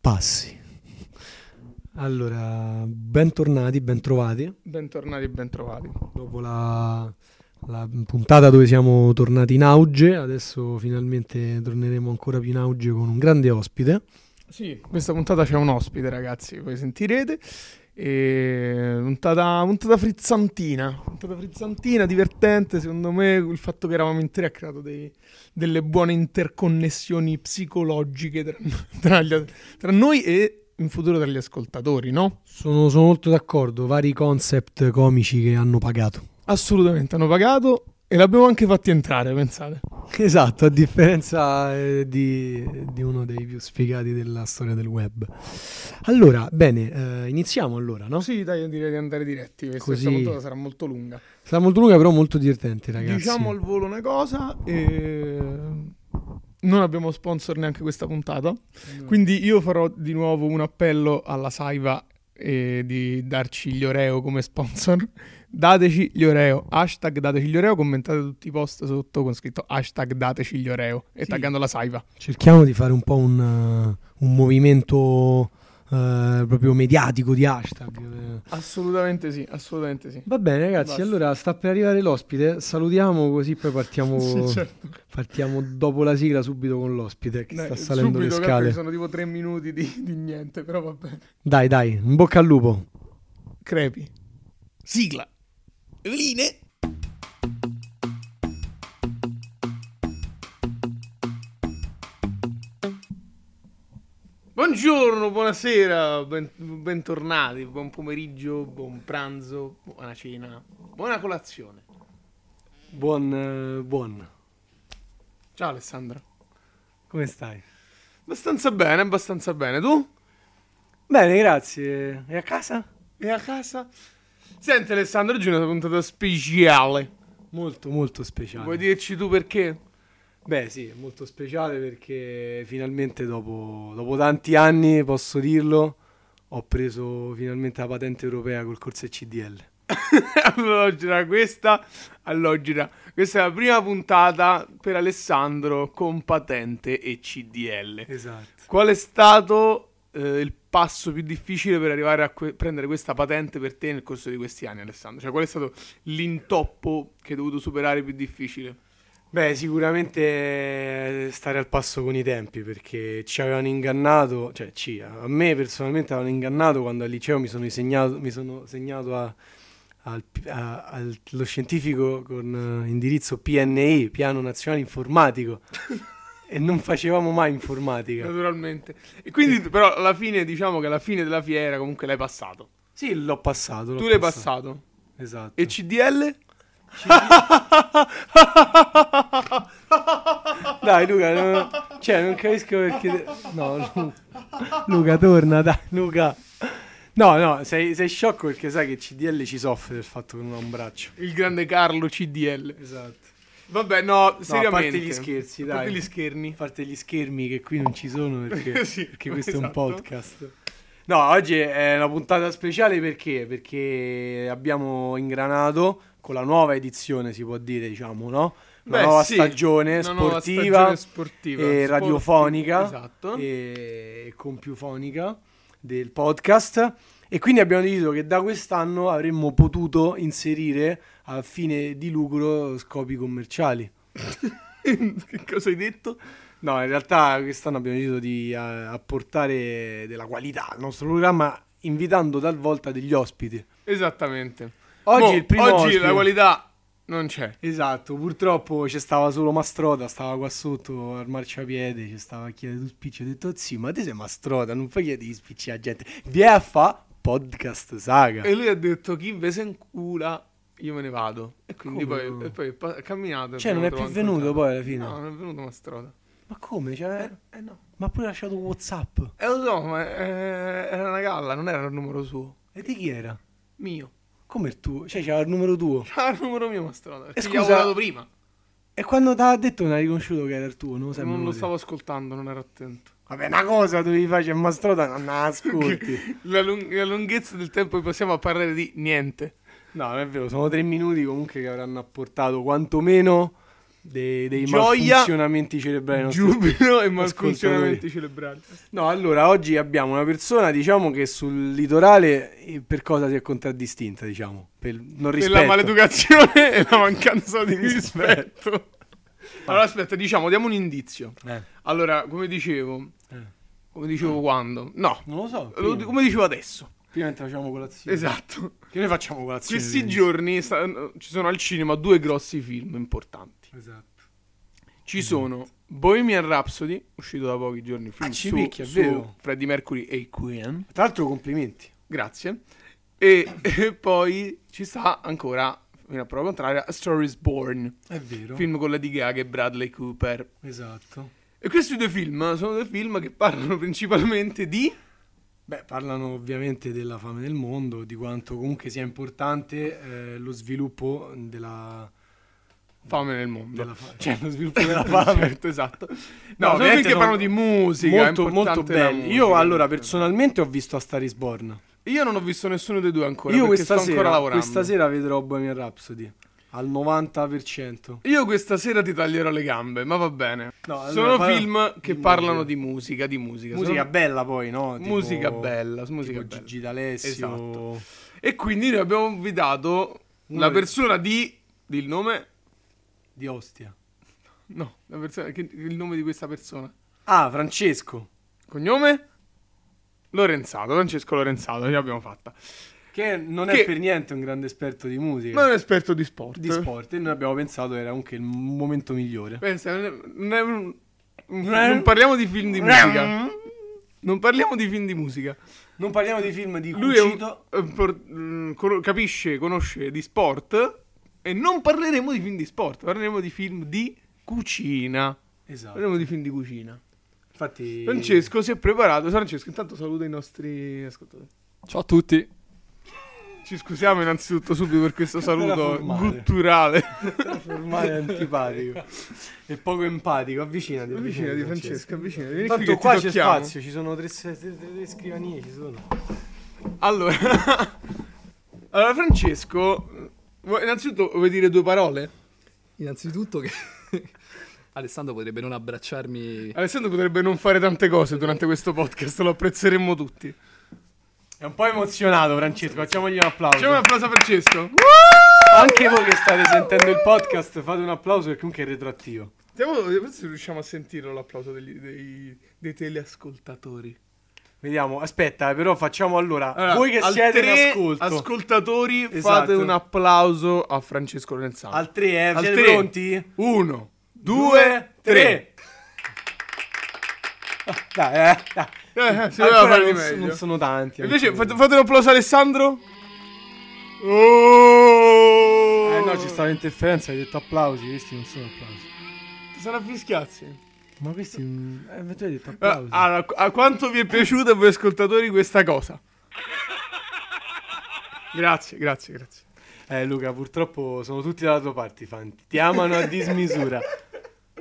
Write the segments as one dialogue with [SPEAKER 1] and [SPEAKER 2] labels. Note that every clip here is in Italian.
[SPEAKER 1] passi. Allora, bentornati, bentrovati.
[SPEAKER 2] Bentornati e bentrovati.
[SPEAKER 1] Dopo la, la puntata dove siamo tornati in auge, adesso finalmente torneremo ancora più in auge con un grande ospite.
[SPEAKER 2] Sì, questa puntata c'è un ospite, ragazzi, voi sentirete. E puntata, puntata frizzantina, puntata frizzantina, divertente, secondo me il fatto che eravamo in tre ha creato dei- delle buone interconnessioni psicologiche tra, tra gli- tra noi e in futuro tra gli ascoltatori, no?
[SPEAKER 1] Sono, sono molto d'accordo, vari concept comici che hanno pagato.
[SPEAKER 2] Assolutamente, hanno pagato e l'abbiamo anche fatti entrare, pensate.
[SPEAKER 1] Esatto, a differenza eh, di, di uno dei più sfigati della storia del web. Allora, bene, eh, iniziamo allora, no?
[SPEAKER 2] Sì, dai, io direi di andare diretti, perché
[SPEAKER 1] Così.
[SPEAKER 2] questa puntata sarà molto lunga.
[SPEAKER 1] Sarà molto lunga però molto divertente, ragazzi.
[SPEAKER 2] Diciamo al volo una cosa, eh, non abbiamo sponsor neanche questa puntata, quindi io farò di nuovo un appello alla Saiva eh, di darci gli Oreo come sponsor. Dateci gli Oreo, hashtag dateci gli Oreo, commentate tutti i post sotto con scritto hashtag dateci gli Oreo e
[SPEAKER 1] Sì.
[SPEAKER 2] taggando la Saiva.
[SPEAKER 1] Cerchiamo di fare un po' un, eh, un movimento eh, proprio mediatico di hashtag. eh.
[SPEAKER 2] Assolutamente sì, assolutamente sì.
[SPEAKER 1] Va bene ragazzi,
[SPEAKER 2] Basta.
[SPEAKER 1] allora sta per arrivare l'ospite, salutiamo così poi partiamo, certo. partiamo dopo la sigla subito con l'ospite che sta salendo le scale.
[SPEAKER 2] eh, Sono tipo tre minuti di, di niente, però va bene.
[SPEAKER 1] Dai dai, in bocca al lupo.
[SPEAKER 2] Crepi. Sigla. Eveline. Buongiorno, buonasera, ben- bentornati, buon pomeriggio, buon pranzo, buona cena, buona colazione.
[SPEAKER 1] Buon, eh, buon.
[SPEAKER 2] Ciao Alessandro.
[SPEAKER 1] Come stai?
[SPEAKER 2] Abbastanza bene, abbastanza bene. Tu?
[SPEAKER 1] Bene, grazie. E a casa?
[SPEAKER 2] E a casa? Senti Alessandro, oggi è una puntata speciale.
[SPEAKER 1] Molto molto speciale.
[SPEAKER 2] Vuoi dirci tu perché?
[SPEAKER 1] Beh sì, è molto speciale perché finalmente dopo, dopo tanti anni, posso dirlo, ho preso finalmente la patente europea col corso ECDL.
[SPEAKER 2] Allora, questa allora, questa è la prima puntata per Alessandro con patente e CDL.
[SPEAKER 1] Esatto.
[SPEAKER 2] Qual è stato eh, il passo più difficile per arrivare a que- prendere questa patente per te nel corso di questi anni, Alessandro? Cioè, qual è stato l'intoppo che hai dovuto superare più difficile?
[SPEAKER 1] Beh, sicuramente eh, stare al passo con i tempi perché ci avevano ingannato, cioè ci, a me personalmente avevano ingannato quando al liceo mi sono, insegnato- mi sono segnato a- al p- a- al- allo scientifico con eh, indirizzo PNI, Piano Nazionale Informatico, e non facevamo mai informatica.
[SPEAKER 2] Naturalmente. E quindi, però, alla fine, diciamo che alla fine della fiera comunque l'hai passato.
[SPEAKER 1] Sì, l'ho passato. l'ho
[SPEAKER 2] tu l'hai passato.
[SPEAKER 1] Esatto.
[SPEAKER 2] E CDL?
[SPEAKER 1] Dai Luca, non, cioè non capisco perché... No, Lu- Luca torna, dai Luca. No, no, sei, sei sciocco perché sai che CDL ci soffre del fatto che non ha un braccio.
[SPEAKER 2] Il grande Carlo CDL.
[SPEAKER 1] Esatto.
[SPEAKER 2] Vabbè, no, seriamente.
[SPEAKER 1] a parte gli scherzi,
[SPEAKER 2] A parte
[SPEAKER 1] dai.
[SPEAKER 2] gli scherni.
[SPEAKER 1] A parte gli schermi che qui non ci sono perché,
[SPEAKER 2] Sì,
[SPEAKER 1] perché questo è un
[SPEAKER 2] esatto.
[SPEAKER 1] podcast. No, oggi è una puntata speciale perché? Perché abbiamo ingranato con la nuova edizione, si può dire, diciamo, no? Una
[SPEAKER 2] Beh,
[SPEAKER 1] nuova
[SPEAKER 2] sì,
[SPEAKER 1] stagione
[SPEAKER 2] una nuova
[SPEAKER 1] sportiva
[SPEAKER 2] stagione
[SPEAKER 1] e
[SPEAKER 2] sportiva, sportiva,
[SPEAKER 1] radiofonica
[SPEAKER 2] esatto.
[SPEAKER 1] e compiufonica del podcast. E quindi abbiamo deciso che da quest'anno avremmo potuto inserire a fine di lucro scopi commerciali.
[SPEAKER 2] che cosa hai detto?
[SPEAKER 1] No, in realtà quest'anno abbiamo deciso di eh, apportare della qualità al nostro programma invitando talvolta degli ospiti.
[SPEAKER 2] Esattamente.
[SPEAKER 1] Oggi
[SPEAKER 2] Mo,
[SPEAKER 1] il primo
[SPEAKER 2] oggi
[SPEAKER 1] ospite.
[SPEAKER 2] la qualità non c'è.
[SPEAKER 1] Esatto, purtroppo c'è stava solo Mastroda, stava qua sotto al marciapiede, ci stava a chiedere tu spicci, ho detto "Zì, ma te sei Mastroda, non fai chiedere gli spicci alla gente. Vieni a fa podcast saga".
[SPEAKER 2] E lui ha detto chi ve se incula io me ne vado. E quindi
[SPEAKER 1] Come
[SPEAKER 2] poi,
[SPEAKER 1] no?
[SPEAKER 2] e poi è pa- è camminato. e
[SPEAKER 1] Cioè, non
[SPEAKER 2] abbiamo
[SPEAKER 1] è più
[SPEAKER 2] trovato un
[SPEAKER 1] venuto
[SPEAKER 2] contatto.
[SPEAKER 1] poi alla fine?
[SPEAKER 2] No, non è venuto Mastroda.
[SPEAKER 1] Ma come? Cioè,
[SPEAKER 2] Eh no.
[SPEAKER 1] ma ha pure lasciato un WhatsApp.
[SPEAKER 2] E lo so, ma eh, era una galla, non era il numero suo.
[SPEAKER 1] E di chi era?
[SPEAKER 2] Mio.
[SPEAKER 1] Come il tuo? Cioè, c'era il numero tuo.
[SPEAKER 2] Era il numero mio Mastroda. Perché gli
[SPEAKER 1] scusa-
[SPEAKER 2] avevo dato prima.
[SPEAKER 1] E quando te l'ha detto non hai riconosciuto che era il tuo, non lo sai
[SPEAKER 2] Non lo
[SPEAKER 1] memoria.
[SPEAKER 2] stavo ascoltando, non ero attento.
[SPEAKER 1] Vabbè, una cosa tu gli facci a Mastroda, non la ascolti.
[SPEAKER 2] La, lung- la lunghezza del tempo che passiamo a parlare di niente.
[SPEAKER 1] no, non è vero, sono tre minuti comunque che avranno apportato quantomeno dei, dei
[SPEAKER 2] Gioia,
[SPEAKER 1] malfunzionamenti cerebrali. nostri.
[SPEAKER 2] Giubilo e
[SPEAKER 1] malfunzionamenti
[SPEAKER 2] malfunzionamenti cerebrali.
[SPEAKER 1] No, allora oggi abbiamo una persona, diciamo che sul litorale eh, per cosa si è contraddistinta, diciamo, per non
[SPEAKER 2] Per
[SPEAKER 1] rispetto.
[SPEAKER 2] la maleducazione e la mancanza di rispetto. Allora aspetta, diciamo, diamo un indizio.
[SPEAKER 1] Eh,
[SPEAKER 2] Allora, come dicevo,
[SPEAKER 1] eh.
[SPEAKER 2] come dicevo quando? No,
[SPEAKER 1] Non lo so.
[SPEAKER 2] lo-
[SPEAKER 1] Prima,
[SPEAKER 2] come dicevo adesso.
[SPEAKER 1] prima entra- facciamo colazione.
[SPEAKER 2] Esatto.
[SPEAKER 1] Che noi facciamo colazione.
[SPEAKER 2] Questi
[SPEAKER 1] quindi.
[SPEAKER 2] giorni sta- ci sono al cinema due grossi film importanti.
[SPEAKER 1] Esatto.
[SPEAKER 2] Ci sono Bohemian Rhapsody, uscito da pochi giorni, film
[SPEAKER 1] Ah, ci
[SPEAKER 2] su,
[SPEAKER 1] picchia, è
[SPEAKER 2] su
[SPEAKER 1] vero.
[SPEAKER 2] Freddie Mercury e i Queen.
[SPEAKER 1] Tra l'altro complimenti.
[SPEAKER 2] Grazie. E, e poi ci sta ancora, fino a prova contraria, A Story is Born,
[SPEAKER 1] È vero.
[SPEAKER 2] film con Lady Gaga e Bradley Cooper.
[SPEAKER 1] Esatto.
[SPEAKER 2] E questi due film sono due film che parlano principalmente di...
[SPEAKER 1] Beh, parlano ovviamente della fame nel mondo, di quanto comunque sia importante eh, lo sviluppo della,
[SPEAKER 2] Fame nel mondo.
[SPEAKER 1] della fa- cioè lo sviluppo della fame.
[SPEAKER 2] Certo, esatto.
[SPEAKER 1] No,
[SPEAKER 2] No, sono film
[SPEAKER 1] ovviamente
[SPEAKER 2] che
[SPEAKER 1] sono
[SPEAKER 2] parlano di musica. è
[SPEAKER 1] molto molto
[SPEAKER 2] importante la
[SPEAKER 1] belli. Io
[SPEAKER 2] musica.
[SPEAKER 1] allora personalmente ho visto A Star is Born.
[SPEAKER 2] Io non ho visto nessuno dei due ancora.
[SPEAKER 1] Io
[SPEAKER 2] perché
[SPEAKER 1] questa
[SPEAKER 2] sto ancora
[SPEAKER 1] sera,
[SPEAKER 2] lavorando.
[SPEAKER 1] questa sera vedrò Bohemian Rhapsody al 90%.
[SPEAKER 2] Io questa sera ti taglierò le gambe, ma va bene.
[SPEAKER 1] No, allora,
[SPEAKER 2] sono
[SPEAKER 1] parla-
[SPEAKER 2] film che
[SPEAKER 1] di
[SPEAKER 2] parlano
[SPEAKER 1] musica.
[SPEAKER 2] di musica, di musica.
[SPEAKER 1] Musica
[SPEAKER 2] Sono-
[SPEAKER 1] bella poi, no? Tipo-
[SPEAKER 2] musica bella, musica
[SPEAKER 1] tipo
[SPEAKER 2] bella.
[SPEAKER 1] Gigi D'Alessio.
[SPEAKER 2] Esatto. E quindi noi abbiamo invitato
[SPEAKER 1] Uno
[SPEAKER 2] la
[SPEAKER 1] dei-
[SPEAKER 2] persona di. di il nome?
[SPEAKER 1] Di Ostia.
[SPEAKER 2] No, la persona, che- il nome di questa persona.
[SPEAKER 1] Ah, Francesco,
[SPEAKER 2] Cognome? Lorenzato, Francesco Lorenzato, ce l'abbiamo fatta.
[SPEAKER 1] che non
[SPEAKER 2] Che-
[SPEAKER 1] è per niente un grande esperto di musica.
[SPEAKER 2] Ma è un esperto di sport.
[SPEAKER 1] di sport e noi abbiamo pensato era anche il momento migliore.
[SPEAKER 2] Pensa, non, è- non è un- non parliamo di film di musica. Non parliamo di film di musica.
[SPEAKER 1] Non parliamo di film di
[SPEAKER 2] Lui è un-
[SPEAKER 1] cucito.
[SPEAKER 2] è un por- mm, cono- capisce, conosce di sport e non parleremo di film di sport, parleremo di film di cucina.
[SPEAKER 1] Esatto.
[SPEAKER 2] Parleremo di film di cucina.
[SPEAKER 1] Infatti
[SPEAKER 2] Francesco si è preparato. Francesco, intanto saluta i nostri ascoltatori.
[SPEAKER 3] Ciao a tutti.
[SPEAKER 2] Ci scusiamo innanzitutto subito per questo saluto
[SPEAKER 1] formale.
[SPEAKER 2] gutturale.
[SPEAKER 1] ormai è antipatico e poco empatico, avvicinati.
[SPEAKER 2] Avvicinati Francesco, avvicinati. Vieni qui
[SPEAKER 1] Tanto
[SPEAKER 2] che
[SPEAKER 1] qua
[SPEAKER 2] ti
[SPEAKER 1] c'è
[SPEAKER 2] tocchiamo.
[SPEAKER 1] spazio, ci sono tre, tre- tre- tre scrivanie, ci sono.
[SPEAKER 2] Allora, allora Francesco, vuoi- innanzitutto vuoi dire due parole?
[SPEAKER 3] Innanzitutto che Alessandro potrebbe non abbracciarmi.
[SPEAKER 2] Alessandro potrebbe non fare tante cose durante questo podcast, lo apprezzeremmo tutti.
[SPEAKER 1] È un po' emozionato Francesco, facciamogli un applauso.
[SPEAKER 2] Facciamo un applauso a Francesco.
[SPEAKER 1] Anche voi che state sentendo il podcast fate un applauso perché comunque è retroattivo.
[SPEAKER 2] Vediamo vediamo se riusciamo a sentire l'applauso degli- dei, dei teleascoltatori.
[SPEAKER 1] Vediamo, aspetta, eh, però facciamo allora,
[SPEAKER 2] Allora,
[SPEAKER 1] voi che
[SPEAKER 2] al
[SPEAKER 1] siete in
[SPEAKER 2] tre
[SPEAKER 1] ascolto.
[SPEAKER 2] ascoltatori, fate
[SPEAKER 1] Esatto.
[SPEAKER 2] un applauso a Francesco Lorenzano.
[SPEAKER 1] al 3, eh,
[SPEAKER 2] Al
[SPEAKER 1] siete
[SPEAKER 2] tre.
[SPEAKER 1] pronti?
[SPEAKER 2] Uno, due,
[SPEAKER 1] due,
[SPEAKER 2] tre.
[SPEAKER 1] tre. Dai, eh, dai.
[SPEAKER 2] Eh, eh, si doveva
[SPEAKER 1] Ancora
[SPEAKER 2] fare di
[SPEAKER 1] non, so-
[SPEAKER 2] meglio.
[SPEAKER 1] non sono tanti. eh.
[SPEAKER 2] Invece,
[SPEAKER 1] ancora.
[SPEAKER 2] fate, fate un applauso a Alessandro. Oh!
[SPEAKER 1] Eh no, ci stava interferenza, hai detto applausi, questi non sono applausi.
[SPEAKER 2] Sarà fischiazzi.
[SPEAKER 1] Ma questi... Eh, tu hai detto
[SPEAKER 2] Ah,
[SPEAKER 1] applausi.
[SPEAKER 2] Allora, a quanto vi è piaciuta voi ascoltatori questa cosa? Grazie, grazie, grazie.
[SPEAKER 1] Eh Luca, purtroppo sono tutti dalla tua parte i fan. Ti amano a dismisura.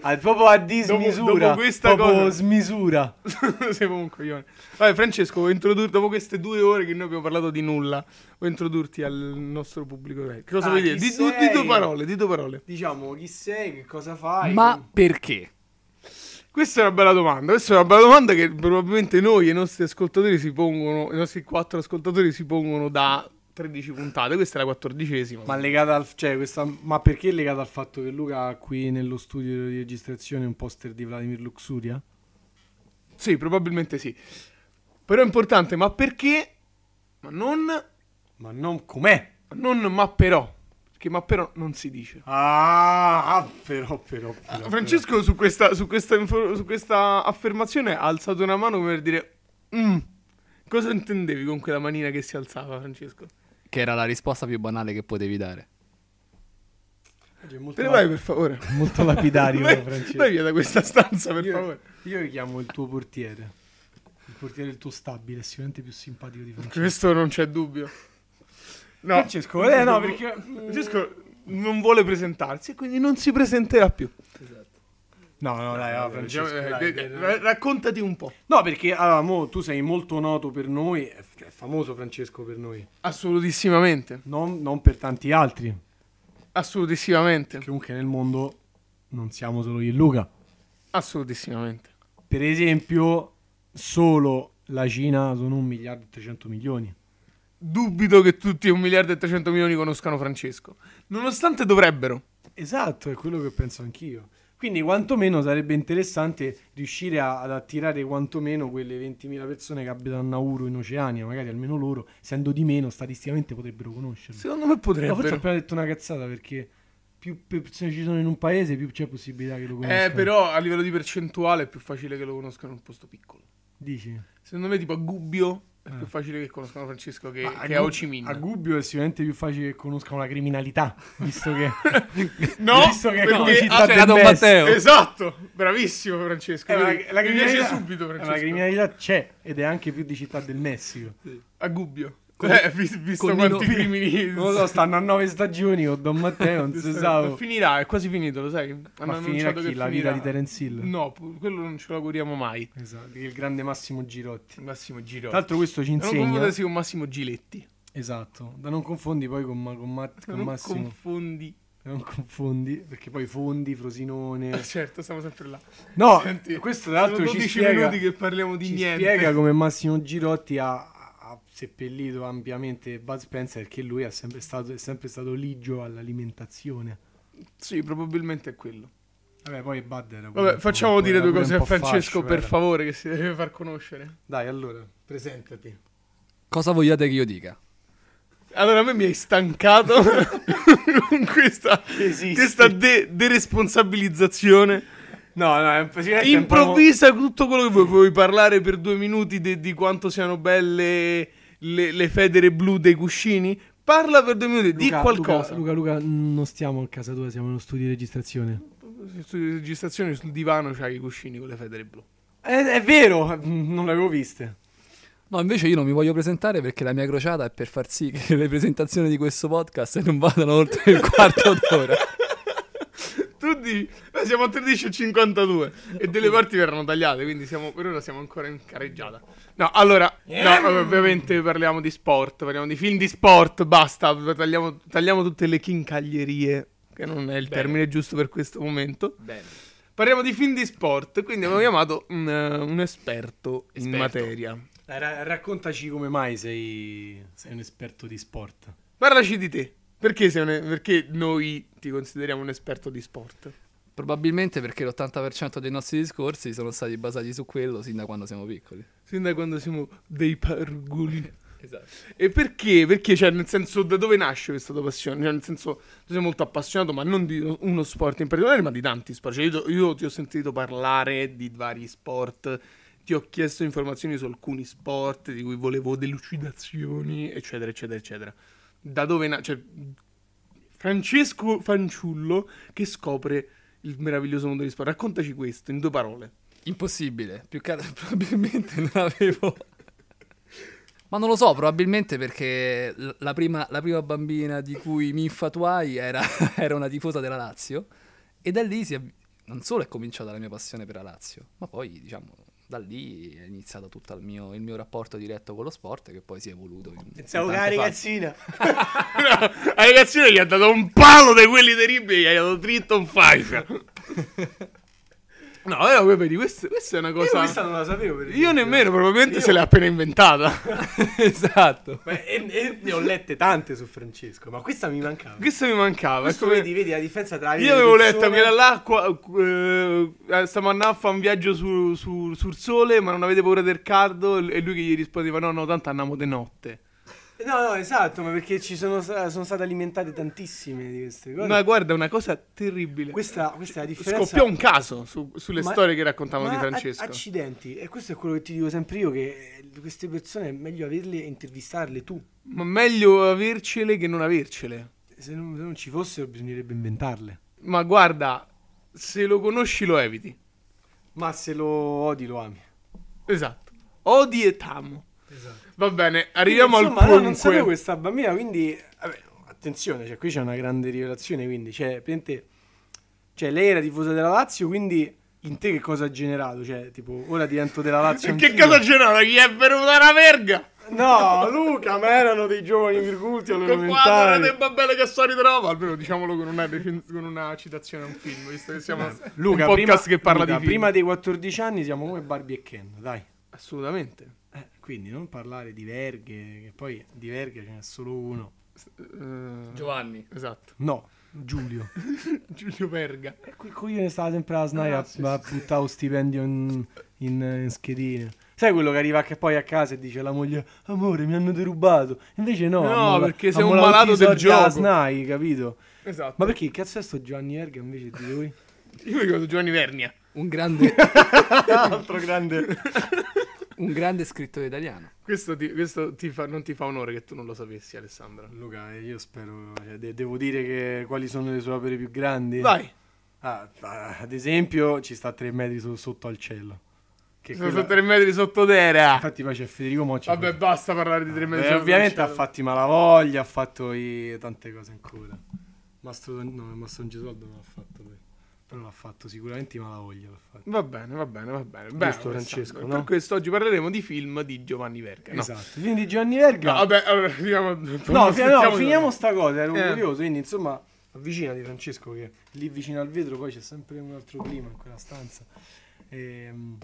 [SPEAKER 1] Ah, proprio a dismisura.
[SPEAKER 2] dopo questa
[SPEAKER 1] proprio
[SPEAKER 2] cosa-
[SPEAKER 1] smisura.
[SPEAKER 2] Sei un coglione. Vabbè, Francesco, vuoi introdurti dopo queste due ore che noi abbiamo parlato di nulla? Vuoi introdurti al nostro pubblico? Che cosa
[SPEAKER 1] Ah,
[SPEAKER 2] vuoi dire?
[SPEAKER 1] chi
[SPEAKER 2] Di, du- di
[SPEAKER 1] sei?
[SPEAKER 2] due parole, di due parole.
[SPEAKER 1] Diciamo, chi sei, che cosa fai?
[SPEAKER 3] Ma perché?
[SPEAKER 2] Questa è una bella domanda. Questa è una bella domanda che probabilmente noi e i nostri ascoltatori si pongono, i nostri quattro ascoltatori si pongono da 13 puntate. Questa è la quattordicesima.
[SPEAKER 1] Ma legata al... Cioè, questa... Ma perché è legata al fatto che Luca ha qui nello studio di registrazione un poster di Vladimir Luxuria?
[SPEAKER 2] Sì, probabilmente sì. Però è importante, ma perché? Ma non, ma
[SPEAKER 1] Ma non com'è?
[SPEAKER 2] non, ma però. Perché ma però non si dice.
[SPEAKER 1] Ah, però, però, però.
[SPEAKER 2] Francesco su questa, su questa info- su questa affermazione ha alzato una mano come per dire... "Mm". Cosa intendevi con quella manina che si alzava, Francesco?
[SPEAKER 3] Che era la risposta più banale che potevi dare.
[SPEAKER 1] Oggi è molto,
[SPEAKER 2] Te ne vai, per favore.
[SPEAKER 1] molto lapidario, eh,
[SPEAKER 2] Vai,
[SPEAKER 1] Francesco.
[SPEAKER 2] vai via da questa stanza, per
[SPEAKER 1] io,
[SPEAKER 2] favore.
[SPEAKER 1] io chiamo il tuo portiere. Il portiere del tuo stabile è sicuramente più simpatico di Francesco.
[SPEAKER 2] Questo non c'è dubbio. No.
[SPEAKER 1] Francesco, eh, no, perché-
[SPEAKER 2] Francesco non vuole presentarsi e quindi non si presenterà più.
[SPEAKER 1] No, no, dai, va, Francesco.
[SPEAKER 2] Eh,
[SPEAKER 1] dai,
[SPEAKER 2] eh,
[SPEAKER 1] dai, dai.
[SPEAKER 2] ra- Raccontati un po'.
[SPEAKER 1] No, perché allora, mo, tu sei molto noto per noi, è, cioè, è famoso Francesco per noi,
[SPEAKER 2] Assolutissimamente.
[SPEAKER 1] non, non per tanti altri,
[SPEAKER 2] Assolutissimamente.
[SPEAKER 1] che comunque nel mondo non siamo solo io e Luca.
[SPEAKER 2] Assolutissimamente.
[SPEAKER 1] Per esempio, solo la Cina sono 1 miliardo e 300 milioni.
[SPEAKER 2] Dubito che tutti 1 miliardo e 300 milioni conoscano Francesco. Nonostante dovrebbero.
[SPEAKER 1] Esatto, è quello che penso anch'io. Quindi quantomeno sarebbe interessante riuscire a- ad attirare quantomeno quelle 20.000 persone che abitano a Nauru in Oceania, magari almeno loro, essendo di meno, statisticamente potrebbero conoscerlo.
[SPEAKER 2] Secondo me
[SPEAKER 1] Ma forse ho
[SPEAKER 2] potrebbero.
[SPEAKER 1] appena detto una cazzata perché più persone ci sono in un paese, più c'è possibilità che lo conoscano.
[SPEAKER 2] Eh, però a livello di percentuale è più facile che lo conoscano in un posto piccolo.
[SPEAKER 1] Dici?
[SPEAKER 2] Secondo me, tipo a Gubbio è più
[SPEAKER 1] Eh.
[SPEAKER 2] facile che conoscano Francesco che,
[SPEAKER 1] Ma
[SPEAKER 2] che
[SPEAKER 1] Gu-
[SPEAKER 2] a Ho Chi Minh.
[SPEAKER 1] A Gubbio è sicuramente più facile che conoscano la criminalità, visto che...
[SPEAKER 2] No,
[SPEAKER 1] visto che è
[SPEAKER 2] perché-
[SPEAKER 1] come città
[SPEAKER 3] Ah,
[SPEAKER 1] del
[SPEAKER 3] c'era Don
[SPEAKER 1] Best.
[SPEAKER 3] Matteo.
[SPEAKER 2] Esatto, bravissimo Francesco.
[SPEAKER 1] Eh, ma
[SPEAKER 2] Vedi,
[SPEAKER 1] la
[SPEAKER 2] mi
[SPEAKER 1] criminalità-
[SPEAKER 2] piace subito
[SPEAKER 1] eh, ma
[SPEAKER 2] Francesco.
[SPEAKER 1] la criminalità c'è ed è anche più di città del Messico.
[SPEAKER 2] A Gubbio.
[SPEAKER 3] Con-
[SPEAKER 2] eh, vis- visto
[SPEAKER 3] con
[SPEAKER 2] quanti
[SPEAKER 3] Nino-
[SPEAKER 2] crimini.
[SPEAKER 1] Non lo so, stanno a nove stagioni con Don Matteo, non si sa.
[SPEAKER 2] Finirà, è quasi finito, lo sai. Hanno
[SPEAKER 1] Ma finirà
[SPEAKER 2] annunciato
[SPEAKER 1] chi?
[SPEAKER 2] che
[SPEAKER 1] La vita
[SPEAKER 2] finirà.
[SPEAKER 1] di Terence Hill?
[SPEAKER 2] No, pu- quello non ce lo auguriamo mai.
[SPEAKER 1] Esatto, il grande Massimo Girotti.
[SPEAKER 2] Massimo Giro.
[SPEAKER 1] Tra l'altro questo ci
[SPEAKER 2] Eh, non
[SPEAKER 1] insegna...
[SPEAKER 2] confondersi con Massimo Giletti.
[SPEAKER 1] Esatto, da non confondi poi con, Ma- con Ma- con
[SPEAKER 2] Eh, non
[SPEAKER 1] Massimo...
[SPEAKER 2] confondi.
[SPEAKER 1] non confondi, perché poi fondi, Frosinone...
[SPEAKER 2] Eh, Certo, stiamo sempre là.
[SPEAKER 1] No,
[SPEAKER 2] Senti,
[SPEAKER 1] questo tra l'altro
[SPEAKER 2] sono
[SPEAKER 1] ci
[SPEAKER 2] 12
[SPEAKER 1] spiega,
[SPEAKER 2] minuti che parliamo di
[SPEAKER 1] ci
[SPEAKER 2] niente.
[SPEAKER 1] spiega come Massimo Girotti ha, ha seppellito ampiamente Bud Spencer perché lui è sempre stato, è sempre stato ligio all'alimentazione.
[SPEAKER 2] Sì, probabilmente è quello.
[SPEAKER 1] Vabbè, poi Bud era pure-
[SPEAKER 2] Vabbè, facciamo
[SPEAKER 1] era
[SPEAKER 2] dire due
[SPEAKER 1] pure
[SPEAKER 2] cose
[SPEAKER 1] Mm, un
[SPEAKER 2] a
[SPEAKER 1] po'
[SPEAKER 2] Francesco,
[SPEAKER 1] fascio,
[SPEAKER 2] per
[SPEAKER 1] era.
[SPEAKER 2] favore, che si deve far conoscere.
[SPEAKER 1] Dai, allora, presentati.
[SPEAKER 3] Cosa vogliate che io dica?
[SPEAKER 2] Allora, a me mi hai stancato con questa,
[SPEAKER 1] Esisti.
[SPEAKER 2] questa de- deresponsabilizzazione.
[SPEAKER 1] No, no, Eh, è praticamente un
[SPEAKER 2] Improvvisa tutto quello che vuoi. Vuoi parlare per due minuti de- di quanto siano belle le, le federe blu dei cuscini? Parla per due minuti,
[SPEAKER 1] po'
[SPEAKER 2] di
[SPEAKER 1] Luca,
[SPEAKER 2] qualcosa.
[SPEAKER 1] Luca, Luca, Luca, non stiamo a casa tua, siamo nello studio di registrazione.
[SPEAKER 2] Studio di registrazione sul divano c'hai i cuscini con le federe blu.
[SPEAKER 1] È, è vero, non l'avevo viste.
[SPEAKER 3] No, invece io non mi voglio presentare perché la mia crociata è per far sì che le presentazioni di questo podcast non vadano oltre il quarto d'ora.
[SPEAKER 2] Tu dici, noi siamo a 13.52 e delle parti verranno tagliate, quindi siamo, per ora siamo ancora in careggiata. No, allora, no, ovviamente parliamo di sport, parliamo di film di sport, basta, tagliamo, tagliamo tutte le chincaglierie, che non è il termine giusto per questo momento.
[SPEAKER 3] Bene.
[SPEAKER 2] Parliamo di film di sport, quindi abbiamo chiamato un, eh, un esperto, in
[SPEAKER 3] Esperto.
[SPEAKER 2] materia.
[SPEAKER 1] Dai, ra- raccontaci come mai sei, sei un esperto di sport.
[SPEAKER 2] Parlaci di te, perché, sei un- perché noi ti consideriamo un esperto di sport?
[SPEAKER 3] Probabilmente perché l'80% dei nostri discorsi sono stati basati su quello sin da quando siamo piccoli.
[SPEAKER 2] Sin da quando siamo dei parguli.
[SPEAKER 3] Esatto.
[SPEAKER 2] E perché? Perché, cioè, nel senso, da dove nasce questa tua passione? Cioè, nel senso, tu sei molto appassionato, ma non di uno sport in particolare, ma di tanti sport. Cioè, io, io ti ho sentito parlare di vari sport, ti ho chiesto informazioni su alcuni sport di cui volevo delucidazioni, eccetera, eccetera, eccetera. Da dove nasce? Cioè, Francesco Fanciullo che scopre il meraviglioso mondo degli sport. Raccontaci questo in due parole.
[SPEAKER 3] Impossibile, più che altro probabilmente non avevo... Ma non lo so, probabilmente perché l- la prima, la prima bambina di cui mi infatuai era, era una tifosa della Lazio e da lì si è- non solo è cominciata la mia passione per la Lazio, ma poi diciamo da lì è iniziato tutto il mio, il mio rapporto diretto con lo sport che poi si è evoluto. in- in tante fasi.
[SPEAKER 2] No, a ragazzino gli ha dato un palo di quelli terribili, gli ha dato dritto un Pfizer. No, però voi vedi, questo- questa è una cosa.
[SPEAKER 1] Io questa non la sapevo. per
[SPEAKER 2] Io
[SPEAKER 1] esempio.
[SPEAKER 2] nemmeno, probabilmente
[SPEAKER 1] Io-
[SPEAKER 2] se l'ha appena inventata.
[SPEAKER 3] esatto.
[SPEAKER 1] Beh, e, e ne ho lette tante su Francesco, ma questa mi mancava.
[SPEAKER 2] Questa mi mancava. è
[SPEAKER 1] Questo
[SPEAKER 2] come-
[SPEAKER 1] vedi, vedi la differenza tra
[SPEAKER 2] Io avevo letto quella là. qua- eh, stiamo andando a fare un viaggio su- su- sul sole, ma non avete paura del caldo. E lui che gli rispondeva: No, no, tanto andiamo di notte.
[SPEAKER 1] No, no, esatto, ma perché ci sono, sta- sono state alimentate tantissime di queste cose.
[SPEAKER 2] Ma guarda, è una cosa terribile.
[SPEAKER 1] Questa, questa è la differenza.
[SPEAKER 2] Scoppiò un caso su- sulle
[SPEAKER 1] Ma-
[SPEAKER 2] storie che raccontavano
[SPEAKER 1] ma
[SPEAKER 2] di
[SPEAKER 1] a-
[SPEAKER 2] Francesco.
[SPEAKER 1] accidenti, e questo è quello che ti dico sempre io: che eh, queste persone è meglio averle e intervistarle tu.
[SPEAKER 2] Ma meglio avercele che non avercele.
[SPEAKER 1] Se non, se non ci fossero, bisognerebbe inventarle.
[SPEAKER 2] Ma guarda, se lo conosci lo eviti.
[SPEAKER 1] Ma se lo odi, lo ami.
[SPEAKER 2] Esatto. Odi e tamo.
[SPEAKER 1] Esatto.
[SPEAKER 2] Va bene, arriviamo
[SPEAKER 1] Insomma,
[SPEAKER 2] al
[SPEAKER 1] no, non
[SPEAKER 2] punto.
[SPEAKER 1] sapevo questa bambina, quindi vabbè, attenzione, cioè, qui c'è una grande rivelazione, quindi cioè, praticamente, cioè, lei era tifosa della Lazio, quindi in te che cosa ha generato? Cioè, tipo, ora divento della Lazio
[SPEAKER 2] che
[SPEAKER 1] anch'io.
[SPEAKER 2] cosa c'era? Chi è venuta la verga?
[SPEAKER 1] No, Luca, ma erano dei giovani virgulti alle elementari.
[SPEAKER 2] Babele che sta ritrova, almeno diciamolo con una, recen- con una citazione a un film, visto che siamo
[SPEAKER 1] Esatto. Luca,
[SPEAKER 2] un
[SPEAKER 1] prima,
[SPEAKER 2] podcast che parla
[SPEAKER 1] Luca,
[SPEAKER 2] di film.
[SPEAKER 1] prima dei 14 anni siamo come Barbie e Ken, dai.
[SPEAKER 2] Assolutamente.
[SPEAKER 1] Eh, quindi non parlare di verghe, che poi di verghe ce n'è solo uno.
[SPEAKER 2] Eh,
[SPEAKER 3] Giovanni.
[SPEAKER 2] Esatto.
[SPEAKER 1] No, Giulio.
[SPEAKER 2] Giulio Verga.
[SPEAKER 1] E quel coglione stava sempre alla snaia
[SPEAKER 2] Ah, sì,
[SPEAKER 1] a, a buttare lo stipendio in, in, eh, in schedine. Sai quello che arriva che poi a casa e dice alla moglie: Amore, mi hanno derubato. Invece no.
[SPEAKER 2] No,
[SPEAKER 1] ammola-
[SPEAKER 2] perché sei un
[SPEAKER 1] ammolavo
[SPEAKER 2] malato
[SPEAKER 1] tutti i
[SPEAKER 2] del
[SPEAKER 1] soldi alla
[SPEAKER 2] gioco.
[SPEAKER 1] SNAI, capito?
[SPEAKER 2] Esatto.
[SPEAKER 1] Ma perché cazzo è sto Giovanni Erga invece di lui?
[SPEAKER 2] Io mi ricordo Giovanni Vernia.
[SPEAKER 3] Un grande,
[SPEAKER 1] Altro grande.
[SPEAKER 3] un grande scrittore italiano.
[SPEAKER 2] Questo, ti, questo ti fa- non ti fa onore che tu non lo sapessi, Alessandra.
[SPEAKER 1] Luca, io spero. cioè, de- devo dire che quali sono le sue opere più grandi.
[SPEAKER 2] Vai.
[SPEAKER 1] Ah, ah, ad esempio, ci sta tre metri so- sotto al cielo. Che
[SPEAKER 2] Sono
[SPEAKER 1] quella-
[SPEAKER 2] quella... 3 metri sottoterra.
[SPEAKER 1] Infatti, poi c'è Federico Moccia.
[SPEAKER 2] Vabbè, basta parlare di 3
[SPEAKER 1] Beh,
[SPEAKER 2] metri sottoterra.
[SPEAKER 1] Eh, ovviamente ha fatti Malavoglia, ha fatto i- tante cose ancora. Mastro, no, Mastron Gesualdo non l'ha fatto lui. Però l'ha fatto sicuramente Malavoglia. L'ha fatto.
[SPEAKER 2] Va bene, va bene, va bene. Bene,
[SPEAKER 1] Giusto,
[SPEAKER 2] Alessandro.
[SPEAKER 1] Francesco, no?
[SPEAKER 2] Per questo oggi parleremo di film di Giovanni Verga. No.
[SPEAKER 1] Esatto. Quindi Gianni Verga.
[SPEAKER 2] No, vabbè, allora finiamo.
[SPEAKER 1] No, fi- no,
[SPEAKER 2] smettiamo di-
[SPEAKER 1] finiamo sta cosa, ero
[SPEAKER 2] Eh.
[SPEAKER 1] curioso, quindi insomma avvicinati Francesco che lì vicino al vetro poi c'è sempre un altro clima in quella stanza. Ehm,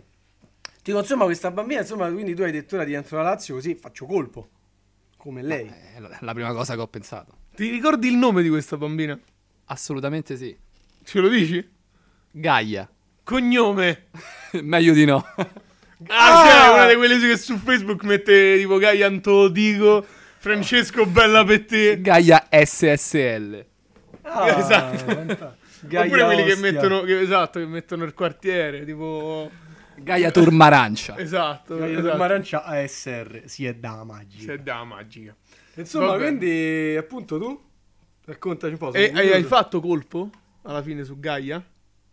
[SPEAKER 1] Dico, insomma, questa bambina, insomma, quindi tu hai detto ora divento la Lazio così faccio colpo, come lei.
[SPEAKER 3] Eh, È la la prima cosa che ho pensato.
[SPEAKER 2] Ti ricordi il nome di questa bambina?
[SPEAKER 3] Assolutamente sì.
[SPEAKER 2] Ce lo dici?
[SPEAKER 3] Gaia.
[SPEAKER 2] Cognome.
[SPEAKER 3] Meglio di no.
[SPEAKER 2] Ah,
[SPEAKER 1] Ah!
[SPEAKER 2] c'è una di quelle che su Facebook mette tipo Gaia Antodico, Francesco Bella per te.
[SPEAKER 3] Gaia SSL.
[SPEAKER 1] Ah,
[SPEAKER 2] Esatto.
[SPEAKER 1] fanta-
[SPEAKER 2] Oppure
[SPEAKER 1] Gaia
[SPEAKER 2] quelli che
[SPEAKER 1] Ostia.
[SPEAKER 2] mettono, che- esatto, che mettono il quartiere, tipo...
[SPEAKER 3] Gaia Turmarancia.
[SPEAKER 2] Esatto,
[SPEAKER 1] Gaia
[SPEAKER 2] esatto.
[SPEAKER 1] Marancia ASR, si è da magia.
[SPEAKER 2] Se dà magica.
[SPEAKER 1] Insomma,
[SPEAKER 2] Vabbè. Eh,
[SPEAKER 1] quindi appunto tu raccontaci un po'. sono
[SPEAKER 2] E hai,
[SPEAKER 1] curioso.
[SPEAKER 2] hai fatto colpo alla fine su Gaia?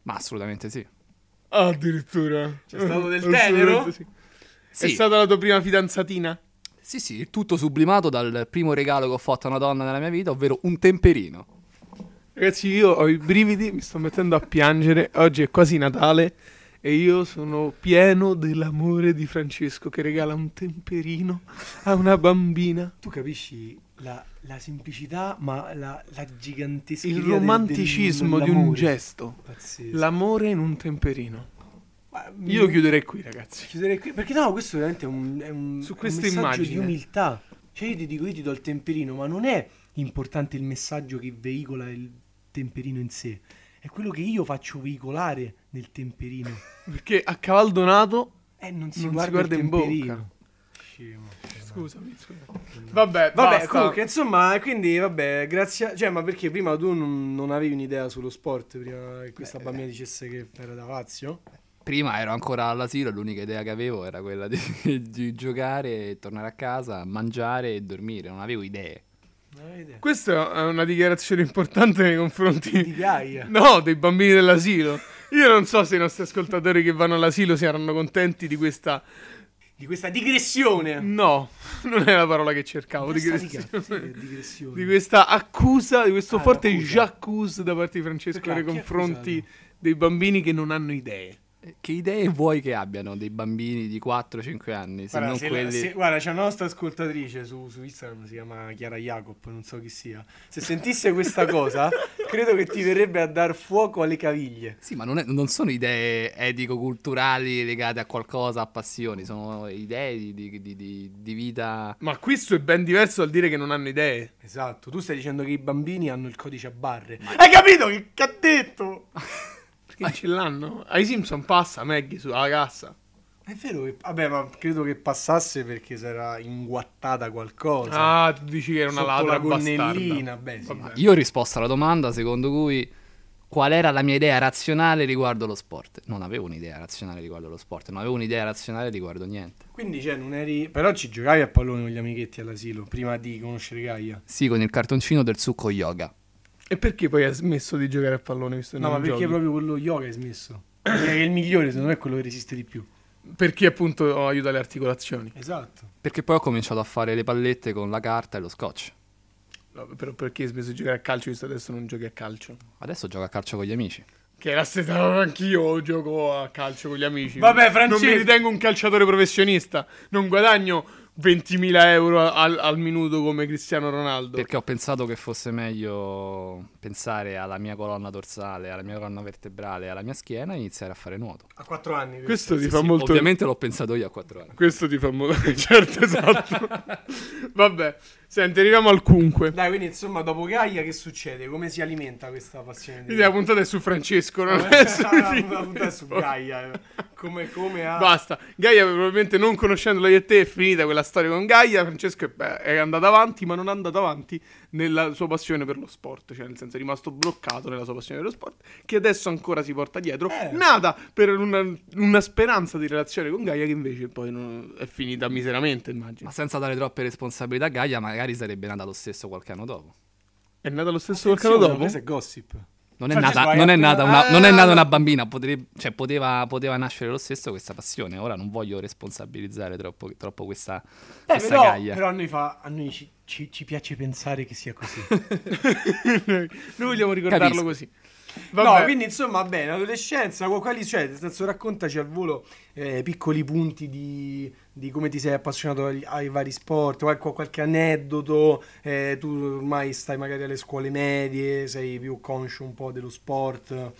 [SPEAKER 3] Ma assolutamente sì.
[SPEAKER 2] Ah, addirittura. Mm.
[SPEAKER 1] C'è stato del
[SPEAKER 2] Assolutamente
[SPEAKER 1] tenero?
[SPEAKER 2] sì. È
[SPEAKER 3] Sì,
[SPEAKER 2] stata la tua prima fidanzatina?
[SPEAKER 3] sì, sì, il tutto sublimato dal primo regalo che ho fatto a una donna nella mia vita, ovvero un temperino.
[SPEAKER 2] Ragazzi, io ho i brividi, mi sto mettendo a piangere. Oggi è quasi Natale e io sono pieno dell'amore di Francesco che regala un temperino a una bambina.
[SPEAKER 1] Tu capisci la, la semplicità, ma la, la gigantesca.
[SPEAKER 2] Il romanticismo di un gesto.
[SPEAKER 1] Pazzesco.
[SPEAKER 2] L'amore in un temperino.
[SPEAKER 1] Ma-
[SPEAKER 2] Io chiuderei qui, ragazzi.
[SPEAKER 1] chiuderei qui. Perché no, questo veramente è un, è un,
[SPEAKER 2] Su
[SPEAKER 1] è un
[SPEAKER 2] questa
[SPEAKER 1] messaggio di
[SPEAKER 2] immagine.
[SPEAKER 1] umiltà. Cioè, io ti dico, io ti do il temperino, ma non è importante il messaggio che veicola il temperino in sé. È quello che io faccio veicolare nel temperino.
[SPEAKER 2] Perché a Cavaldonato
[SPEAKER 1] Eh, non si,
[SPEAKER 2] Non si
[SPEAKER 1] guarda,
[SPEAKER 2] guarda
[SPEAKER 1] il
[SPEAKER 2] in
[SPEAKER 1] temperino.
[SPEAKER 2] bocca.
[SPEAKER 1] Scemo.
[SPEAKER 2] Scusami, scusami.
[SPEAKER 1] Vabbè,
[SPEAKER 2] Vabbè, basta.
[SPEAKER 1] comunque, insomma, quindi, vabbè, grazie. a- Cioè, ma perché prima tu non, non avevi un'idea sullo sport? Prima che questa bambina dicesse che era da Lazio?
[SPEAKER 3] Prima ero ancora all'asilo e l'unica idea che avevo era quella di, di giocare, tornare a casa, mangiare e dormire. Non avevo idee.
[SPEAKER 1] Non avevi idea.
[SPEAKER 2] Questa è una dichiarazione importante nei
[SPEAKER 1] Di
[SPEAKER 2] confronti
[SPEAKER 1] Gaia.
[SPEAKER 2] no, dei bambini dell'asilo. Io non so se i nostri ascoltatori che vanno all'asilo saranno contenti di questa.
[SPEAKER 1] Di questa digressione.
[SPEAKER 2] No, non è la parola che cercavo. Di,
[SPEAKER 1] Questa
[SPEAKER 2] questa-
[SPEAKER 1] diga- sì, digressione.
[SPEAKER 2] di questa accusa, di questo
[SPEAKER 1] Ah,
[SPEAKER 2] forte
[SPEAKER 1] d'accusa.
[SPEAKER 2] j'accuse da parte di Francesco
[SPEAKER 1] Perché?
[SPEAKER 2] nei
[SPEAKER 1] Chi ha
[SPEAKER 2] confronti
[SPEAKER 1] accusato?
[SPEAKER 2] dei bambini che non hanno idee.
[SPEAKER 3] Eh, Che idee vuoi che abbiano dei bambini di 4-5 anni? Se
[SPEAKER 1] Guarda,
[SPEAKER 3] non
[SPEAKER 1] se la-
[SPEAKER 3] quelli.
[SPEAKER 1] se- guarda, c'è una nostra ascoltatrice su, su Instagram, si chiama Chiara Jacob, non so chi sia. Se sentisse questa cosa, credo che ti verrebbe a dar fuoco alle caviglie.
[SPEAKER 3] Sì, ma non, è- non sono idee etico-culturali legate a qualcosa, a passioni, sono idee di, di- di- di- di vita.
[SPEAKER 2] Ma questo è ben diverso dal dire che non hanno idee.
[SPEAKER 1] Esatto, tu stai dicendo che i bambini hanno il codice a barre. Hai capito che che ha detto?
[SPEAKER 2] Perché
[SPEAKER 1] Ah.
[SPEAKER 2] ce l'hanno? Ai Simpson passa Maggie sulla cassa.
[SPEAKER 1] È vero che, vabbè, ma credo che passasse perché si era inguattata qualcosa.
[SPEAKER 2] Ah, tu dici che era una
[SPEAKER 1] Sotto
[SPEAKER 2] ladra
[SPEAKER 1] la
[SPEAKER 2] bastarda.
[SPEAKER 1] gonnellina, beh, sì.
[SPEAKER 2] Vabbè.
[SPEAKER 3] Io ho risposto alla domanda secondo cui qual era la mia idea razionale riguardo lo sport. Non avevo un'idea razionale riguardo lo sport, non avevo un'idea razionale riguardo niente.
[SPEAKER 1] Quindi, cioè, non eri. Però ci giocavi a pallone con gli amichetti all'asilo prima di conoscere Gaia.
[SPEAKER 3] Sì, con il cartoncino del succo yoga.
[SPEAKER 2] E perché poi hai smesso di giocare a pallone? Visto che
[SPEAKER 1] No, ma
[SPEAKER 2] non
[SPEAKER 1] perché
[SPEAKER 2] giochi?
[SPEAKER 1] proprio quello yoga hai smesso? Perché il migliore, secondo me, è quello che resiste di più.
[SPEAKER 2] Perché appunto oh, aiuta le articolazioni.
[SPEAKER 1] Esatto.
[SPEAKER 3] Perché poi ho cominciato a fare le pallette con la carta e lo scotch.
[SPEAKER 2] No, però perché hai smesso di giocare a calcio visto che adesso non giochi a calcio?
[SPEAKER 3] Adesso gioco a calcio con gli amici.
[SPEAKER 2] Che era stata anch'io gioco a calcio con gli amici.
[SPEAKER 1] Vabbè,
[SPEAKER 2] Non mi
[SPEAKER 1] Francesco-
[SPEAKER 2] ritengo un calciatore professionista. Non guadagno 20.000 euro al, al minuto come Cristiano Ronaldo.
[SPEAKER 3] Perché ho pensato che fosse meglio pensare alla mia colonna dorsale, alla mia colonna vertebrale, alla mia schiena e iniziare a fare nuoto.
[SPEAKER 1] A 4 anni.
[SPEAKER 2] Questo ti
[SPEAKER 3] Sì,
[SPEAKER 2] fa
[SPEAKER 3] sì,
[SPEAKER 2] molto...
[SPEAKER 3] Ovviamente l'ho pensato io a quattro anni.
[SPEAKER 2] Questo ti fa molto... certo, esatto. Vabbè, senti, arriviamo al comunque.
[SPEAKER 1] Dai, quindi insomma, dopo Gaia che succede? Come si alimenta questa passione?
[SPEAKER 2] Quindi la puntata è su Francesco, non è su
[SPEAKER 1] la Ah, puntata è su Gaia. eh. Come, come ha...
[SPEAKER 2] Basta. Gaia, probabilmente non conoscendola io e te, è finita quella storia con Gaia. Francesco è, beh, è andato avanti, ma non è andato avanti nella sua passione per lo sport. Cioè, nel senso, è rimasto bloccato nella sua passione per lo sport, che adesso ancora si porta dietro.
[SPEAKER 1] Eh.
[SPEAKER 2] Nata per una, una speranza di relazione con Gaia, che invece poi non- è finita miseramente, immagino.
[SPEAKER 3] Ma senza dare troppe responsabilità a Gaia, magari sarebbe nata lo stesso qualche anno dopo.
[SPEAKER 2] È nata lo stesso
[SPEAKER 1] Attenzione,
[SPEAKER 2] qualche anno dopo?
[SPEAKER 1] questo è gossip.
[SPEAKER 3] Non è,
[SPEAKER 1] Francesco,
[SPEAKER 3] nata,
[SPEAKER 1] hai
[SPEAKER 3] non è
[SPEAKER 1] appena-
[SPEAKER 3] nata una,
[SPEAKER 2] Ah!
[SPEAKER 3] non è
[SPEAKER 1] Eh.
[SPEAKER 3] nata una bambina, potre- cioè, poteva, poteva nascere lo stesso questa passione. Ora non voglio responsabilizzare troppo, troppo questa,
[SPEAKER 1] Eh,
[SPEAKER 3] questa
[SPEAKER 1] però,
[SPEAKER 3] Gaia.
[SPEAKER 1] però a noi, fa, a noi ci, ci- ci piace pensare che sia così.
[SPEAKER 2] Noi vogliamo ricordarlo
[SPEAKER 3] Capisco.
[SPEAKER 2] così.
[SPEAKER 1] No,
[SPEAKER 2] Vabbè.
[SPEAKER 1] quindi insomma, bene, adolescenza, qu- quali, cioè, nel senso, raccontaci al volo eh, piccoli punti di, di come ti sei appassionato agli- ai, vari sport, qual- qual- qualche aneddoto, eh, tu ormai stai magari alle scuole medie, sei più conscio un po' dello sport,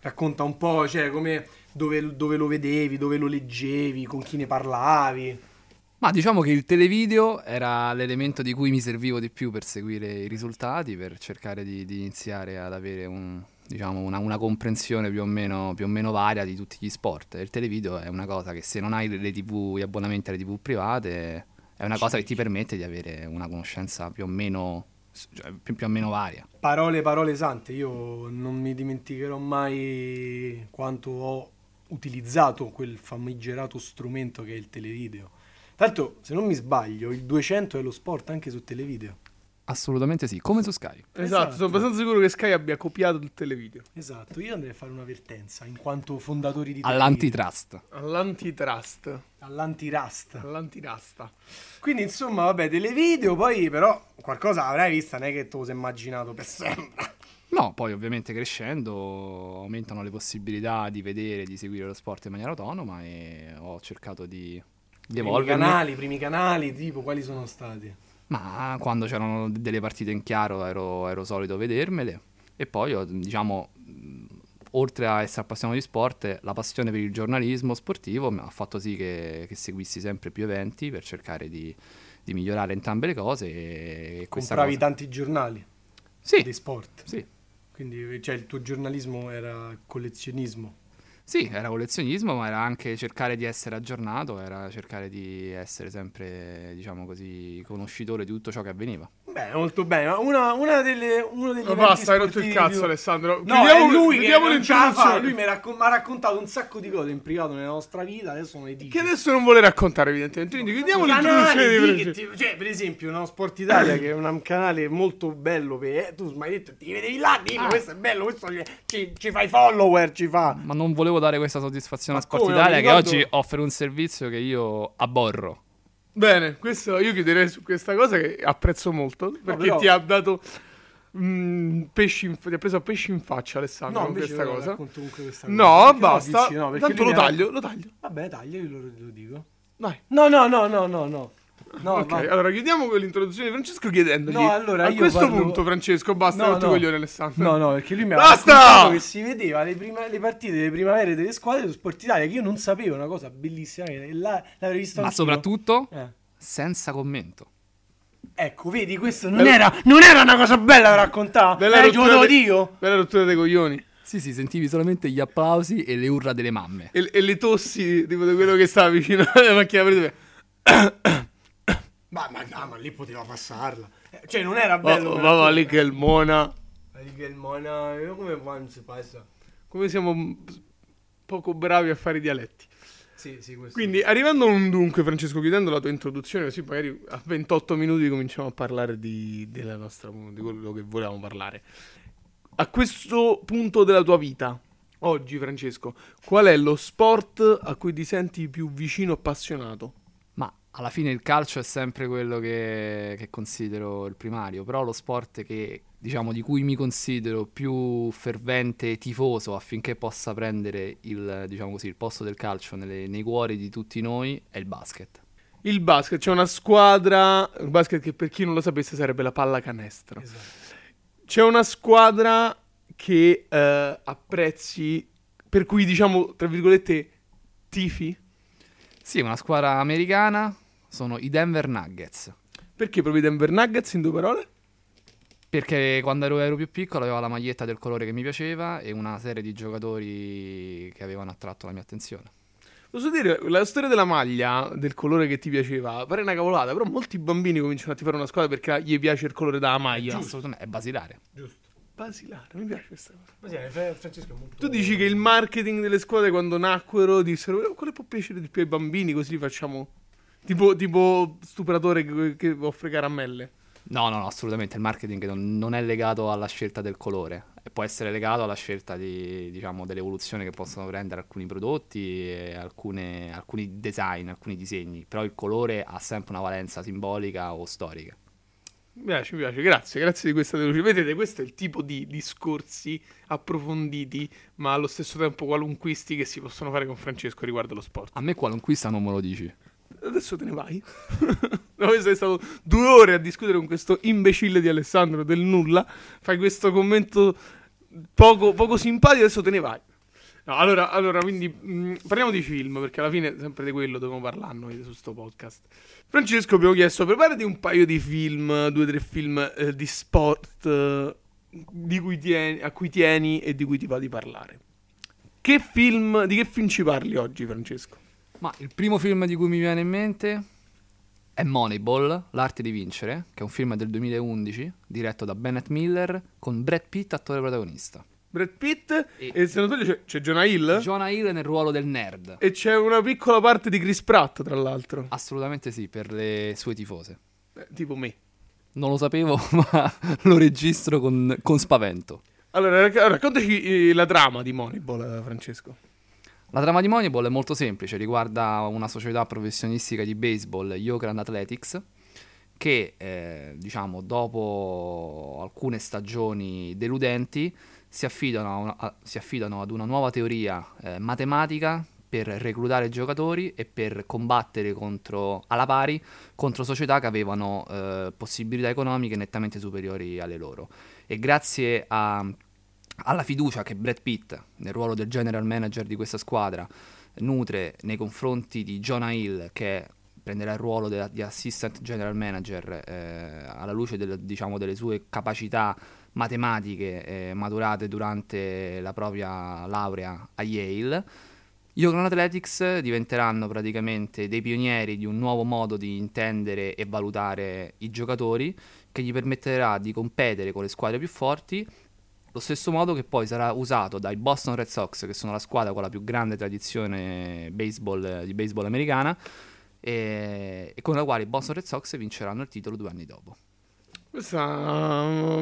[SPEAKER 1] racconta un po', cioè, come, dove, dove lo vedevi, dove lo leggevi, con chi ne parlavi.
[SPEAKER 3] Ma diciamo che il televideo era l'elemento di cui mi servivo di più per seguire i risultati, per cercare di, di iniziare ad avere un- diciamo, una, una comprensione più o, meno, più o meno varia di tutti gli sport. E Il televideo è una cosa che se non hai le TV, gli abbonamenti alle TV private, è una cosa che ti permette di avere una conoscenza più o meno, cioè, più- più o meno varia.
[SPEAKER 1] Parole, parole sante, io non mi dimenticherò mai quanto ho utilizzato quel famigerato strumento che è il televideo. Tanto, se non mi sbaglio, il 200 è lo sport anche su televideo.
[SPEAKER 3] Assolutamente sì, come su Sky.
[SPEAKER 2] Esatto, sono abbastanza sicuro che Sky abbia copiato il televideo.
[SPEAKER 1] Esatto, io andrei a fare un'avvertenza in quanto fondatori di televideo,
[SPEAKER 3] All'antitrust.
[SPEAKER 2] All'antitrust.
[SPEAKER 1] Ah. all'antirasta.
[SPEAKER 2] All'antirasta.
[SPEAKER 1] Quindi, insomma, vabbè, televideo, poi però qualcosa avrai vista, non è che te lo sei immaginato per sempre.
[SPEAKER 3] No, poi ovviamente crescendo aumentano le possibilità di vedere, di seguire lo sport in maniera autonoma e ho cercato di, di
[SPEAKER 1] Primi
[SPEAKER 3] evolvermi.
[SPEAKER 1] canali, primi canali, tipo quali sono stati?
[SPEAKER 3] Ma quando c'erano d- delle partite in chiaro ero, ero solito vedermele e poi ho, diciamo, mh, oltre a essere appassionato di sport, la passione per il giornalismo sportivo mi ha fatto sì che, che seguissi sempre più eventi per cercare di, di migliorare entrambe le cose e, e questa
[SPEAKER 1] Compravi
[SPEAKER 3] cosa-
[SPEAKER 1] tanti giornali di
[SPEAKER 3] Sì,
[SPEAKER 1] sport.
[SPEAKER 3] sì.
[SPEAKER 1] Quindi cioè, il tuo giornalismo era collezionismo.
[SPEAKER 3] Sì, era collezionismo, ma era anche cercare di essere aggiornato, era cercare di essere sempre, diciamo così, conoscitore di tutto ciò che avveniva.
[SPEAKER 1] Beh, molto bene. ma Una, una delle, uno degli
[SPEAKER 2] Ma
[SPEAKER 1] eventi
[SPEAKER 2] basta, hai rotto il
[SPEAKER 1] sportivi
[SPEAKER 2] cazzo,
[SPEAKER 1] più-
[SPEAKER 2] Alessandro.
[SPEAKER 1] No,
[SPEAKER 2] Chiudiamo-
[SPEAKER 1] è lui che
[SPEAKER 2] chiudiamo
[SPEAKER 1] non ce la fa.
[SPEAKER 2] l'introduzione.
[SPEAKER 1] Lui mi raccon- mi ha raccontato un sacco di cose in privato nella nostra vita, adesso non le dico.
[SPEAKER 2] Che adesso non vuole raccontare, evidentemente. Quindi chiudiamo l'introduzione di
[SPEAKER 1] canali, di-
[SPEAKER 2] Francesco.
[SPEAKER 1] che ti- cioè, per esempio, no, Sport Italia, che è una- un canale molto bello, per, eh, tu mi hai detto, ti vedevi là, dillo,
[SPEAKER 2] Ah.
[SPEAKER 1] questo è bello, questo ci, ci fai follower, ci fa.
[SPEAKER 3] Ma non volevo dare questa soddisfazione
[SPEAKER 1] Ma
[SPEAKER 3] a Sport
[SPEAKER 1] come,
[SPEAKER 3] Italia,
[SPEAKER 1] mi
[SPEAKER 3] che
[SPEAKER 1] ricordo-
[SPEAKER 3] oggi offre un servizio che io abborro.
[SPEAKER 2] Bene, questo, io chiuderei su questa cosa che apprezzo molto. Perché
[SPEAKER 1] però-
[SPEAKER 2] ti ha dato. mm, pesci in- ti ha preso a pesci in faccia, Alessandro, con
[SPEAKER 1] invece
[SPEAKER 2] questa
[SPEAKER 1] io
[SPEAKER 2] cosa.
[SPEAKER 1] racconto comunque questa cosa.
[SPEAKER 2] No,
[SPEAKER 1] Perché
[SPEAKER 2] basta.
[SPEAKER 1] dici? No, perché
[SPEAKER 2] Tanto
[SPEAKER 1] lui
[SPEAKER 2] lo
[SPEAKER 1] mi ha-
[SPEAKER 2] taglio, lo taglio.
[SPEAKER 1] Vabbè, taglio, io lo, lo dico.
[SPEAKER 2] Dai.
[SPEAKER 1] No, no, no, no, no, no. No,
[SPEAKER 2] ok,
[SPEAKER 1] ma-
[SPEAKER 2] allora chiudiamo con l'introduzione di Francesco chiedendogli
[SPEAKER 1] No, allora
[SPEAKER 2] a
[SPEAKER 1] io
[SPEAKER 2] questo
[SPEAKER 1] parlo-
[SPEAKER 2] punto Francesco basta
[SPEAKER 1] No,
[SPEAKER 2] no,
[SPEAKER 1] no.
[SPEAKER 2] coglione Alessandro.
[SPEAKER 1] No, no, perché lui mi ha
[SPEAKER 2] Basta!
[SPEAKER 1] raccontato che si vedeva le, prima- le partite delle primavere delle squadre su Sport Italia che io non sapevo, una cosa bellissima, e là l'avrei visto
[SPEAKER 3] Ma
[SPEAKER 1] anch'io.
[SPEAKER 3] soprattutto
[SPEAKER 1] Eh.
[SPEAKER 3] senza commento.
[SPEAKER 1] Ecco, vedi, questo
[SPEAKER 2] Eh,
[SPEAKER 1] non era, non era una cosa bella da raccontare.
[SPEAKER 2] Bella
[SPEAKER 1] Eh,
[SPEAKER 2] rottura
[SPEAKER 1] glielo devo
[SPEAKER 2] dei-
[SPEAKER 1] dire?
[SPEAKER 2] Bella rottura dei coglioni.
[SPEAKER 3] Sì, sì, sentivi solamente gli applausi e le urla delle mamme.
[SPEAKER 2] E, e le tossi tipo di quello che stava vicino alla macchina per dire,
[SPEAKER 1] Ma, ma, ah, ma lì poteva passarla. Eh, Cioè, non era
[SPEAKER 2] "Va-
[SPEAKER 1] bello.
[SPEAKER 2] va- va lì che è il mona.
[SPEAKER 1] il mona, io come quando si passa?
[SPEAKER 2] Come siamo m- poco bravi a fare i dialetti.
[SPEAKER 1] Sì, sì, questo.
[SPEAKER 2] Quindi arrivando a un dunque Francesco chiudendo la tua introduzione così magari a 28 minuti cominciamo a parlare di, della nostra, di quello che volevamo parlare. A questo punto della tua vita, oggi Francesco, qual è lo sport a cui ti senti più vicino appassionato?
[SPEAKER 3] Ma alla fine il calcio è sempre quello che, che considero il primario, però lo sport che, diciamo, di cui mi considero più fervente tifoso affinché possa prendere il, diciamo così, il posto del calcio nelle- nei cuori di tutti noi è il basket.
[SPEAKER 2] Il basket, c'è una squadra, il basket che per chi non lo sapesse sarebbe la pallacanestro.
[SPEAKER 1] Esatto.
[SPEAKER 2] C'è una squadra che eh, apprezzi, per cui diciamo, tra virgolette, tifi.
[SPEAKER 3] Sì, una squadra americana sono i Denver Nuggets.
[SPEAKER 2] Perché proprio i Denver Nuggets in due parole?
[SPEAKER 3] Perché quando ero, ero più piccolo avevo la maglietta del colore che mi piaceva e una serie di giocatori che avevano attratto la mia attenzione.
[SPEAKER 2] Posso dire, la storia della maglia, del colore che ti piaceva, pare una cavolata, però molti bambini cominciano a tifare una squadra perché gli piace il colore della maglia.
[SPEAKER 3] Assolutamente, è basilare.
[SPEAKER 1] Giusto.
[SPEAKER 2] Basilare, mi piace questa cosa.
[SPEAKER 1] Ma sì, Fra- Francesco è molto...
[SPEAKER 2] Tu dici che il marketing delle squadre quando nacquero dissero "Eh, quale può piacere di più ai bambini così li facciamo tipo, tipo stupratore che, che offre caramelle.
[SPEAKER 3] No, no, no, assolutamente. Il marketing non, non è legato alla scelta del colore, E può essere legato alla scelta di, diciamo, dell'evoluzione che possono prendere alcuni prodotti, e alcune- alcuni design, alcuni disegni. Però il colore ha sempre una valenza simbolica o storica.
[SPEAKER 2] Mi piace, mi piace, grazie, grazie di questa deluce. Vedete, questo è il tipo di discorsi approfonditi ma allo stesso tempo qualunquisti che si possono fare con Francesco riguardo allo sport.
[SPEAKER 3] A me qualunquista non me lo dici.
[SPEAKER 2] Adesso te ne vai. no, questo è stato due ore a discutere con questo imbecille di Alessandro del nulla. Fai questo commento poco, poco simpatico, adesso te ne vai. No, allora, allora, quindi mh, parliamo di film, perché alla fine sempre di quello dobbiamo parlare noi su sto podcast. Francesco abbiamo chiesto, preparati un paio di film, due o tre film eh, di sport eh, di cui tieni- a cui tieni e di cui ti va di parlare. Che film, di che film ci parli oggi, Francesco?
[SPEAKER 3] Ma il primo film di cui mi viene in mente è Moneyball, L'arte di vincere, che è un film del 2011 diretto da Bennett Miller con Brad Pitt attore protagonista.
[SPEAKER 2] Brad Pitt
[SPEAKER 3] E-
[SPEAKER 2] e, se non sbaglio c'è, c'è Jonah Hill
[SPEAKER 3] Jonah Hill nel ruolo del nerd.
[SPEAKER 2] e c'è una piccola parte di Chris Pratt tra
[SPEAKER 3] Ah.
[SPEAKER 2] l'altro
[SPEAKER 3] Assolutamente sì, per le sue tifose.
[SPEAKER 2] Eh, tipo me
[SPEAKER 3] Non lo sapevo, ma lo registro con, con spavento.
[SPEAKER 2] allora racc- raccontaci eh, la trama di Moneyball eh, Francesco
[SPEAKER 3] La trama di Moneyball è molto semplice, riguarda una società professionistica di baseball, gli Oakland Athletics, che eh, diciamo dopo alcune stagioni deludenti si affidano a una- a- si affidano ad una nuova teoria eh, matematica per reclutare giocatori e per combattere contro, alla pari contro società che avevano eh, possibilità economiche nettamente superiori alle loro. E grazie a- alla fiducia che Brad Pitt, nel ruolo del general manager di questa squadra, nutre nei confronti di Jonah Hill, che prenderà il ruolo della- di assistant general manager eh, alla luce del- diciamo, delle sue capacità matematiche eh, maturate durante la propria laurea a Yale. Gli Oakland Athletics diventeranno praticamente dei pionieri di un nuovo modo di intendere e valutare i giocatori che gli permetterà di competere con le squadre più forti lo stesso modo che poi sarà usato dai Boston Red Sox, che sono la squadra con la più grande tradizione baseball- eh, di baseball americana, e, e con la quale i Boston Red Sox vinceranno il titolo due anni dopo.
[SPEAKER 2] questa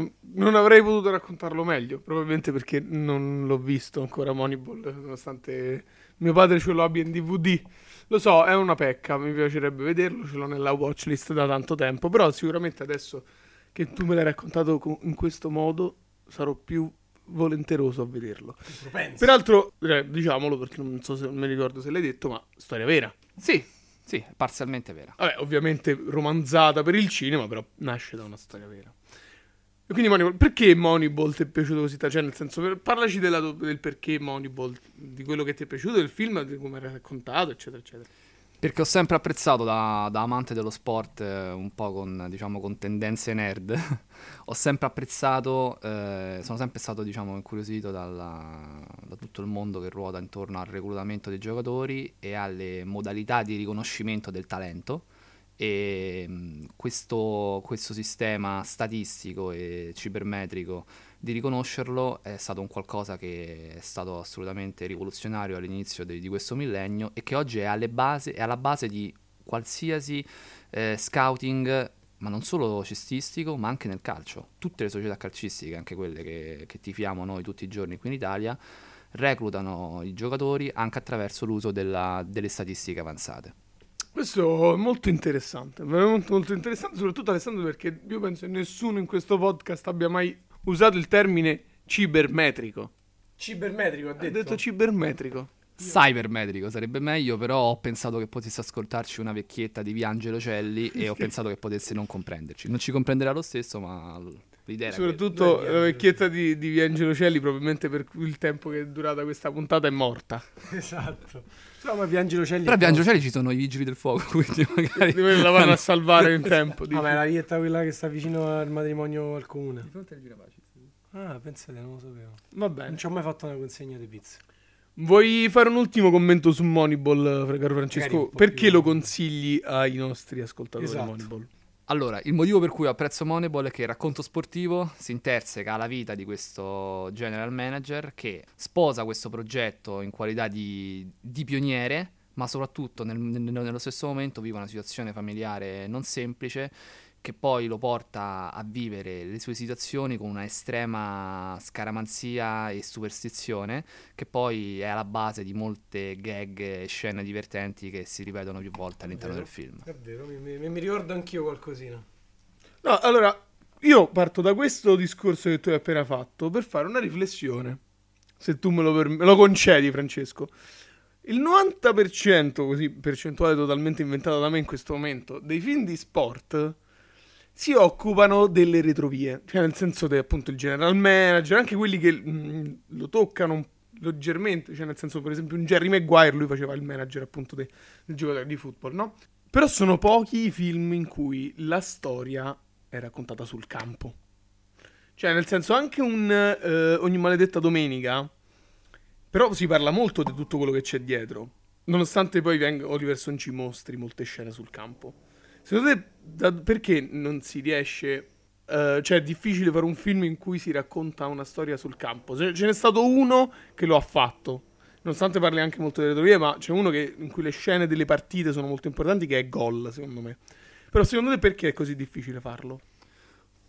[SPEAKER 2] eh, non avrei potuto raccontarlo meglio probabilmente perché non l'ho visto ancora Moneyball nonostante mio padre ce lo abbia in DVD lo so è una pecca mi piacerebbe vederlo ce l'ho nella watchlist da tanto tempo però sicuramente adesso che tu me l'hai raccontato co- in questo modo sarò più volenteroso a vederlo
[SPEAKER 1] Propenso.
[SPEAKER 2] Peraltro, eh, diciamolo perché non so se non mi ricordo se l'hai detto, ma storia vera.
[SPEAKER 3] Sì, sì, è parzialmente vera.
[SPEAKER 2] Vabbè, ovviamente romanzata per il cinema, però nasce da una storia vera. E quindi Moneyball, perché Moneyball ti è piaciuto così tanto? Cioè, nel senso, per- parlaci della tua- del perché Moneyball, di quello che ti è piaciuto, del film, di come era raccontato, eccetera, eccetera.
[SPEAKER 3] Perché ho sempre apprezzato da, da amante dello sport, eh, un po' con, diciamo, con tendenze nerd, ho sempre apprezzato, eh, sono sempre stato diciamo, incuriosito dalla- da tutto il mondo che ruota intorno al reclutamento dei giocatori e alle modalità di riconoscimento del talento. E mh, questo, questo sistema statistico e cibermetrico di riconoscerlo è stato un qualcosa che è stato assolutamente rivoluzionario all'inizio de- di questo millennio e che oggi è, alle base- è alla base di qualsiasi eh, scouting, ma non solo cestistico, ma anche nel calcio. Tutte le società calcistiche, anche quelle che, che tifiamo noi tutti i giorni qui in Italia, reclutano i giocatori anche attraverso l'uso della- delle statistiche avanzate.
[SPEAKER 2] Questo è molto interessante, veramente molto interessante, soprattutto Alessandro, perché io penso che nessuno in questo podcast abbia mai usato il termine cibermetrico.
[SPEAKER 1] Cibermetrico ha
[SPEAKER 2] Ha
[SPEAKER 1] detto.
[SPEAKER 2] detto cibermetrico.
[SPEAKER 3] cybermetrico sarebbe meglio, però ho pensato che potesse ascoltarci una vecchietta di Viangelo Celli e ho pensato che potesse non comprenderci. Non ci comprenderà lo stesso, ma l- l'idea era quella.
[SPEAKER 2] Soprattutto la vecchietta di, di Viangelo Celli, probabilmente per cui il tempo che è durata questa puntata è morta.
[SPEAKER 1] Esatto. Però ma Piangelo Celli...
[SPEAKER 3] Però a Viangelo Celli ci sono i vigili del fuoco, quindi magari...
[SPEAKER 2] Di voi la vanno a salvare in tempo.
[SPEAKER 1] Ah,
[SPEAKER 2] dici.
[SPEAKER 1] ma è la rietta quella che sta vicino al matrimonio al comune. Ah, pensate, non lo sapevo.
[SPEAKER 2] Va
[SPEAKER 1] Non
[SPEAKER 2] bene.
[SPEAKER 1] ci ho mai fatto una consegna di pizza.
[SPEAKER 2] Vuoi fare un ultimo commento su Moneyball, eh, caro
[SPEAKER 1] Magari un
[SPEAKER 2] Francesco?
[SPEAKER 1] po'
[SPEAKER 2] Perché
[SPEAKER 1] più-
[SPEAKER 2] lo consigli ai nostri ascoltatori
[SPEAKER 1] Esatto.
[SPEAKER 2] Moneyball?
[SPEAKER 3] Allora, il motivo per cui apprezzo Moneyball è che il racconto sportivo si interseca alla vita di questo general manager che sposa questo progetto in qualità di, di pioniere, ma soprattutto nel- nel- nello stesso momento vive una situazione familiare non semplice che poi lo porta a vivere le sue situazioni con una estrema scaramanzia e superstizione che poi è alla base di molte gag e scene divertenti che si ripetono più volte all'interno del film.
[SPEAKER 1] È vero, mi, mi- mi ricordo anch'io qualcosina.
[SPEAKER 2] No, allora, io parto da questo discorso che tu hai appena fatto per fare una riflessione. Se tu me lo, perm- me lo concedi, Francesco. Il 90%, così percentuale totalmente inventata da me in questo momento, dei film di sport si occupano delle retrovie. Cioè, nel senso che appunto il general manager, anche quelli che mm, lo toccano un- leggermente, cioè nel senso per esempio un Jerry Maguire, lui faceva il manager appunto de- del giocatore di football, no? Però sono pochi i film in cui la storia è raccontata sul campo. Cioè, nel senso, anche un eh, Ogni maledetta domenica, però si parla molto di tutto quello che c'è dietro. Nonostante poi veng- Oliver Stone ci mostri molte scene sul campo. Secondo te, da- perché non si riesce... eh, cioè, è difficile fare un film in cui si racconta una storia sul campo. Ce, ce n'è stato uno che lo ha fatto. Nonostante parli anche molto delle teorie, ma c'è uno che- in cui le scene delle partite sono molto importanti, che è Gol, secondo me. Però secondo te perché è così difficile farlo?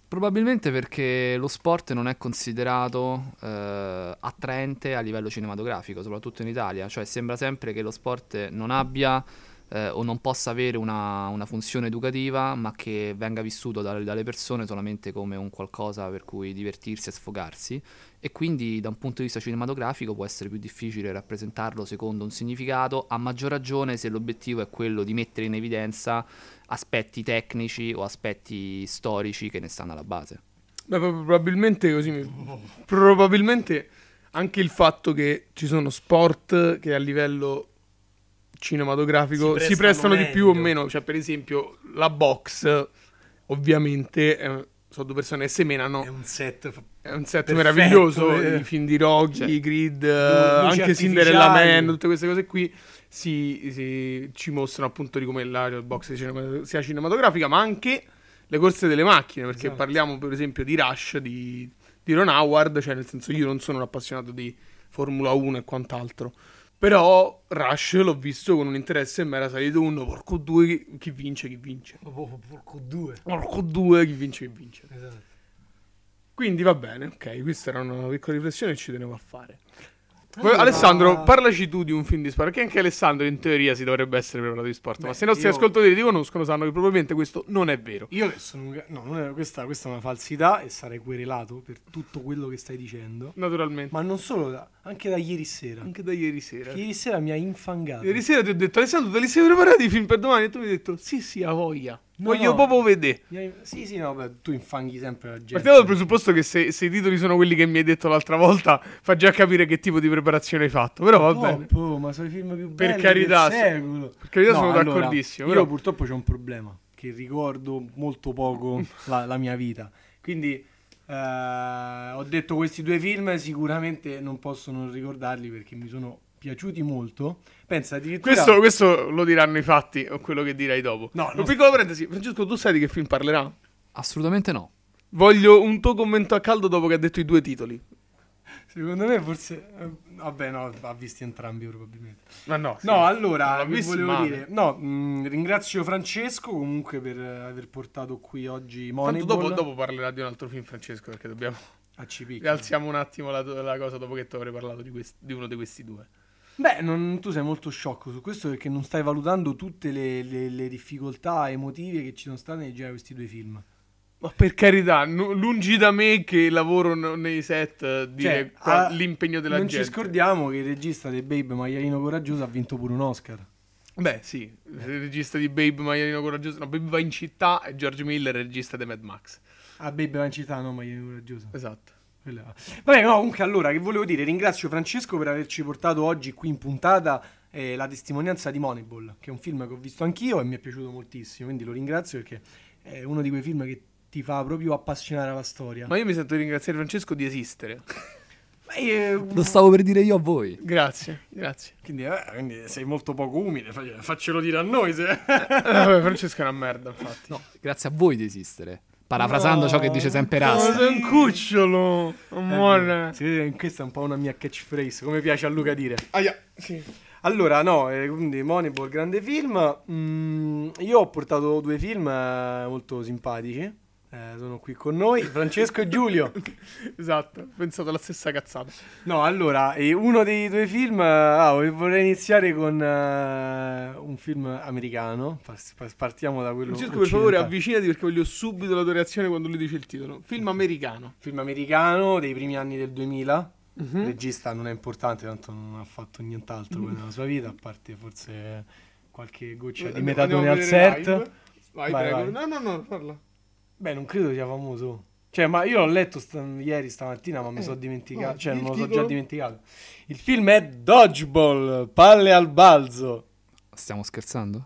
[SPEAKER 3] Probabilmente perché lo sport non è considerato eh, attraente a livello cinematografico, soprattutto in Italia, cioè sembra sempre che lo sport non abbia eh, o non possa avere una, una funzione educativa, ma che venga vissuto dal- dalle persone solamente come un qualcosa per cui divertirsi e sfogarsi e quindi da un punto di vista cinematografico può essere più difficile rappresentarlo secondo un significato, a maggior ragione se l'obiettivo è quello di mettere in evidenza aspetti tecnici o aspetti storici che ne stanno alla base.
[SPEAKER 2] Beh, pro- probabilmente così. mi- Probabilmente anche il fatto che ci sono sport che a livello cinematografico
[SPEAKER 1] Si
[SPEAKER 2] si
[SPEAKER 1] prestano
[SPEAKER 2] prestano, di più o
[SPEAKER 1] meglio.
[SPEAKER 2] meno. Cioè, per esempio, la box, ovviamente, è un- sono due persone che semenano.
[SPEAKER 1] È un set fa-
[SPEAKER 2] È un set
[SPEAKER 1] Perfetto,
[SPEAKER 2] meraviglioso,
[SPEAKER 1] eh.
[SPEAKER 2] i film di Rocky,
[SPEAKER 3] Cioè,
[SPEAKER 2] i Grid, eh,
[SPEAKER 1] luci
[SPEAKER 2] anche Cinderella
[SPEAKER 1] artificiali.
[SPEAKER 2] Man, tutte queste cose qui si, si- ci mostrano appunto di come la box cinema- sia cinematografica, ma anche le corse delle macchine, perché
[SPEAKER 1] Esatto.
[SPEAKER 2] parliamo per esempio di Rush, di, di Ron Howard, cioè nel senso io non sono un appassionato di Formula 1 e quant'altro, però Rush l'ho visto con un interesse e mi era salito uno, porco due, chi- chi vince, chi vince,
[SPEAKER 1] Oh, oh, oh, Porco due.
[SPEAKER 2] porco due, chi vince, chi vince.
[SPEAKER 1] Esatto.
[SPEAKER 2] Quindi va bene, ok, questa era una piccola riflessione che ci tenevo a fare. Poi,
[SPEAKER 1] Allora-
[SPEAKER 2] Alessandro, parlaci tu di un film di sport, perché anche Alessandro in teoria si dovrebbe essere preparato di sport, ma
[SPEAKER 1] Beh,
[SPEAKER 2] se i nostri
[SPEAKER 1] io-
[SPEAKER 2] ascoltatori ti conoscono sanno che probabilmente questo non è vero.
[SPEAKER 1] Io che sono un gra- No, non è- questa, questa è una falsità e sarei querelato per tutto quello che stai dicendo.
[SPEAKER 2] Naturalmente,
[SPEAKER 1] Ma non solo, da- anche da ieri sera.
[SPEAKER 2] anche da ieri sera.
[SPEAKER 1] Ieri sera mi ha infangato.
[SPEAKER 2] Ieri sera ti ho detto, Alessandro, te li sei preparati i film per domani? E tu mi hai detto, sì, sì, a voglia,
[SPEAKER 1] No,
[SPEAKER 2] voglio
[SPEAKER 1] no.
[SPEAKER 2] proprio vedere.
[SPEAKER 1] Mi ha- Sì, sì, no, beh, tu infanghi sempre la gente.
[SPEAKER 2] Partiamo dal presupposto che se, se i titoli sono quelli che mi hai detto l'altra volta, fa già capire che tipo di preparazione hai fatto, però va bene.
[SPEAKER 1] Top, oh, ma sono i film più belli
[SPEAKER 2] Per carità,
[SPEAKER 1] del
[SPEAKER 2] sì.
[SPEAKER 1] secolo.
[SPEAKER 2] Per carità sono d'accordissimo,
[SPEAKER 1] Io
[SPEAKER 2] però-
[SPEAKER 1] purtroppo c'ho un problema che ricordo molto poco la, la mia vita. Quindi eh, ho detto questi due film sicuramente non posso non ricordarli perché mi sono piaciuti molto. Pensa addirittura
[SPEAKER 2] Questo, questo lo diranno i fatti, o quello che dirai dopo.
[SPEAKER 1] No,
[SPEAKER 2] Una
[SPEAKER 1] no.
[SPEAKER 2] piccola parentesi, Francesco, tu sai di che film parlerà?
[SPEAKER 3] Assolutamente no.
[SPEAKER 2] Voglio un tuo commento a caldo dopo che ha detto i due titoli.
[SPEAKER 1] secondo me forse eh, vabbè no, ha visti entrambi probabilmente.
[SPEAKER 2] Ma no.
[SPEAKER 1] No, allora,
[SPEAKER 2] Non l'ha
[SPEAKER 1] vi
[SPEAKER 2] visto
[SPEAKER 1] volevo
[SPEAKER 2] male.
[SPEAKER 1] dire, no, mh, ringrazio Francesco comunque per eh, aver portato qui oggi
[SPEAKER 2] Tanto
[SPEAKER 1] Moneyball.
[SPEAKER 2] dopo, dopo parlerà di un altro film, Francesco, perché dobbiamo...
[SPEAKER 1] a CP.
[SPEAKER 2] Rialziamo un attimo la, la cosa dopo che tu avrai parlato di, quest- di uno di questi due.
[SPEAKER 1] Beh, non- tu sei molto sciocco su questo perché non stai valutando tutte le, le- le difficoltà emotive che ci sono state nel girare questi due film.
[SPEAKER 2] Ma per carità, nu- lungi da me che lavoro n- nei set eh, dire qua-
[SPEAKER 1] ah,
[SPEAKER 2] l'impegno della
[SPEAKER 1] non
[SPEAKER 2] gente.
[SPEAKER 1] ci scordiamo che il regista di Babe Maialino Coraggioso ha vinto pure un Oscar.
[SPEAKER 2] Beh, sì, il regista di Babe Maialino Coraggioso. No, Babe va in città e George Miller è il regista di Mad Max.
[SPEAKER 1] Ah, Babe va in città, no, Maialino Coraggioso.
[SPEAKER 2] Esatto.
[SPEAKER 1] Quella- Vabbè, no, comunque allora, che volevo dire, ringrazio Francesco per averci portato oggi qui in puntata eh, la testimonianza di Moneyball, che è un film che ho visto anch'io e mi è piaciuto moltissimo, quindi lo ringrazio perché è uno di quei film che ti fa proprio appassionare alla storia.
[SPEAKER 2] Ma io mi sento di ringraziare Francesco di esistere.
[SPEAKER 1] Ma io-
[SPEAKER 3] Lo stavo per dire io a voi.
[SPEAKER 2] Grazie, grazie.
[SPEAKER 1] Quindi, eh, quindi sei molto poco umile, fa- faccelo dire a noi se...
[SPEAKER 2] Eh, vabbè, Francesco è una merda, infatti.
[SPEAKER 3] No, grazie a voi di esistere. Parafrasando ciò che dice sempre
[SPEAKER 2] Ma
[SPEAKER 3] Rasta.
[SPEAKER 2] Oh, sei un cucciolo, amore.
[SPEAKER 1] Si vede che questa è un po' una mia catchphrase, come piace a Luca dire.
[SPEAKER 2] Aia, sì.
[SPEAKER 1] Allora, no, eh, quindi Moneyball, grande film. Mm, io ho portato due film eh, molto simpatici. Eh, sono qui con noi, Francesco e Giulio.
[SPEAKER 2] Esatto, ho pensato alla stessa cazzata.
[SPEAKER 1] No, allora, eh, uno dei due film. eh, ah, vorrei- vorrei iniziare con eh, un film americano. Pas- pas- Partiamo da quello.
[SPEAKER 2] Francesco, per favore,
[SPEAKER 1] occidentale.
[SPEAKER 2] avvicinati perché voglio subito la tua reazione quando lui dice il titolo. Film americano.
[SPEAKER 1] Film americano dei primi anni del 2000.
[SPEAKER 2] Mhm. Mm?
[SPEAKER 1] Il regista non è importante, tanto non ha fatto nient'altro poi nella sua vita, a parte forse qualche goccia di
[SPEAKER 2] Andiamo-
[SPEAKER 1] metadone
[SPEAKER 2] Eh, andiamo a
[SPEAKER 1] al
[SPEAKER 2] vedere
[SPEAKER 1] cert.
[SPEAKER 2] live. Vai,
[SPEAKER 1] Vai,
[SPEAKER 2] prego.
[SPEAKER 1] vai.
[SPEAKER 2] No, no, no, parla.
[SPEAKER 1] Beh, non credo sia famoso. Cioè, ma io l'ho letto sta- ieri stamattina, ma mi sono dimenticato.
[SPEAKER 2] no,
[SPEAKER 1] cioè,
[SPEAKER 2] Eh, il
[SPEAKER 1] non lo so
[SPEAKER 2] titolo?
[SPEAKER 1] già dimenticato. Il film è Dodgeball, palle al balzo.
[SPEAKER 3] Stiamo scherzando?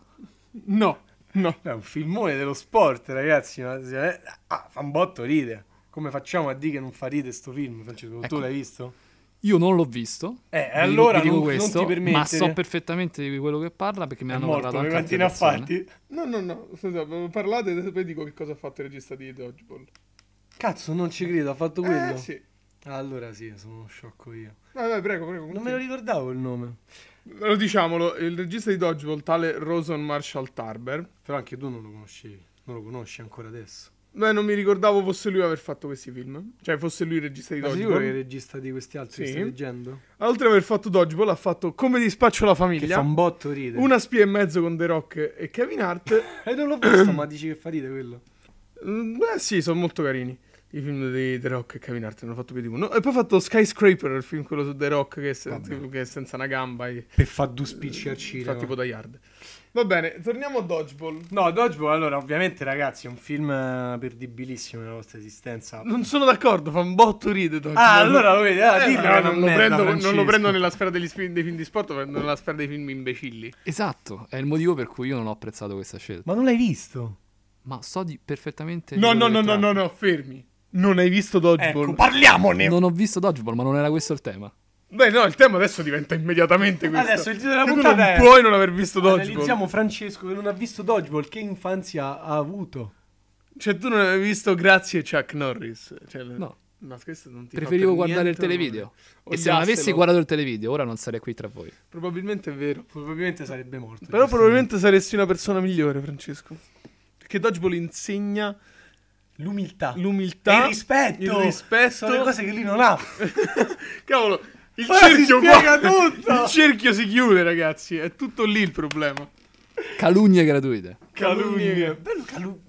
[SPEAKER 2] No, no.
[SPEAKER 1] È un filmone dello sport, ragazzi. ma se- eh, Ah, fa un botto ride. Come facciamo a dire che non fa ride sto film, Francesco? Tu
[SPEAKER 3] Ecco.
[SPEAKER 1] l'hai visto?
[SPEAKER 3] Io non l'ho visto.
[SPEAKER 1] Eh,
[SPEAKER 3] vi dico-
[SPEAKER 1] allora
[SPEAKER 3] vi dico
[SPEAKER 1] non- non
[SPEAKER 3] questo,
[SPEAKER 1] ti permettere.
[SPEAKER 3] ma so perfettamente di quello che parla perché mi
[SPEAKER 1] è
[SPEAKER 3] hanno
[SPEAKER 1] morto,
[SPEAKER 3] parlato
[SPEAKER 1] mi
[SPEAKER 3] anche altre
[SPEAKER 1] mattina a
[SPEAKER 3] persone.
[SPEAKER 1] fatti.
[SPEAKER 2] No, no, no. Scusa, parlate e poi dico che cosa ha fatto il regista di Dodgeball.
[SPEAKER 1] Cazzo, non ci credo, ha fatto quello.
[SPEAKER 2] Eh, sì.
[SPEAKER 1] Allora sì, sono uno sciocco io.
[SPEAKER 2] Vai, vai, prego, prego.
[SPEAKER 1] Non me lo ricordavo il nome.
[SPEAKER 2] Lo diciamolo, il regista di Dodgeball, tale Roson Marshall Tarber.
[SPEAKER 1] Però anche tu non lo conoscevi, non lo conosci ancora adesso.
[SPEAKER 2] Beh, non mi ricordavo fosse lui aver fatto questi film. Cioè, fosse lui il regista di
[SPEAKER 1] Ma sicuro che è il
[SPEAKER 2] Dodgeball.
[SPEAKER 1] regista di questi altri che
[SPEAKER 2] Sì.
[SPEAKER 1] stai leggendo?
[SPEAKER 2] Oltre ad aver fatto Dodgeball, ha fatto Come dispaccio la
[SPEAKER 1] Che
[SPEAKER 2] famiglia.
[SPEAKER 1] fa un botto ride.
[SPEAKER 2] Una spia e mezzo con The Rock e Kevin Hart.
[SPEAKER 1] E Eh, non l'ho visto, ma dici che fa ride quello.
[SPEAKER 2] Mm, Beh, sì, sono molto carini. I film di The Rock e Kevin Hart ne hanno fatto più di uno. E poi ha fatto Skyscraper, il film quello su The Rock che è, sen-
[SPEAKER 1] Vabbè.
[SPEAKER 2] che è senza una gamba e
[SPEAKER 1] Per fa due spicci al
[SPEAKER 2] fa
[SPEAKER 1] cinema.
[SPEAKER 2] tipo da yard. Va bene, torniamo a Dodgeball.
[SPEAKER 1] No, Dodgeball, allora, ovviamente, ragazzi, è un film eh, perdibilissimo nella vostra esistenza.
[SPEAKER 2] Non sono d'accordo, fa un botto ride Dodgeball.
[SPEAKER 1] Ah, allora lo vedi, ah,
[SPEAKER 2] Eh,
[SPEAKER 1] dillo
[SPEAKER 2] però
[SPEAKER 1] che
[SPEAKER 2] non,
[SPEAKER 1] non
[SPEAKER 2] lo
[SPEAKER 1] merda,
[SPEAKER 2] prendo, non
[SPEAKER 1] Francesco.
[SPEAKER 2] lo prendo nella sfera degli spi- dei film di sport, lo prendo nella sfera dei film imbecilli.
[SPEAKER 3] Esatto, è il motivo per cui io non ho apprezzato questa scelta.
[SPEAKER 1] Ma non l'hai visto?
[SPEAKER 3] Ma so di perfettamente. di
[SPEAKER 2] No, no,
[SPEAKER 3] quello
[SPEAKER 2] no,
[SPEAKER 3] che
[SPEAKER 2] no, no,
[SPEAKER 3] tratta.
[SPEAKER 2] no, fermi. Non hai visto Dodgeball?
[SPEAKER 1] Ecco, parliamone!
[SPEAKER 3] Non ho visto Dodgeball, ma non era questo il tema.
[SPEAKER 2] Beh, no, il tema adesso diventa immediatamente questo.
[SPEAKER 1] Adesso il titolo della
[SPEAKER 2] Tu
[SPEAKER 1] puntata
[SPEAKER 2] non
[SPEAKER 1] è-
[SPEAKER 2] puoi non aver visto Dodgeball.
[SPEAKER 1] Analizziamo Francesco che non ha visto Dodgeball, che infanzia ha avuto?
[SPEAKER 2] Cioè, tu non hai visto Grazie Chuck Norris. Cioè,
[SPEAKER 3] No.
[SPEAKER 2] ma questo non ti fa
[SPEAKER 3] Preferivo
[SPEAKER 2] per
[SPEAKER 3] guardare il
[SPEAKER 2] niente
[SPEAKER 3] televideo.
[SPEAKER 2] onore.
[SPEAKER 3] E se non avessi
[SPEAKER 2] Odiasselo.
[SPEAKER 3] guardato il televideo, ora non sarei qui tra voi.
[SPEAKER 2] Probabilmente è vero.
[SPEAKER 1] Probabilmente sarebbe morto.
[SPEAKER 2] Però probabilmente saresti una persona migliore, Francesco. Perché Dodgeball insegna
[SPEAKER 1] l'umiltà. E
[SPEAKER 2] l'umiltà.
[SPEAKER 1] il rispetto.
[SPEAKER 2] Il rispetto.
[SPEAKER 1] Sono le cose che lui non ha.
[SPEAKER 2] Cavolo, il
[SPEAKER 1] Ora si
[SPEAKER 2] cerchio
[SPEAKER 1] spiega
[SPEAKER 2] qua-
[SPEAKER 1] tutto!
[SPEAKER 2] Il cerchio si chiude, ragazzi. È tutto lì il problema.
[SPEAKER 3] Calunnie gratuite.
[SPEAKER 1] Calunnie. Bello calu-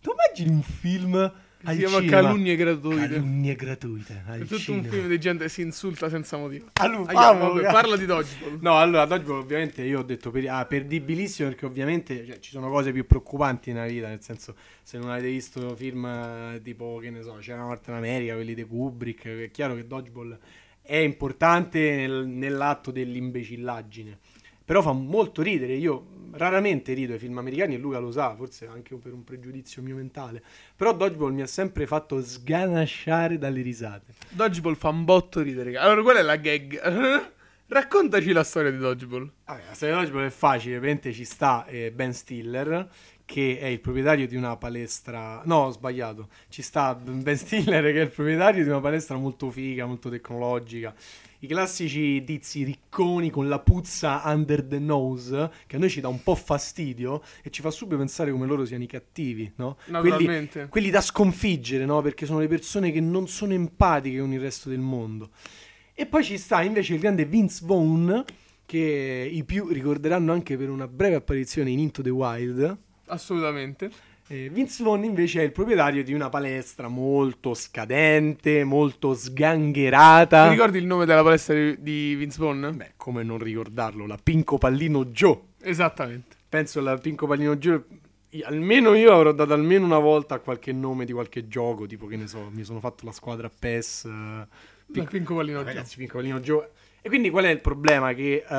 [SPEAKER 1] Tu immagini un film al
[SPEAKER 2] si chiama
[SPEAKER 1] cinema?
[SPEAKER 2] calunnie gratuite.
[SPEAKER 1] Calunnie gratuite.
[SPEAKER 2] È
[SPEAKER 1] Al
[SPEAKER 2] tutto un
[SPEAKER 1] cinema.
[SPEAKER 2] film di gente che si insulta senza motivo.
[SPEAKER 1] Allora,
[SPEAKER 2] Aia,
[SPEAKER 1] famo,
[SPEAKER 2] vabbè,
[SPEAKER 1] ragazzi.
[SPEAKER 2] parla di Dodgeball.
[SPEAKER 1] No, allora, Dodgeball ovviamente io ho detto per- ah, perdibilissimo perché ovviamente cioè, ci sono cose più preoccupanti nella vita, nel senso se non avete visto film eh, tipo, che ne so, C'era una volta in America, quelli di Kubrick, è chiaro che Dodgeball è importante nel- nell'atto dell'imbecillaggine, però fa molto ridere, io raramente rido ai film americani e Luca lo sa, forse anche per un pregiudizio mio mentale, però Dodgeball mi ha sempre fatto sganasciare dalle risate.
[SPEAKER 2] Dodgeball fa un botto ridere. raga. Allora, qual è la gag? Raccontaci la storia di Dodgeball.
[SPEAKER 1] Vabbè, la storia di Dodgeball è facile, ovviamente ci sta eh, Ben Stiller, che è il proprietario di una palestra... No, ho sbagliato. Ci sta Ben Stiller, che è il proprietario di una palestra molto figa, molto tecnologica. I classici tizi ricconi con la puzza under the nose, che a noi ci dà un po' fastidio e ci fa subito pensare come loro siano i cattivi, no? Quelli-
[SPEAKER 2] Naturalmente.
[SPEAKER 1] quelli da sconfiggere, no? Perché sono le persone che non sono empatiche con il resto del mondo. E poi ci sta invece il grande Vince Vaughn, che i più ricorderanno anche per una breve apparizione in Into the Wild,
[SPEAKER 2] Assolutamente.
[SPEAKER 1] Eh, Vince Vaughn invece è il proprietario di una palestra molto scadente, molto sgangherata.
[SPEAKER 2] Ti ricordi il nome della palestra di, di Vince Vaughn?
[SPEAKER 1] Beh, come non ricordarlo, la Pinco Pallino Joe.
[SPEAKER 2] Esattamente.
[SPEAKER 1] Penso alla Pinco Pallino Joe. i- Almeno io avrò dato almeno una volta a qualche nome di qualche gioco, tipo che ne so, mi sono fatto la squadra PES. eh,
[SPEAKER 2] Il Pinco Pallino Joe.
[SPEAKER 1] Ragazzi, Pinco Pallino Joe. E quindi qual è il problema? Che eh,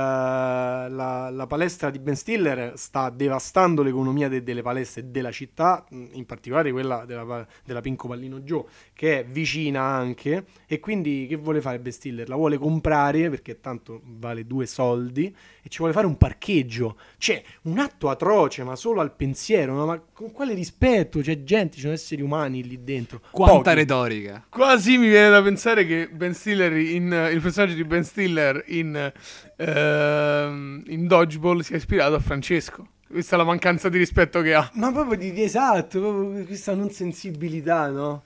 [SPEAKER 1] la, la palestra di Ben Stiller sta devastando l'economia de- delle palestre della città, mh, in particolare quella della, pa- della Pinco Pallino Joe, che è vicina anche. E quindi che vuole fare Ben Stiller? La vuole comprare perché tanto vale due soldi e ci vuole fare un parcheggio. Cioè, un atto atroce, ma solo al pensiero. no? Ma con quale rispetto? C'è gente, ci sono esseri umani lì dentro.
[SPEAKER 3] Quanta
[SPEAKER 1] Pochi.
[SPEAKER 3] retorica.
[SPEAKER 2] Quasi mi viene da pensare che Ben Stiller in, il personaggio di Ben Stiller in, ehm, in Dodgeball sia ispirato a Francesco. Questa è la mancanza di rispetto che ha.
[SPEAKER 1] Ma proprio di, di esatto, proprio questa non sensibilità, no?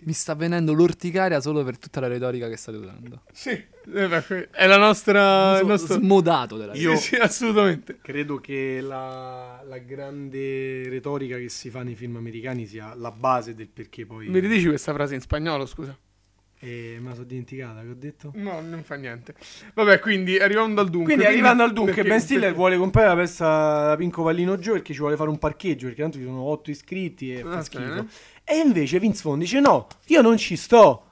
[SPEAKER 3] Mi sta venendo l'orticaria solo per tutta la retorica che state usando.
[SPEAKER 2] Sì, Eh, è la nostra. Ah, il
[SPEAKER 3] Sono
[SPEAKER 2] nostro-
[SPEAKER 3] smodato della
[SPEAKER 2] Sì,
[SPEAKER 1] Io-
[SPEAKER 2] sì, assolutamente.
[SPEAKER 1] Credo che la, la grande retorica che si fa nei film americani sia la base del perché poi...
[SPEAKER 2] Mi ridici questa frase in spagnolo, scusa?
[SPEAKER 1] Eh, me la sono dimenticata, che ho detto?
[SPEAKER 2] No, non fa niente. Vabbè, quindi arrivando al dunque.
[SPEAKER 1] Quindi arrivando al dunque,
[SPEAKER 2] perché-
[SPEAKER 1] Ben Stiller
[SPEAKER 2] perché-
[SPEAKER 1] vuole comprare la pezza da Pinco Pallino Joe perché ci vuole fare un parcheggio, perché tanto ci sono otto iscritti e
[SPEAKER 2] Va
[SPEAKER 1] fa schifo.
[SPEAKER 2] Ah, bene.
[SPEAKER 1] E invece Vince Vaughn dice no, io non ci sto.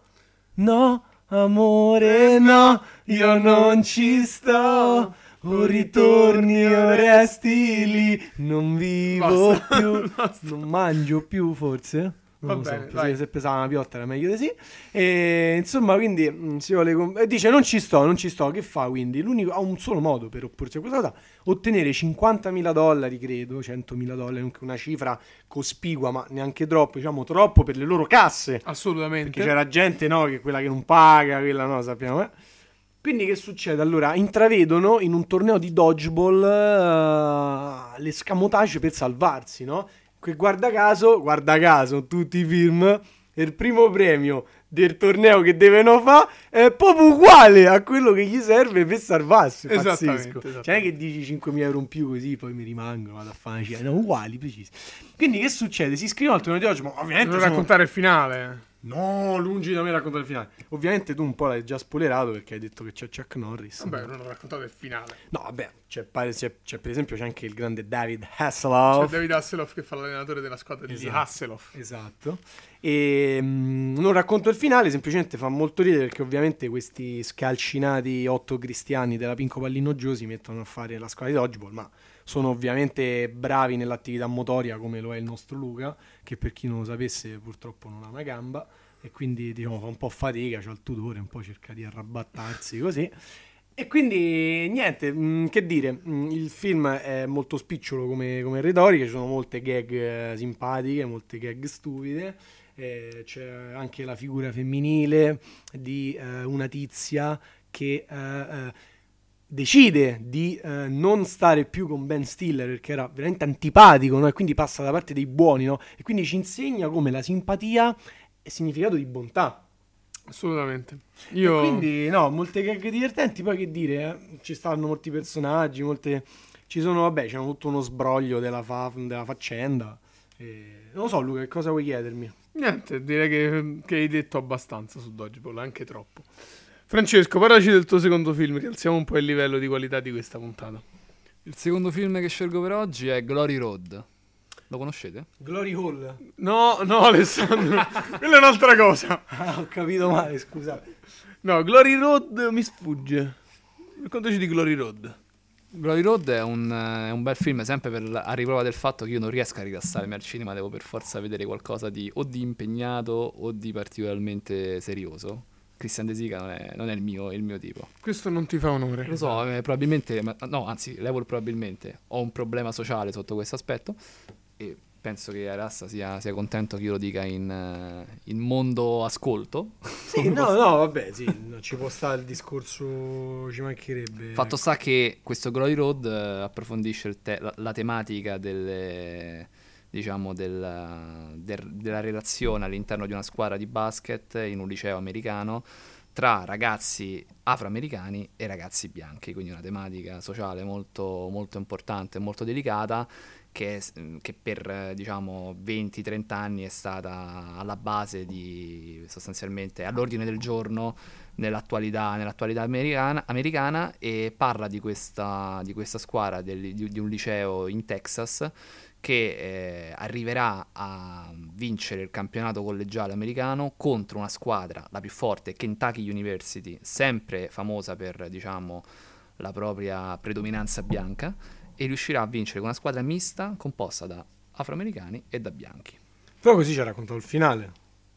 [SPEAKER 1] No,
[SPEAKER 2] Eh,
[SPEAKER 1] amore, no, io non ci sto. O ritorni o resti lì, non vivo
[SPEAKER 2] Basta,
[SPEAKER 1] più,
[SPEAKER 2] basta.
[SPEAKER 1] non mangio più forse.
[SPEAKER 2] Va
[SPEAKER 1] Non lo
[SPEAKER 2] bene,
[SPEAKER 1] so,
[SPEAKER 2] vai.
[SPEAKER 1] se, se pesava una piotta era meglio di sì. E, insomma, quindi mh, si vuole com- e dice non ci sto, non ci sto. Che fa quindi? L'unico, ha un solo modo per opporsi a questa cosa, ottenere 50.000 dollari, credo, 100.000 dollari, un- una cifra cospicua, ma neanche troppo, diciamo troppo per le loro casse.
[SPEAKER 2] Assolutamente.
[SPEAKER 1] Perché c'era gente, no, che quella che non paga, quella no, sappiamo, eh. Quindi che succede? Allora, intravedono in un torneo di dodgeball eh, l'escamotage per salvarsi, no? Che guarda caso, guarda caso, tutti i film, il primo premio del torneo che devono fare è proprio uguale a quello che gli serve per salvarsi.
[SPEAKER 2] Esattamente,
[SPEAKER 1] Pazzesco. Cioè, non è che dici 5.000 euro in più così, poi mi rimangono, vado a fare una cena, no, uguali, precisi. Quindi che succede? Si iscrivono al torneo di dodgeball, ovviamente
[SPEAKER 2] Non
[SPEAKER 1] sono-
[SPEAKER 2] raccontare il finale.
[SPEAKER 1] No, lungi da me raccontare il finale. Ovviamente tu un po' l'hai già spoilerato perché hai detto che c'è Chuck Norris.
[SPEAKER 2] Vabbè, non ho raccontato il finale.
[SPEAKER 1] No, vabbè, c'è, pare- c'è- c'è per esempio c'è anche il grande David
[SPEAKER 2] C'è
[SPEAKER 1] Hasselhoff.
[SPEAKER 2] David Hasselhoff che fa l'allenatore della squadra di
[SPEAKER 1] Esatto.
[SPEAKER 2] Hasselhoff.
[SPEAKER 1] Esatto. E, mm, non racconto il finale, semplicemente fa molto ridere perché ovviamente questi scalcinati otto cristiani della Pinco Pallino Gio si mettono a fare la squadra di dodgeball, ma sono ovviamente bravi nell'attività motoria come lo è il nostro Luca, che per chi non lo sapesse purtroppo non ha una gamba e quindi diciamo, fa un po' fatica, c'ha il tutore, un po' cerca di arrabattarsi così. E quindi niente, mh, che dire, mh, il film è molto spicciolo come, come retorica, ci sono molte gag eh, simpatiche, molte gag stupide, eh, c'è anche la figura femminile di eh, una tizia che eh, eh, decide di eh, non stare più con Ben Stiller perché era veramente antipatico no? e quindi passa da parte dei buoni no? e quindi ci insegna come la simpatia è significato di bontà.
[SPEAKER 2] Assolutamente.
[SPEAKER 1] E
[SPEAKER 2] Io...
[SPEAKER 1] Quindi, no, molte gag divertenti. Poi che dire, eh? ci stanno molti personaggi, molte. Ci sono, vabbè, c'è tutto uno sbroglio della, fa- della faccenda. E- Non lo so, Luca, che cosa vuoi chiedermi?
[SPEAKER 2] Niente, direi che, che hai detto abbastanza su Dodgeball, anche troppo. Francesco, parlaci del tuo secondo film, rialziamo un po' il livello di qualità di questa puntata.
[SPEAKER 3] Il secondo film che scelgo per oggi è Glory Road. Lo conoscete?
[SPEAKER 1] Glory Hall.
[SPEAKER 2] No, no Alessandro, quella è un'altra cosa.
[SPEAKER 1] Ah, ho capito male, scusate.
[SPEAKER 2] No, Glory Road mi sfugge. Raccontaci di Glory Road.
[SPEAKER 3] Glory Road è un, eh, è un bel film, sempre per, la- a riprova del fatto che io non riesco a rilassarmi al cinema, devo per forza vedere qualcosa di o di impegnato o di particolarmente serioso. Christian De Sica non è, non è il, mio, il mio tipo.
[SPEAKER 2] Questo non ti fa onore.
[SPEAKER 3] Lo so, eh, probabilmente, ma- no, anzi, level probabilmente ho un problema sociale sotto questo aspetto e penso che Arassa sia, sia contento che io lo dica in, eh, in mondo ascolto.
[SPEAKER 1] Sì, no, no, vabbè, sì, no, ci può stare il discorso, ci mancherebbe.
[SPEAKER 3] Fatto sta che questo Glory Road eh, approfondisce il te- la, la tematica delle- diciamo, della, del- della relazione all'interno di una squadra di basket in un liceo americano tra ragazzi afroamericani e ragazzi bianchi, quindi una tematica sociale molto, molto importante, molto delicata che, è s- che per eh, diciamo 20-30 anni è stata alla base di sostanzialmente all'ordine del giorno nell'attualità, nell'attualità americana, americana e parla di questa, di questa squadra del- di, di un liceo in Texas che eh, arriverà a vincere il campionato collegiale americano contro una squadra, la più forte, Kentucky University, sempre famosa per diciamo, la propria predominanza bianca, e riuscirà a vincere con una squadra mista composta da afroamericani e da bianchi.
[SPEAKER 1] Però così ci ha raccontato il finale.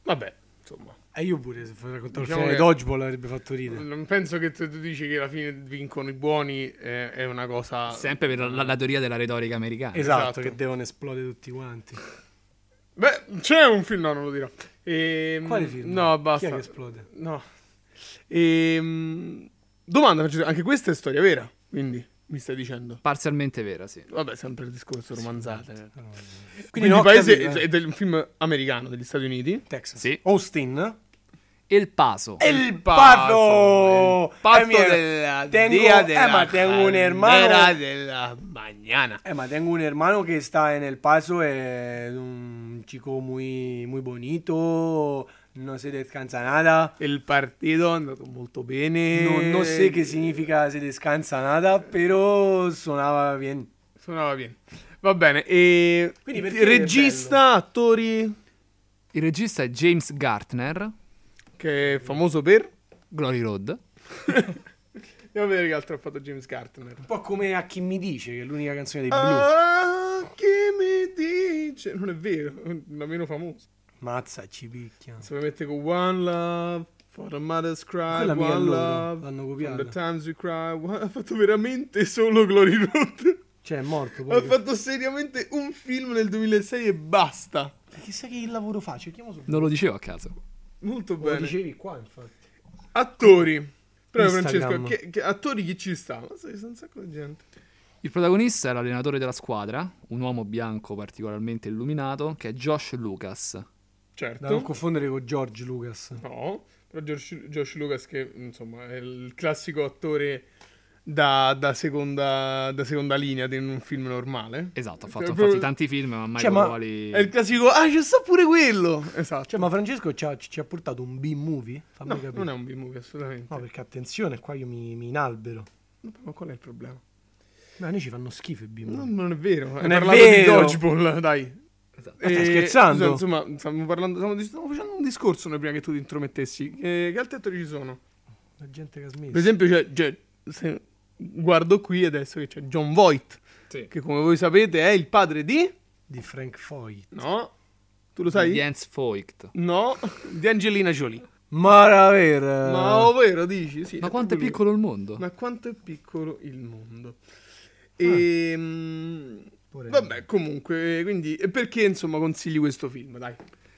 [SPEAKER 2] Vabbè, insomma.
[SPEAKER 1] E io pure, se fosse raccontato
[SPEAKER 2] Diciamo
[SPEAKER 1] il finale
[SPEAKER 2] che-
[SPEAKER 1] Dodgeball avrebbe fatto ridere.
[SPEAKER 2] Non penso che te- tu dici che alla fine vincono i buoni eh, è una cosa...
[SPEAKER 3] Sempre per la, la teoria della retorica americana.
[SPEAKER 1] Esatto,
[SPEAKER 2] esatto.
[SPEAKER 1] che devono esplodere tutti quanti.
[SPEAKER 2] Beh, c'è un film, no, non lo dirò. Ehm,
[SPEAKER 1] Quale film?
[SPEAKER 2] No,
[SPEAKER 1] Mm, Chi è
[SPEAKER 2] basta.
[SPEAKER 1] che esplode?
[SPEAKER 2] No. Ehm, domanda, Francesco, anche questa è storia vera, quindi mi stai dicendo.
[SPEAKER 3] Parzialmente vera, sì.
[SPEAKER 2] Vabbè, sempre il discorso romanzate.
[SPEAKER 1] No, no, no. Quindi,
[SPEAKER 2] Quindi
[SPEAKER 1] no,
[SPEAKER 2] il
[SPEAKER 1] ho
[SPEAKER 2] paese cioè,
[SPEAKER 1] capito, eh.
[SPEAKER 2] è del un film americano degli Stati Uniti.
[SPEAKER 1] Texas.
[SPEAKER 3] Sì.
[SPEAKER 1] Austin.
[SPEAKER 3] E il Paso.
[SPEAKER 1] El Paso.
[SPEAKER 2] Paso, el paso
[SPEAKER 1] Eh, mira,
[SPEAKER 2] della
[SPEAKER 1] tengo-
[SPEAKER 2] dea
[SPEAKER 1] eh,
[SPEAKER 2] della
[SPEAKER 1] ma tengo un hermano.
[SPEAKER 2] bandera della mañana.
[SPEAKER 1] Eh, ma tengo un hermano que está en El Paso, es un chico muy, muy bonito, no se descansa nada.
[SPEAKER 2] Il partito è andato molto bene.
[SPEAKER 1] No, no sé qué significa se descansa nada, pero sonaba bien.
[SPEAKER 2] Suonava bene. Va bene. E
[SPEAKER 1] Quindi perché è
[SPEAKER 2] regista, attori
[SPEAKER 3] Il regista è James Gartner,
[SPEAKER 2] che è famoso per
[SPEAKER 3] Glory Road.
[SPEAKER 2] Andiamo a vedere che altro ha fatto James Gartner.
[SPEAKER 1] Un po' come a chi mi dice, che è l'unica canzone dei blu.
[SPEAKER 2] Ah, che mi dice? Non è vero, la meno famosa.
[SPEAKER 1] Mazza, ci picchia.
[SPEAKER 2] Se la mette con One Love, For a Mother's Cry,
[SPEAKER 1] Quella mica è
[SPEAKER 2] One
[SPEAKER 1] loro,
[SPEAKER 2] Love,
[SPEAKER 1] l'hanno
[SPEAKER 2] From
[SPEAKER 1] copiata.
[SPEAKER 2] The Times We Cry, One- ha fatto veramente solo Glory Road.
[SPEAKER 1] Cioè, è morto.
[SPEAKER 2] ha
[SPEAKER 1] Poi.
[SPEAKER 2] fatto seriamente un film nel 2006 e basta.
[SPEAKER 1] Chissà che lavoro faccio, chiamo subito.
[SPEAKER 3] Non lo dicevo a caso.
[SPEAKER 2] Molto
[SPEAKER 1] Lo
[SPEAKER 2] bene.
[SPEAKER 1] dicevi qua, infatti.
[SPEAKER 2] Attori. Prego Francesco,
[SPEAKER 1] Instagram.
[SPEAKER 2] che, che attori chi ci sta? Ma sai, c'è un sacco di gente.
[SPEAKER 3] Il protagonista è l'allenatore della squadra, un uomo bianco particolarmente illuminato, che è Josh Lucas.
[SPEAKER 2] Certo.
[SPEAKER 1] Da non confondere con George Lucas.
[SPEAKER 2] No, però Josh, Josh Lucas che insomma è il classico attore da, da seconda, da seconda linea di un film normale.
[SPEAKER 3] Esatto,
[SPEAKER 2] Cioè,
[SPEAKER 3] ha fatto infatti
[SPEAKER 2] proprio-
[SPEAKER 3] tanti film, ma mai
[SPEAKER 1] Cioè,
[SPEAKER 3] con
[SPEAKER 1] ma
[SPEAKER 3] ruoli...
[SPEAKER 2] È il classico, ah c'è sta pure quello! Esatto.
[SPEAKER 1] Cioè, ma Francesco ci ha, ci ha portato un B-movie? Fammi
[SPEAKER 2] no,
[SPEAKER 1] capire.
[SPEAKER 2] non è un B-movie assolutamente.
[SPEAKER 1] No, perché attenzione, qua io mi, mi inalbero.
[SPEAKER 2] Ma qual è il problema?
[SPEAKER 1] Ma a noi ci fanno schifo i bimbi.
[SPEAKER 2] No, non è vero, hai
[SPEAKER 1] Non è
[SPEAKER 2] parlato
[SPEAKER 1] vero!
[SPEAKER 2] di Dodgeball, dai.
[SPEAKER 3] Esatto.
[SPEAKER 1] stai
[SPEAKER 2] Eh,
[SPEAKER 1] scherzando?
[SPEAKER 2] scusa, Insomma, stiamo, parlando, stiamo, stiamo facendo un discorso noi prima che tu ti intromettessi. Eh, che altri attori ci sono?
[SPEAKER 1] La gente che ha smesso.
[SPEAKER 2] Per esempio, c'è- c'è- se- guardo qui adesso che c'è John Voight, che come voi sapete è il padre di...
[SPEAKER 1] Di Frank Foy.
[SPEAKER 2] No. Tu lo sai?
[SPEAKER 3] Sai? Jens Voigt.
[SPEAKER 2] No, di Angelina Jolie.
[SPEAKER 1] Maraver.
[SPEAKER 2] Ma ovvero dici? Sì,
[SPEAKER 3] Ma
[SPEAKER 2] è
[SPEAKER 3] quanto è
[SPEAKER 2] proprio
[SPEAKER 3] piccolo Ah. il mondo?
[SPEAKER 2] lui. Ma quanto è piccolo il mondo. Ehm,
[SPEAKER 1] Pure-
[SPEAKER 2] Vabbè, comunque, quindi e perché insomma consigli questo film, dai?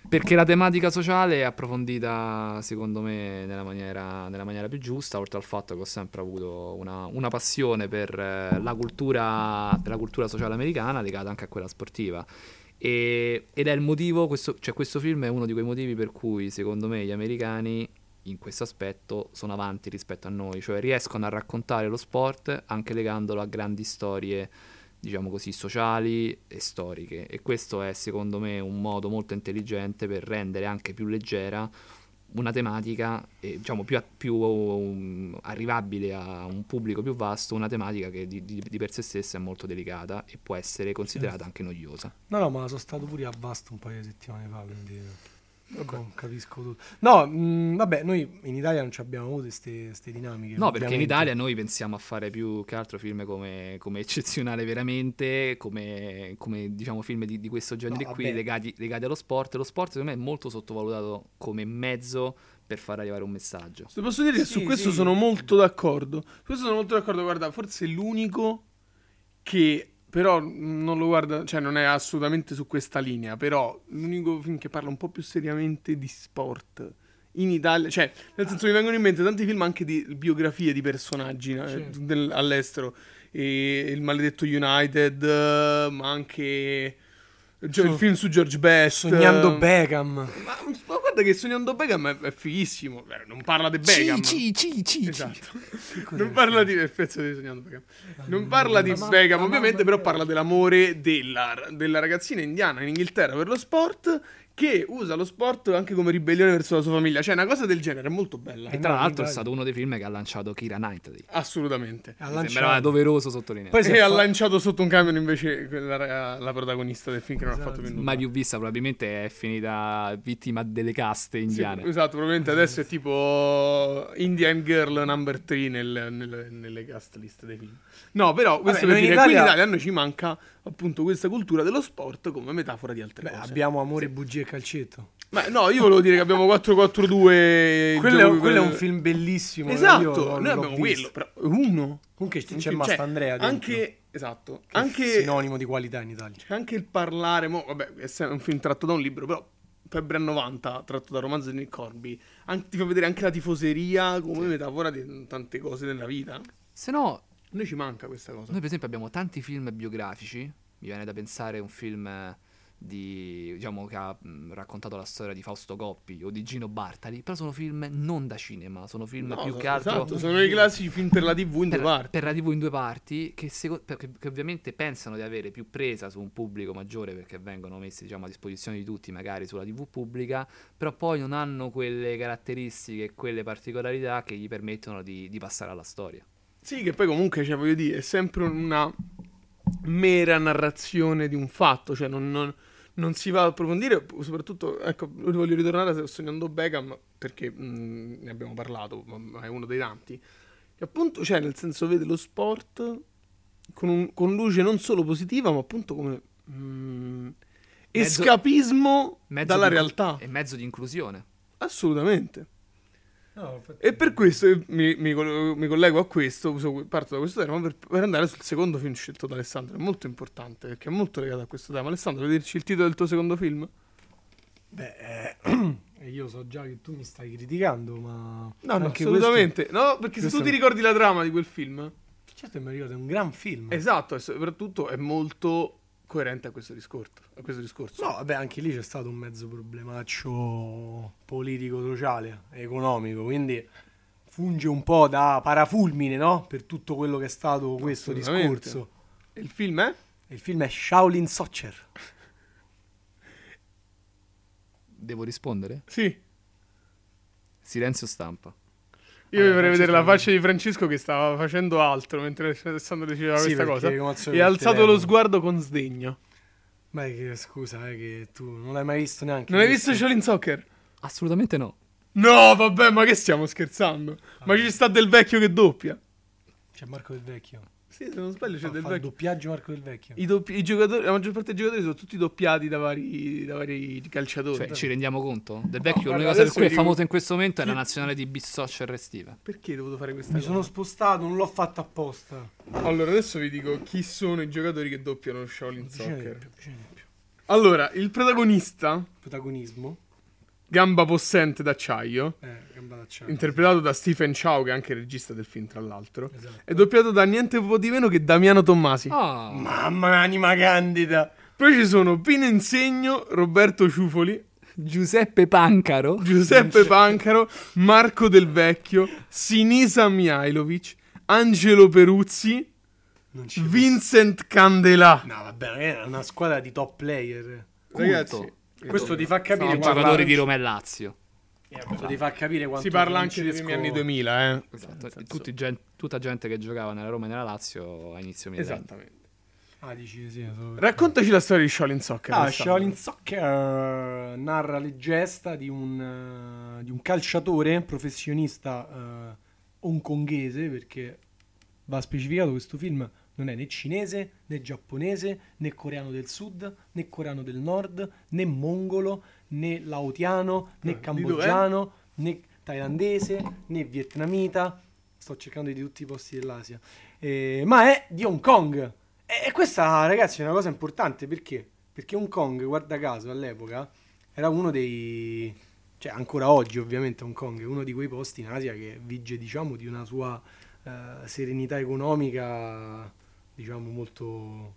[SPEAKER 3] Perché la tematica sociale è approfondita, secondo me, nella maniera, nella maniera più giusta, oltre al fatto che ho sempre avuto una, una passione per eh, la cultura, per la cultura sociale americana legata anche a quella sportiva. E- ed è il motivo, questo, cioè questo film è uno di quei motivi per cui, secondo me, gli americani in questo aspetto sono avanti rispetto a noi, cioè riescono a raccontare lo sport anche legandolo a grandi storie diciamo così, sociali e storiche. E questo è, secondo me, un modo molto intelligente per rendere anche più leggera una tematica, eh, diciamo, più, a- più, um, arrivabile a un pubblico più vasto, una tematica che di, di- di per sé stessa è molto delicata e può essere considerata anche noiosa.
[SPEAKER 1] No, no, ma sono stato pure a Vasto un paio di settimane fa, quindi... Non capisco tutto. No, mh, vabbè, noi in Italia non ci abbiamo avuto queste dinamiche.
[SPEAKER 3] No, perché in
[SPEAKER 1] ovviamente.
[SPEAKER 3] Italia noi pensiamo a fare più che altro film come, come eccezionale veramente, come, come, diciamo film di, di questo genere
[SPEAKER 1] No,
[SPEAKER 3] qui
[SPEAKER 1] vabbè.
[SPEAKER 3] legati, legati allo sport. Lo sport secondo me è molto sottovalutato come mezzo per far arrivare un messaggio.
[SPEAKER 2] Se posso dire che
[SPEAKER 1] Sì,
[SPEAKER 2] su questo
[SPEAKER 1] sì.
[SPEAKER 2] sono molto d'accordo. Su questo sono molto d'accordo, guarda, forse l'unico che però non lo guarda, cioè non è assolutamente su questa linea, però l'unico film che parla un po' più seriamente di sport in Italia, cioè nel senso mi vengono in mente tanti film anche di biografie di personaggi eh,
[SPEAKER 1] Sì.
[SPEAKER 2] del- all'estero, e il maledetto United, eh, ma anche Cioè, il
[SPEAKER 1] Su-
[SPEAKER 2] film su George Best. eh,
[SPEAKER 1] Sognando Beckham.
[SPEAKER 2] Ma, ma guarda che Sognando Beckham è, è fighissimo. Beh, non parla di Beckham.
[SPEAKER 3] Ci, ci, ci, ci.
[SPEAKER 2] Esatto. Non parla di il pezzo di Sognando Beckham.
[SPEAKER 1] Ah,
[SPEAKER 2] Non parla di Beckham, ovviamente, però parla dell'amore della, della ragazzina indiana in Inghilterra per lo sport che usa lo sport anche come ribellione verso la sua famiglia. Cioè, una cosa del genere è molto bella.
[SPEAKER 1] Eh.
[SPEAKER 3] E tra l'altro è stato uno dei film che ha lanciato Kira Knightley.
[SPEAKER 2] Assolutamente.
[SPEAKER 1] Ha
[SPEAKER 3] Mi
[SPEAKER 1] lanciato-
[SPEAKER 3] Sembrava doveroso sottolineare.
[SPEAKER 1] Poi si
[SPEAKER 2] e
[SPEAKER 1] è
[SPEAKER 2] ha
[SPEAKER 1] fa-
[SPEAKER 2] lanciato sotto un camion invece quella ra- la protagonista del film che non ha
[SPEAKER 1] Esatto.
[SPEAKER 2] fatto più nulla.
[SPEAKER 3] Mai più vista, probabilmente è finita vittima delle caste
[SPEAKER 2] Sì,
[SPEAKER 3] indiane.
[SPEAKER 2] esatto, probabilmente adesso è tipo Indian Girl number 3 nel- nel- nelle cast list dei film. No, però questo
[SPEAKER 1] Vabbè, noi
[SPEAKER 2] per
[SPEAKER 1] in
[SPEAKER 2] dire, qui in
[SPEAKER 1] Italia-
[SPEAKER 2] Italia a noi ci manca appunto questa cultura dello sport come metafora di altre
[SPEAKER 1] Beh,
[SPEAKER 2] cose.
[SPEAKER 1] abbiamo amore, bugie e calcetto.
[SPEAKER 2] Ma no, io volevo dire che abbiamo 442
[SPEAKER 1] Quello è,
[SPEAKER 2] gioco-
[SPEAKER 1] quello è un film bellissimo. io
[SPEAKER 2] Esatto,
[SPEAKER 1] l'ho-
[SPEAKER 2] noi
[SPEAKER 1] l'ho
[SPEAKER 2] abbiamo
[SPEAKER 1] visto.
[SPEAKER 2] quello, però uno
[SPEAKER 1] Comunque
[SPEAKER 2] Un
[SPEAKER 1] c'è
[SPEAKER 2] film,
[SPEAKER 1] Masta
[SPEAKER 2] cioè,
[SPEAKER 1] Andrea dentro, che
[SPEAKER 2] Anche esatto,
[SPEAKER 1] è
[SPEAKER 2] anche
[SPEAKER 1] sinonimo di qualità in Italia.
[SPEAKER 2] Cioè, Anche il parlare, mo, vabbè, è un film tratto da un libro, però Febbre a 90, tratto dal romanzo di Nick Corby, anche- ti fa vedere anche la tifoseria come metafora di tante cose della vita. A
[SPEAKER 3] Se no,
[SPEAKER 2] noi ci manca questa cosa.
[SPEAKER 3] Noi per esempio abbiamo tanti film biografici, mi viene da pensare un film eh, di, diciamo, che ha mh, raccontato la storia di Fausto Coppi o di Gino Bartali, però sono film non da cinema, sono film
[SPEAKER 2] No,
[SPEAKER 3] più
[SPEAKER 2] so-
[SPEAKER 3] che altro
[SPEAKER 2] esatto, sono i classici film per la TV in due
[SPEAKER 3] per,
[SPEAKER 2] parti.
[SPEAKER 3] per la TV in due parti che, seco- per- che- che ovviamente pensano di avere più presa su un pubblico maggiore perché vengono messi diciamo, a disposizione di tutti magari sulla TV pubblica, però poi non hanno quelle caratteristiche e quelle particolarità che gli permettono di, di passare alla storia.
[SPEAKER 2] Sì, che poi comunque, cioè, voglio dire, è sempre una mera narrazione di un fatto, cioè non, non- non si va a approfondire, soprattutto, ecco, voglio ritornare a Sognando Beckham, perché mh, ne abbiamo parlato, ma è uno dei tanti, che appunto, cioè, nel senso, vede lo sport con, un- con luce non solo positiva, ma appunto come mh,
[SPEAKER 3] Mezzo-
[SPEAKER 2] escapismo
[SPEAKER 3] Mezzo
[SPEAKER 2] dalla
[SPEAKER 3] di- eh.
[SPEAKER 2] realtà,
[SPEAKER 3] E mezzo di inclusione.
[SPEAKER 2] assolutamente. E per questo io mi, mi col- mi collego a questo, uso- parto da questo tema per, per andare sul secondo film scelto da Alessandro. È molto importante perché è molto legato a questo tema. Alessandro, vuoi dirci il titolo del tuo secondo film?
[SPEAKER 1] Beh, eh, io so già che tu mi stai criticando, ma...
[SPEAKER 2] No, no,
[SPEAKER 1] anche
[SPEAKER 2] assolutamente. No, perché se
[SPEAKER 1] questo
[SPEAKER 2] tu ti
[SPEAKER 1] no.
[SPEAKER 2] ricordi la trama di quel film,
[SPEAKER 1] questo- certo che mi ricordo, è un gran film.
[SPEAKER 2] esatto, e soprattutto è molto coerente a questo discorso. A questo discorso.
[SPEAKER 1] No, vabbè, anche lì c'è stato un mezzo problemaccio politico-sociale, economico, quindi funge un po' da parafulmine, no? Per tutto quello che è stato questo
[SPEAKER 2] Assolutamente.
[SPEAKER 1] discorso.
[SPEAKER 2] E Il film è?
[SPEAKER 1] Il film è Shaolin Soccer.
[SPEAKER 3] Devo rispondere?
[SPEAKER 2] Sì.
[SPEAKER 3] Silenzio stampa.
[SPEAKER 2] Io
[SPEAKER 1] Eh,
[SPEAKER 2] vi vorrei vedere la faccia di Francesco che stava facendo altro mentre Alessandro diceva
[SPEAKER 1] Sì,
[SPEAKER 2] questa
[SPEAKER 1] perché
[SPEAKER 2] cosa.
[SPEAKER 1] come al solito
[SPEAKER 2] E ha
[SPEAKER 1] il
[SPEAKER 2] alzato lo
[SPEAKER 1] telefono.
[SPEAKER 2] sguardo con sdegno.
[SPEAKER 1] Beh, che scusa, eh, che tu non l'hai mai visto neanche.
[SPEAKER 2] Non hai
[SPEAKER 1] questo.
[SPEAKER 2] visto Shaolin Soccer?
[SPEAKER 3] Assolutamente no. Cioè,
[SPEAKER 2] No, vabbè, ma che stiamo scherzando? Ma ci sta del vecchio che doppia.
[SPEAKER 1] C'è Marco del Vecchio.
[SPEAKER 2] Sì, se non sbaglio c'è
[SPEAKER 1] Fa,
[SPEAKER 2] del
[SPEAKER 1] fa il
[SPEAKER 2] vecchio.
[SPEAKER 1] doppiaggio Marco del Vecchio.
[SPEAKER 2] I doppi- i giocatori- la maggior parte dei giocatori sono tutti doppiati da vari, da vari calciatori.
[SPEAKER 3] Cioè, ci rendiamo conto? Del vecchio,
[SPEAKER 2] guarda,
[SPEAKER 3] l'unica cosa per
[SPEAKER 2] adesso
[SPEAKER 3] cui è
[SPEAKER 2] vi dico-
[SPEAKER 3] famoso in questo momento è la nazionale di Bissoccia e Restive.
[SPEAKER 2] Perché ho dovuto fare questa
[SPEAKER 1] Mi
[SPEAKER 2] cosa?
[SPEAKER 1] sono spostato, non l'ho fatto apposta.
[SPEAKER 2] Allora, adesso vi dico chi sono i giocatori che doppiano Shaolin
[SPEAKER 1] Vicino di
[SPEAKER 2] Soccer.
[SPEAKER 1] più, vicino di più.
[SPEAKER 2] Allora, il protagonista,
[SPEAKER 1] Protagonismo.
[SPEAKER 2] gamba possente d'acciaio,
[SPEAKER 1] Eh, gamba d'acciaio.
[SPEAKER 2] interpretato da Stephen Chow, che è anche il regista del film, tra l'altro,
[SPEAKER 1] Esatto. Oh.
[SPEAKER 2] è doppiato da niente po' di meno che Damiano Tommasi.
[SPEAKER 3] Ah,
[SPEAKER 1] Mamma mia, anima candida.
[SPEAKER 2] Poi ci sono Pino Insegno, Roberto Ciufoli,
[SPEAKER 3] Giuseppe Pancaro.
[SPEAKER 2] Giuseppe Pancaro, Marco Del Vecchio, Sinisa Mihailovic, Angelo Peruzzi,
[SPEAKER 1] Non ci
[SPEAKER 2] Vincent Candelà.
[SPEAKER 1] No, vabbè, è una squadra di top player.
[SPEAKER 2] Ragazzi,
[SPEAKER 1] Questo ti fa capire
[SPEAKER 3] Il
[SPEAKER 1] quando-
[SPEAKER 3] giocatore di Roma e Lazio.
[SPEAKER 1] questo ti fa capire quanto
[SPEAKER 2] si parla anche dei
[SPEAKER 1] Francesco-
[SPEAKER 2] primi anni 2000, eh.
[SPEAKER 3] Esatto.
[SPEAKER 2] Nel senso-
[SPEAKER 3] Tutti gen- tutta gente che giocava nella Roma e nella Lazio a inizio 2000.
[SPEAKER 2] Esattamente.
[SPEAKER 1] Ah, dici sì, solo-
[SPEAKER 2] Raccontaci la storia di Shaolin Soccer.
[SPEAKER 1] Ah,
[SPEAKER 2] Alessandro.
[SPEAKER 1] Shaolin Soccer eh, narra le gesta di un, eh, di un calciatore professionista eh, hongkongese, perché va specificato questo film non è né cinese, né giapponese, né coreano del sud, né coreano del nord, né mongolo, né laotiano,
[SPEAKER 2] Eh,
[SPEAKER 1] né
[SPEAKER 2] di
[SPEAKER 1] cambogiano, né thailandese, né vietnamita. Sto cercando di tutti i posti dell'Asia. Eh, ma è di Hong Kong. E e questa, ragazzi, è una cosa importante perché? Perché Hong Kong, guarda caso, all'epoca era uno dei. cioè, ancora oggi, ovviamente, Hong Kong è uno di quei posti in Asia che vige, diciamo, di una sua eh, serenità economica, diciamo, molto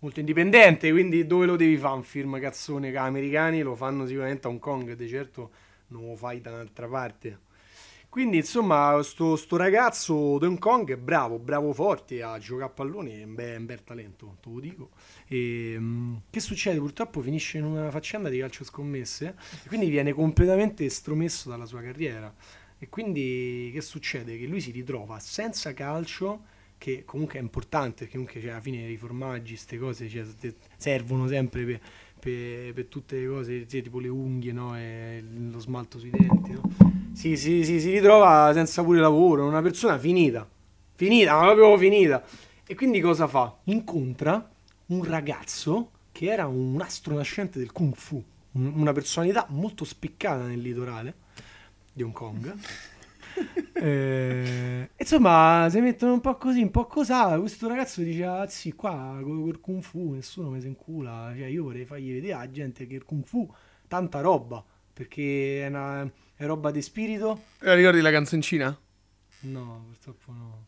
[SPEAKER 1] molto indipendente, quindi dove lo devi fare un film cazzone che americani lo fanno sicuramente a Hong Kong, di certo non lo fai da un'altra parte. Quindi insomma, sto, sto ragazzo di Hong Kong è bravo, bravo forte a giocare a pallone, è un bel, un bel talento, te lo dico. E, mh, che succede? Purtroppo finisce in una faccenda di calcio scommesse, e quindi viene completamente estromesso dalla sua carriera. E quindi che succede? Che lui si ritrova senza calcio, che comunque è importante, perché comunque cioè, alla fine i formaggi, queste cose cioè, te- servono sempre per, per- per tutte le cose, sì, tipo le unghie, no? E lo smalto sui denti. no? Si, si- si- si ritrova senza pure lavoro, una persona finita, finita, ma proprio finita. E quindi cosa fa? Incontra un ragazzo che era un astro nascente del kung fu, un- una personalità molto spiccata nel litorale di Hong Kong. Eh, insomma, si mettono un po' così, un po' cosà. Questo ragazzo dice: Ah, sì, qua col, col kung fu nessuno mi se incula. Cioè, io vorrei fargli vedere alla gente che il kung fu tanta roba perché è, una, è roba di spirito.
[SPEAKER 2] Eh, ricordi la canzoncina?
[SPEAKER 1] No, purtroppo no.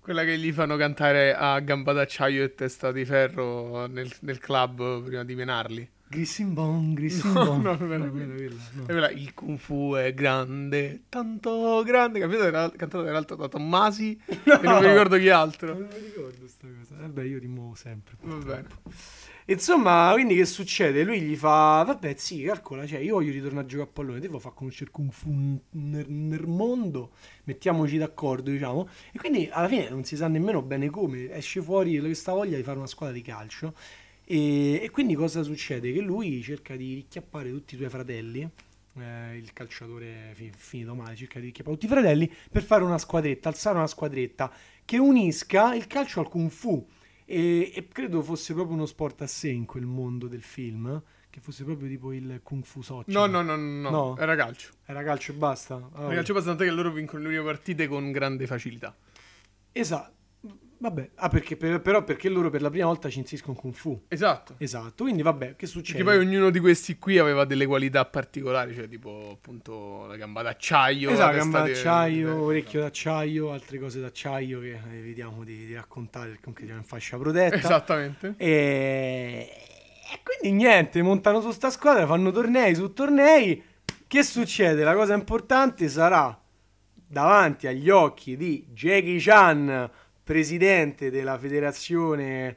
[SPEAKER 2] Quella che gli fanno cantare a gamba d'acciaio e testa di ferro nel, nel club prima di menarli.
[SPEAKER 1] Grissimbon,
[SPEAKER 2] No,
[SPEAKER 1] Grissimbon.
[SPEAKER 2] no, non era
[SPEAKER 1] No,
[SPEAKER 2] quella.
[SPEAKER 1] quella, no.
[SPEAKER 2] E quella, il Kung Fu è grande, tanto grande. Capito? Era cantata peraltro da Tommasi e non mi ricordo chi altro.
[SPEAKER 1] Non mi ricordo sta cosa. Vabbè, io rimuovo sempre.
[SPEAKER 2] Va bene.
[SPEAKER 1] Insomma, quindi che succede? Lui gli fa: Vabbè, sì, calcola, cioè, io voglio ritornare a giocare a pallone, devo far conoscere il Kung Fu n- nel, nel mondo, mettiamoci d'accordo, diciamo. E quindi alla fine non si sa nemmeno bene come, esce fuori questa voglia di fare una squadra di calcio. E, e quindi cosa succede? Che lui cerca di ricchiappare tutti i suoi fratelli. eh, il calciatore fi- finito male cerca di ricchiappare tutti i fratelli per fare una squadretta, alzare una squadretta che unisca il calcio al kung fu. E, e credo fosse proprio uno sport a sé in quel mondo del film, eh, che fosse proprio tipo il Kung Fu Soccer.
[SPEAKER 2] No, no, no, no, no,
[SPEAKER 1] No. Ah,
[SPEAKER 2] era calcio.
[SPEAKER 1] Era calcio e basta. Ah,
[SPEAKER 2] Era calcio basta tanto che loro vincono le prime partite con grande facilità.
[SPEAKER 1] Esatto. Vabbè, ah, perché, per- però perché loro per la prima volta ci inseriscono Kung Fu.
[SPEAKER 2] Esatto.
[SPEAKER 1] Esatto, quindi vabbè, che succede?
[SPEAKER 2] Perché poi ognuno di questi qui aveva delle qualità particolari, cioè tipo appunto la gamba d'acciaio, la
[SPEAKER 1] Esatto,
[SPEAKER 2] testa
[SPEAKER 1] gamba
[SPEAKER 2] di-
[SPEAKER 1] d'acciaio,
[SPEAKER 2] di-
[SPEAKER 1] orecchio d'acciaio, altre cose d'acciaio che eh, vediamo di, di raccontare perché comunque siamo in fascia protetta.
[SPEAKER 2] Esatto. Esattamente.
[SPEAKER 1] E... e quindi niente, montano su sta squadra, fanno tornei su tornei. Che succede? La cosa importante sarà davanti agli occhi di Jackie Chan, presidente della federazione.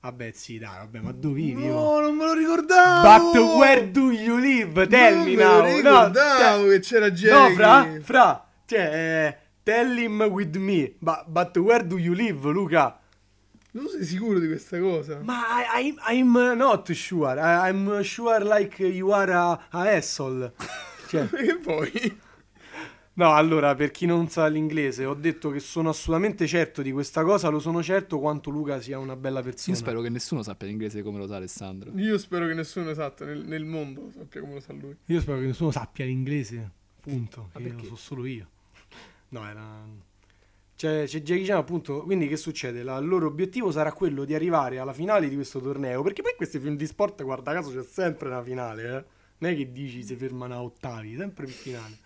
[SPEAKER 1] Vabbè, sì, dai, vabbè, ma dove vivi? oh?
[SPEAKER 2] non me lo ricordavo.
[SPEAKER 1] But where do you live? Tell me now. No, te-
[SPEAKER 2] che c'era
[SPEAKER 1] No, fra, fra, cioè, eh, tell him with me. But, but where do you live, Luca?
[SPEAKER 2] Non sei sicuro di questa cosa?
[SPEAKER 1] Ma I, I- I'm not sure. I- I'm sure like you are a, a asshole. Cioè,
[SPEAKER 2] E poi?
[SPEAKER 1] no, allora, per chi non sa l'inglese, ho detto che sono assolutamente certo di questa cosa. Lo sono certo quanto Luca sia una bella persona.
[SPEAKER 3] Io spero che nessuno sappia l'inglese come lo sa Alessandro.
[SPEAKER 2] Io spero che nessuno esatto nel, nel mondo sappia come lo sa lui.
[SPEAKER 1] Io spero che nessuno sappia l'inglese. Punto. Che lo
[SPEAKER 2] perché?
[SPEAKER 1] so solo io. No, era. C'è, c'è Jackie Chan, appunto. Quindi, che succede? La- il loro obiettivo sarà quello di arrivare alla finale di questo torneo. Perché poi in questi film di sport, guarda caso, c'è sempre una finale. eh. Non è che dici si fermano a ottavi, sempre in finale.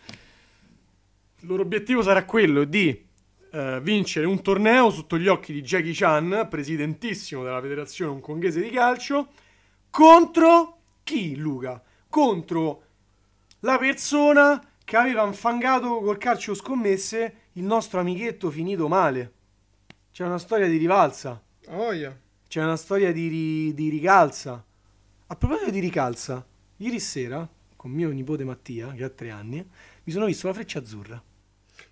[SPEAKER 1] Il loro obiettivo sarà quello di eh, vincere un torneo sotto gli occhi di Jackie Chan, presidentissimo della federazione hongkongese di calcio, contro chi, Luca? Contro la persona che aveva infangato col calcio scommesse il nostro amichetto finito male. C'è una storia di rivalsa,
[SPEAKER 2] Ah, voglia.
[SPEAKER 1] c'è una storia di, ri- di ricalza. A proposito di ricalza, ieri sera con mio nipote Mattia, che ha tre anni, mi sono visto la freccia azzurra.